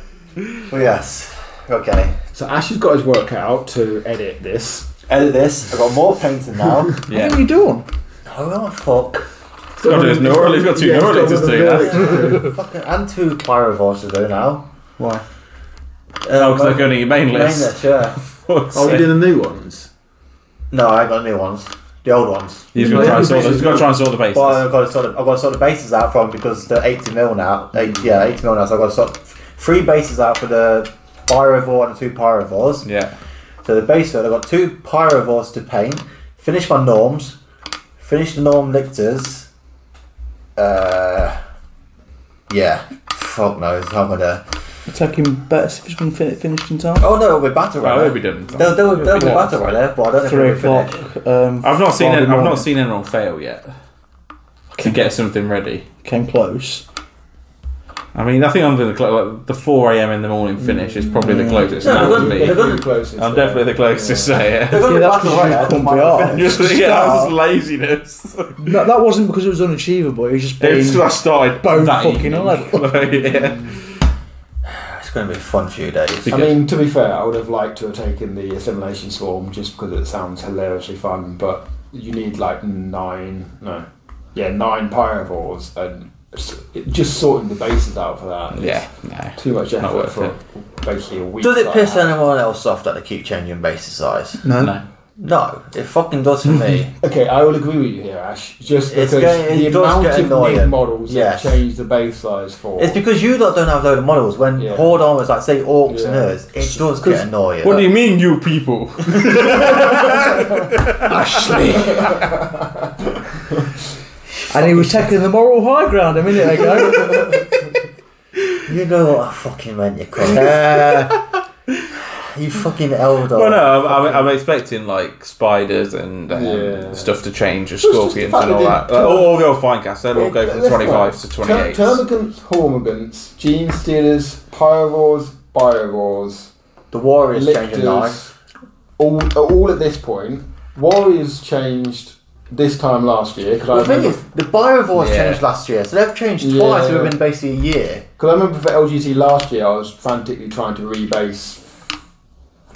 Speaker 4: yes. Okay.
Speaker 17: So Ash has got his work out to edit this.
Speaker 4: Edit this. I've got more painting now.
Speaker 6: Yeah.
Speaker 3: What are you doing?
Speaker 4: oh, I'm fuck.
Speaker 17: He's
Speaker 6: got his neural- he's got two neurolators doing that.
Speaker 4: Fucking, and two pyrovoids to do now. Uh,
Speaker 3: Why?
Speaker 6: Oh, because they're going to your main list.
Speaker 4: Mainless, yeah.
Speaker 6: Fuck's
Speaker 17: Oh, we're
Speaker 6: sake.
Speaker 17: doing the new ones.
Speaker 4: No, I got new ones. The old ones.
Speaker 6: He's going to try and sort. He's going to try and sort the bases.
Speaker 4: Well, I've got to sort of, I've got to sort the bases out from because they're 80 mil now. Eight, yeah, 80 mil now. So I've got to sort three bases out for the pyrovore and the two pyrovores.
Speaker 6: yeah.
Speaker 4: So the base field, I've got two pyrovores to paint. Finish my norms. Finish the norm lictors. Uh, yeah. Fuck knows. How am I there?
Speaker 3: Attacking best if he's going to fin- finish in time.
Speaker 4: Oh no, we're battle
Speaker 6: Well,
Speaker 4: right
Speaker 6: they'll be done. in time.
Speaker 4: They'll, they'll, they'll be
Speaker 6: Yeah.
Speaker 4: battle right there, but I don't know
Speaker 3: Three
Speaker 4: if they'll be finished.
Speaker 3: o'clock. Um,
Speaker 6: I've not seen.
Speaker 3: Friday
Speaker 6: It, I've
Speaker 3: morning.
Speaker 6: not seen anyone fail yet to get something ready.
Speaker 3: Came close.
Speaker 6: I mean, I think I'm going to clo- like, the 4 a.m. in the morning finish is probably the closest
Speaker 4: No,
Speaker 6: now
Speaker 4: they're
Speaker 6: to
Speaker 4: gonna-
Speaker 6: me.
Speaker 4: they're gonna-
Speaker 6: I'm definitely the closest. to say it.
Speaker 4: They're going to
Speaker 3: Yeah,
Speaker 4: be
Speaker 3: that's
Speaker 4: battle
Speaker 3: because
Speaker 4: right
Speaker 3: you
Speaker 4: there.
Speaker 3: couldn't
Speaker 4: but
Speaker 3: be
Speaker 4: they might
Speaker 3: arsed.
Speaker 4: finish.
Speaker 6: Just yeah, that's just laziness.
Speaker 3: No, that wasn't because it was unachievable. It was just being.
Speaker 6: It's 'cause I started
Speaker 3: bone
Speaker 6: that
Speaker 3: fucking
Speaker 6: evening.
Speaker 3: hard.
Speaker 6: yeah.
Speaker 4: It's going to be a fun few days.
Speaker 5: I mean, to be fair, I would have liked to have taken the assimilation swarm just because it sounds hilariously fun, but you need like nine, no, yeah, nine pyrovores, and s- it, just sorting the bases out for that. is
Speaker 6: Yeah. No.
Speaker 5: too much
Speaker 6: Not
Speaker 5: effort
Speaker 6: worth
Speaker 5: for basically a week.
Speaker 4: Does it
Speaker 5: like
Speaker 4: piss
Speaker 5: that.
Speaker 4: anyone else off that they keep changing basis size?
Speaker 3: no.
Speaker 6: No.
Speaker 4: No, it fucking does for me.
Speaker 5: Okay, I will agree with you here, Ash. Just
Speaker 4: It's
Speaker 5: because
Speaker 4: getting-
Speaker 5: the
Speaker 4: it does
Speaker 5: amount
Speaker 4: get
Speaker 5: of
Speaker 4: annoying.
Speaker 5: new models
Speaker 4: Yes.
Speaker 5: that change the base size for.
Speaker 4: it's because you lot don't have a load of models. When
Speaker 5: Yeah.
Speaker 4: Horde armors, like say orcs and
Speaker 5: Yeah.
Speaker 4: hers, it does get annoying.
Speaker 6: What do you mean, you people?
Speaker 3: Ashley. and he was taking the moral high ground a minute ago.
Speaker 4: You know what I fucking meant, you cunt. you fucking elder.
Speaker 6: Well, no, I'm, I'm, I'm expecting like spiders and um,
Speaker 5: Yeah.
Speaker 6: stuff to change, and
Speaker 5: just the
Speaker 6: scorpions
Speaker 5: fact
Speaker 6: and all
Speaker 5: they
Speaker 6: that.
Speaker 5: didn't
Speaker 6: Like,
Speaker 5: turn-
Speaker 6: all, all the old fine cast, they'll all go from
Speaker 5: Let's
Speaker 6: 25s to
Speaker 5: go.
Speaker 6: 28s.
Speaker 5: Ter- Termagants, Hormagants, Gene Stealers, Pyrovores, Biovores.
Speaker 4: the warriors changing life.
Speaker 5: Lictors, all, uh, all at this point. Warriors changed this time last year because
Speaker 4: The
Speaker 5: I
Speaker 4: thing
Speaker 5: remember
Speaker 4: is, the Biovores
Speaker 6: Yeah.
Speaker 4: changed last year, so they've changed
Speaker 5: Yeah.
Speaker 4: twice within basically a year.
Speaker 5: because I remember for LGT last year I was frantically trying to rebase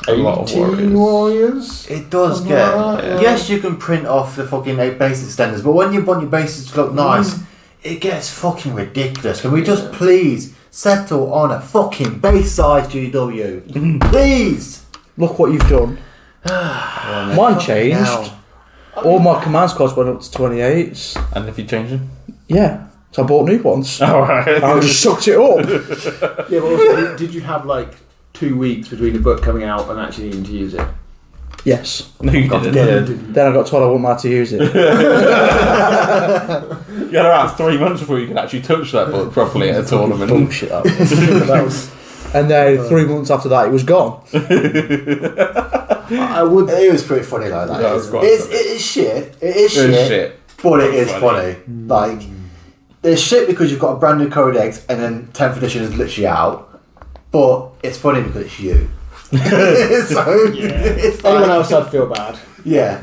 Speaker 6: A lot of
Speaker 5: eighteen warriors.
Speaker 4: It does
Speaker 5: Something
Speaker 4: get.
Speaker 5: like that, yeah.
Speaker 4: Yes, you can print off the fucking eight base extenders, but when you want your bases to look
Speaker 5: Mm.
Speaker 4: nice, it gets fucking ridiculous. Can we just please settle on a fucking base size GW?
Speaker 5: Mm-hmm.
Speaker 4: please!
Speaker 3: Look what you've done. Mine changed.
Speaker 4: Now,
Speaker 3: All my command squads went up to 28s.
Speaker 6: And if you change them?
Speaker 3: Yeah. So I bought new ones.
Speaker 6: All right.
Speaker 3: I just sucked it up.
Speaker 17: Yeah, but also, did, did you have like two weeks between the book coming out and actually needing to use it?
Speaker 3: Yes.
Speaker 6: No, you didn't.
Speaker 3: Then I got told I wouldn't have to use it.
Speaker 6: You had about three months before you could actually touch that book properly at a tournament.
Speaker 3: Bullshit. That was. That was- And then three months after that, it was gone.
Speaker 17: I would.
Speaker 4: it was pretty funny like that.
Speaker 6: That was quite
Speaker 4: it's, it is shit. It is
Speaker 6: Good
Speaker 4: shit.
Speaker 6: shit.
Speaker 4: But it is funny.
Speaker 6: Funny.
Speaker 4: Like, there's shit because you've got a brand new codex and then 10th edition is literally out. But it's funny because it's you. so, it's like,
Speaker 5: Anyone else I'd feel bad.
Speaker 4: Yeah.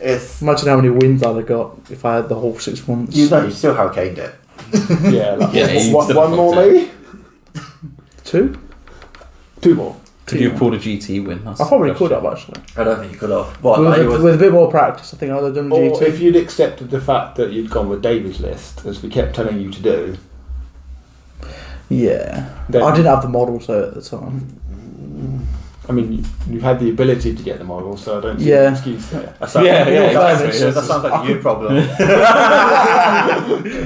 Speaker 4: It's.
Speaker 3: Imagine how many wins I'd have got if I had the whole six months.
Speaker 4: You know, you still hurricaned it.
Speaker 5: Yeah, like,
Speaker 6: Yeah,
Speaker 5: one-
Speaker 6: you
Speaker 5: one,
Speaker 6: still
Speaker 5: one more
Speaker 6: fucked it.
Speaker 5: maybe.
Speaker 3: Two?
Speaker 5: Two more.
Speaker 6: Could you have pulled a GT win? That's
Speaker 3: I probably
Speaker 6: the
Speaker 3: could
Speaker 6: question.
Speaker 3: have, actually.
Speaker 4: I don't think you could have. But
Speaker 3: with,
Speaker 4: like, it
Speaker 3: a,
Speaker 4: was-
Speaker 3: with a bit more practice, I think I'd have done
Speaker 5: Or
Speaker 3: GT.
Speaker 5: if you'd accepted the fact that you'd gone with David's list, as we kept telling you to do,
Speaker 3: Yeah.
Speaker 5: then
Speaker 3: I didn't have the model so at the time.
Speaker 5: I mean, you, you had the ability to get the model, so I don't see
Speaker 3: Yeah.
Speaker 5: an excuse there.
Speaker 4: that sounds-
Speaker 6: Yeah, yeah,
Speaker 4: that-
Speaker 6: exactly.
Speaker 4: That sounds like your problem.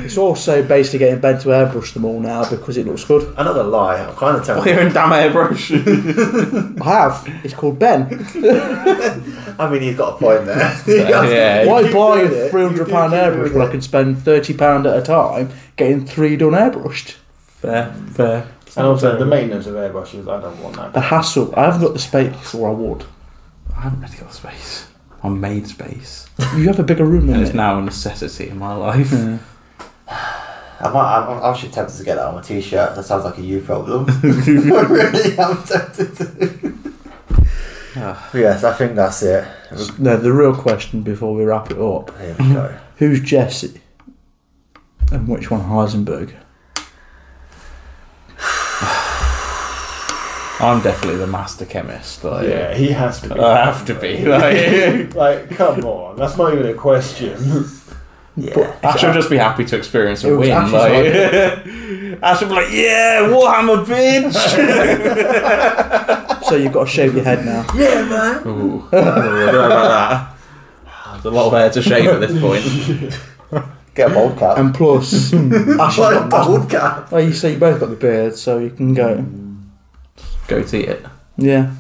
Speaker 3: It's also basically getting Ben to airbrush them all now because it looks good.
Speaker 4: I'm not gonna lie, I'm kind of tempted.
Speaker 6: Clear and damn airbrush.
Speaker 3: I have. It's called Ben.
Speaker 4: I mean, he's got a point there.
Speaker 6: yeah.
Speaker 3: Why
Speaker 4: keep
Speaker 3: buy
Speaker 4: doing
Speaker 3: a
Speaker 4: it,
Speaker 3: three
Speaker 4: you
Speaker 3: hundred
Speaker 4: keep
Speaker 3: pound
Speaker 4: doing
Speaker 3: airbrush when I
Speaker 4: it.
Speaker 3: can spend thirty pound at a time getting three done airbrushed?
Speaker 6: fair, fair.
Speaker 5: And also the maintenance of airbrushes, I don't want that.
Speaker 3: The hassle. I haven't got the space, or I would.
Speaker 6: I haven't really got space. I made space.
Speaker 3: You have a bigger room
Speaker 6: And
Speaker 3: than
Speaker 6: it's
Speaker 3: it.
Speaker 6: now a necessity in my life.
Speaker 3: Yeah.
Speaker 4: I might, I'm, I'm actually tempted to get that on my t-shirt. That sounds like a you problem. I really am tempted to.
Speaker 18: Ah.
Speaker 4: yes, I think that's it.
Speaker 3: No, the real question before we wrap it up:
Speaker 4: Here we go.
Speaker 3: Who's Jesse, and which one Heisenberg?
Speaker 6: I'm definitely the master chemist. Like,
Speaker 19: Yeah, he has to be.
Speaker 6: I have to be. Like,
Speaker 19: Like, come on, that's not even a question.
Speaker 4: Yeah.
Speaker 6: Ash will just be happy to experience
Speaker 3: It
Speaker 6: a
Speaker 3: was
Speaker 6: win.
Speaker 3: Ash's
Speaker 6: Like, Ash will be like, yeah, Warhammer, bitch!
Speaker 3: So you've got to shave your head now.
Speaker 6: Ooh, I don't know about that. There's a lot of hair to shave at this point.
Speaker 4: Get a bald cap.
Speaker 3: And plus, Ash has
Speaker 4: What a
Speaker 3: got
Speaker 4: bald cap.
Speaker 3: Well, you say you both got the beard, so you can go.
Speaker 6: Go to it.
Speaker 3: Yeah.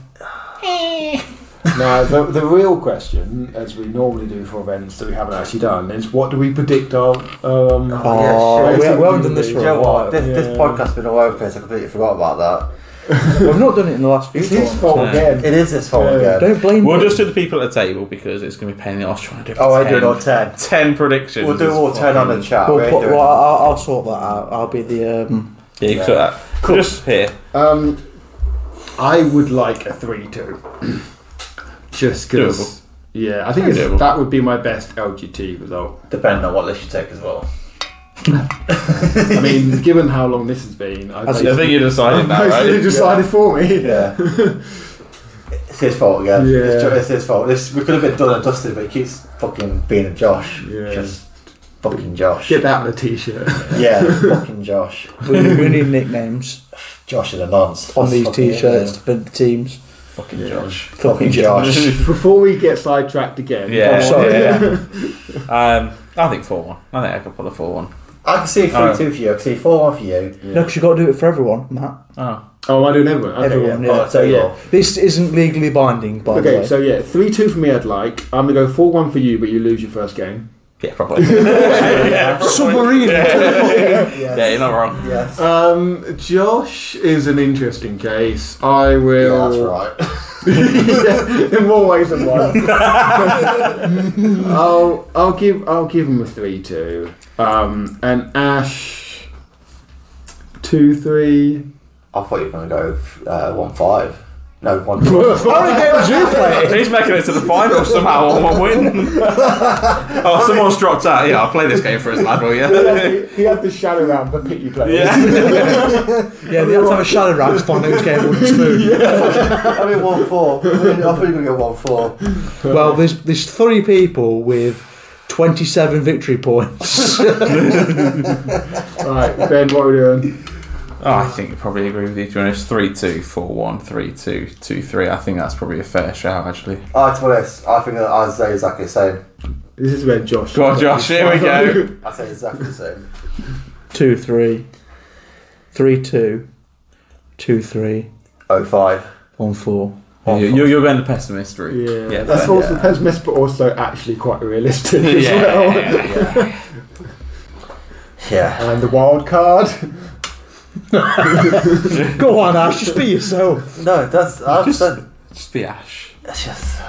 Speaker 5: now, the, the real question, as we normally do for events that we haven't actually done, is what do we predict our. Um,
Speaker 4: Oh, yeah,
Speaker 3: Oh,
Speaker 4: sure.
Speaker 3: we, we haven't done this
Speaker 4: Do
Speaker 3: for
Speaker 4: you
Speaker 3: a
Speaker 4: know
Speaker 3: while.
Speaker 4: what? This, this podcast's been all over the place. I completely forgot about
Speaker 3: We've not done it in the last few
Speaker 5: it's his
Speaker 3: times.
Speaker 5: fault
Speaker 6: Yeah.
Speaker 5: again.
Speaker 4: that. It is this fault
Speaker 5: Yeah.
Speaker 4: again.
Speaker 3: Don't blame
Speaker 6: We'll
Speaker 3: me.
Speaker 6: just do the people at the table because it's going to be paying the off trying to do
Speaker 4: Oh, I did
Speaker 6: 10.
Speaker 4: all 10.
Speaker 6: 10 predictions.
Speaker 4: We'll do
Speaker 6: is
Speaker 4: all 10 on the
Speaker 6: fucking-
Speaker 4: chat.
Speaker 3: We'll
Speaker 4: we ain't
Speaker 3: put-
Speaker 4: doing
Speaker 3: well,
Speaker 4: it.
Speaker 3: I'll, I'll sort that out. I'll be the. Um,
Speaker 6: Yeah, you can cut that. Just here.
Speaker 5: Um, I would like a 3 2. Just
Speaker 6: Doable.
Speaker 5: because. Yeah, I think
Speaker 6: Very doable.
Speaker 5: it's, that would be my best LGT result.
Speaker 4: Depending on what list you take as well.
Speaker 5: I mean, given how long this has been, I
Speaker 3: That's-
Speaker 6: I think you decided that,
Speaker 5: basically
Speaker 6: right?
Speaker 5: decided for me.
Speaker 4: Yeah. it's his fault again.
Speaker 5: Yeah.
Speaker 4: It's, Jo- it's his fault. This, we could have been done and dusted, but he keeps fucking being a Josh.
Speaker 5: Yeah.
Speaker 4: Just fucking Josh.
Speaker 5: Get that on a t shirt.
Speaker 4: Yeah, fucking Josh.
Speaker 3: we, we need nicknames
Speaker 4: Josh and a nonce.
Speaker 3: on
Speaker 4: That's
Speaker 3: these
Speaker 4: fucking it,
Speaker 3: t-shirts
Speaker 4: yeah.
Speaker 3: for the teams.
Speaker 6: Fucking Josh.
Speaker 4: Fucking Josh.
Speaker 5: Before we get sidetracked again,
Speaker 6: Yeah.
Speaker 3: I'm sorry.
Speaker 6: yeah. um, I think 4 1. I think I could pull a 4 1.
Speaker 4: I can see 3
Speaker 6: Alright.
Speaker 4: 2 for you. I can see 4 1 for you.
Speaker 3: No, because you've got to do it for everyone, Matt.
Speaker 6: Oh.
Speaker 5: Oh, am I doing everyone? Okay,
Speaker 3: everyone, yeah.
Speaker 4: Oh, so
Speaker 5: Yeah.
Speaker 4: yeah.
Speaker 3: This isn't legally binding, by the
Speaker 5: Okay,
Speaker 3: way.
Speaker 5: so yeah, 3 2 for me, I'd like. I'm going to go 4 1 for you, but you lose your first game.
Speaker 6: Yeah, probably. yeah, probably.
Speaker 5: Submarine!
Speaker 6: Yeah, you're not wrong.
Speaker 4: Yes.
Speaker 5: Um, Josh is an interesting case. I will.
Speaker 4: Yeah, that's right.
Speaker 5: Yeah, in more ways than one. I'll I'll give I'll give him a three two. Um, and Ash two three.
Speaker 4: I thought you were going to go f- uh, 1 5. No, 1 2.
Speaker 5: Why
Speaker 6: He's making it to the final somehow on one win. oh, someone's dropped out. Yeah, I'll play this game for his lad, will you?
Speaker 5: He had the shadow round for pity players.
Speaker 6: yeah.
Speaker 3: yeah, they have to have a shadow round to find out who's getting wooden spoon.
Speaker 4: I mean, 1 4. I thought you were going to go 1 4.
Speaker 3: Well, there's there's three people with 27 victory points.
Speaker 5: Right, Ben, what are we doing?
Speaker 6: Oh, I think you probably agree with you, to be honest. 3 2, 4 1, 3 2, 2 3. I think that's probably a fair shout, actually.
Speaker 4: Ah, to be honest, I think that I say exactly the same.
Speaker 5: This is where Josh.
Speaker 6: Go on, Josh, here we go.
Speaker 4: I say exactly the same.
Speaker 3: two, three, three, two, two, three,
Speaker 4: Oh five.
Speaker 3: one, four.
Speaker 6: You- You're, you're going to pessimist route.
Speaker 5: Yeah,
Speaker 6: Yeah,
Speaker 5: that's
Speaker 6: fair.
Speaker 5: also that's missed, but also actually quite realistic as well.
Speaker 6: yeah.
Speaker 4: Yeah.
Speaker 5: And the wild card.
Speaker 3: Go on, Ash, just be yourself.
Speaker 4: No, that's I've
Speaker 6: Just-
Speaker 4: said.
Speaker 6: Just be Ash.
Speaker 4: It's just.
Speaker 5: 5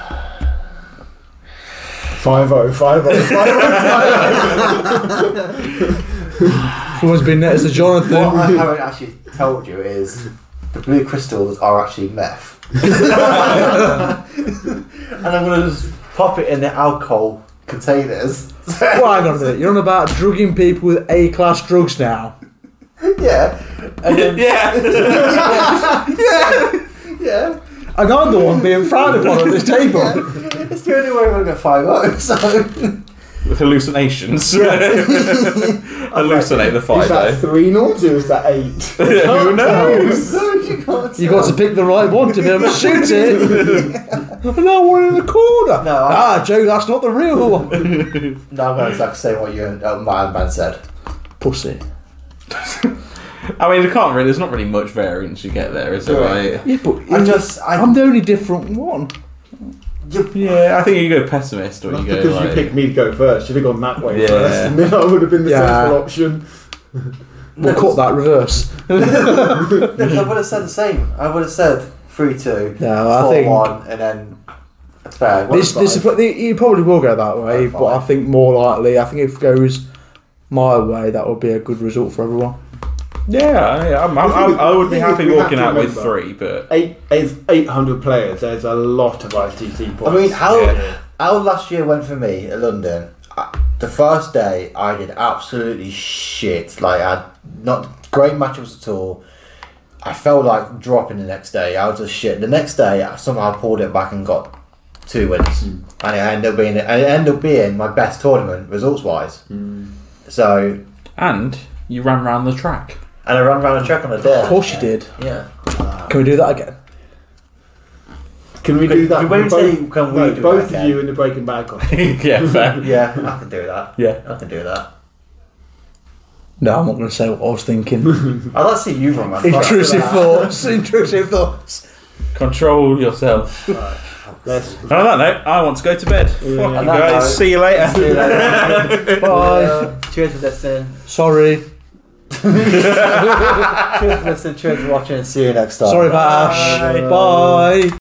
Speaker 5: 0, 5 oh,
Speaker 3: Someone's been net as a
Speaker 4: What I
Speaker 3: Jonathan.
Speaker 4: haven't actually told you is the blue crystals are actually meth. and I'm gonna just pop it in the alcohol containers.
Speaker 3: Well, hang on a minute. You're on about drugging people with A class drugs now.
Speaker 4: yeah. And then,
Speaker 6: Yeah.
Speaker 4: yeah.
Speaker 3: And I'm the one being frowned upon at this table.
Speaker 4: It's the only way I'm gonna get five oh. So
Speaker 6: With hallucinations. Hallucinate the
Speaker 5: Is
Speaker 6: fight,
Speaker 5: that
Speaker 6: though.
Speaker 5: 3 noughts or is that 8?
Speaker 6: Who knows?
Speaker 4: no, you can't.
Speaker 3: You've got to pick the right one to be able to shoot it. no one in the corner.
Speaker 4: No, I-
Speaker 3: ah, Joe, that's not the real one.
Speaker 4: No, I'm gonna
Speaker 3: Hmm.
Speaker 4: exactly say what you uh, my man said.
Speaker 3: Pussy.
Speaker 6: I mean, there can't really. There's not really much variance you get there, is there?
Speaker 4: Right.
Speaker 6: Right?
Speaker 3: Yeah, but
Speaker 4: I just I
Speaker 3: I'm the only different one.
Speaker 6: Yeah, I think you go pessimist or
Speaker 5: That's
Speaker 6: you go
Speaker 5: because
Speaker 6: like.
Speaker 5: you picked me to go first. You'd have gone that way
Speaker 6: Yeah.
Speaker 5: first, and then I would have been the
Speaker 3: Yeah.
Speaker 5: sensible option.
Speaker 3: We'll cut that reverse.
Speaker 4: No, I would have said the same. I would have said three two,
Speaker 3: No, I
Speaker 4: four,
Speaker 3: think-
Speaker 4: one, and then that's fair. One
Speaker 3: This, this is,
Speaker 4: five.
Speaker 3: he probably will go that way,
Speaker 4: Five.
Speaker 3: but I think more likely. I think if it goes my way, that would be a good result for everyone.
Speaker 6: Yeah, yeah I'm, I'm, I'm, I would be happy walking out with three, but
Speaker 5: Eight, it's 800 players. There's a lot of ITC points.
Speaker 4: I mean, how
Speaker 6: Yeah.
Speaker 4: how last year went for me at London. I, the first day, I did absolutely shit. Like, I had not great matchups at all. I felt like dropping the next day. I was just shit. The next day, I somehow pulled it back and got two wins,
Speaker 3: Hmm.
Speaker 4: and it ended up being and it ended up being my best tournament results wise.
Speaker 3: Hmm.
Speaker 4: So,
Speaker 6: and you ran round the track.
Speaker 4: and I ran around a track on a
Speaker 3: Of
Speaker 4: day.
Speaker 3: course you did.
Speaker 4: Yeah.
Speaker 3: Can we do that again?
Speaker 5: Can we do
Speaker 4: Can-
Speaker 5: that?
Speaker 4: can we
Speaker 5: with
Speaker 4: say-
Speaker 5: both-
Speaker 4: can we
Speaker 5: no,
Speaker 4: do
Speaker 5: both
Speaker 4: that
Speaker 5: of you in the Breaking Bad costume?
Speaker 6: yeah, fair.
Speaker 4: Yeah, I can do that.
Speaker 6: Yeah.
Speaker 4: I can do that.
Speaker 3: No, I'm not going to say what I was thinking.
Speaker 4: I'd like to see you run my
Speaker 3: intrusive thoughts. Intrusive thoughts.
Speaker 6: Control yourself.
Speaker 5: Let's
Speaker 6: And on that note, I want to go to bed. Fuck you
Speaker 4: On that
Speaker 6: guys.
Speaker 4: note-
Speaker 6: See you later.
Speaker 4: do that.
Speaker 3: Bye.
Speaker 4: Uh, cheers for listening.
Speaker 3: Sorry.
Speaker 4: cheers for listening. Cheers for watching. See you next time.
Speaker 3: Sorry about Ash. Bye.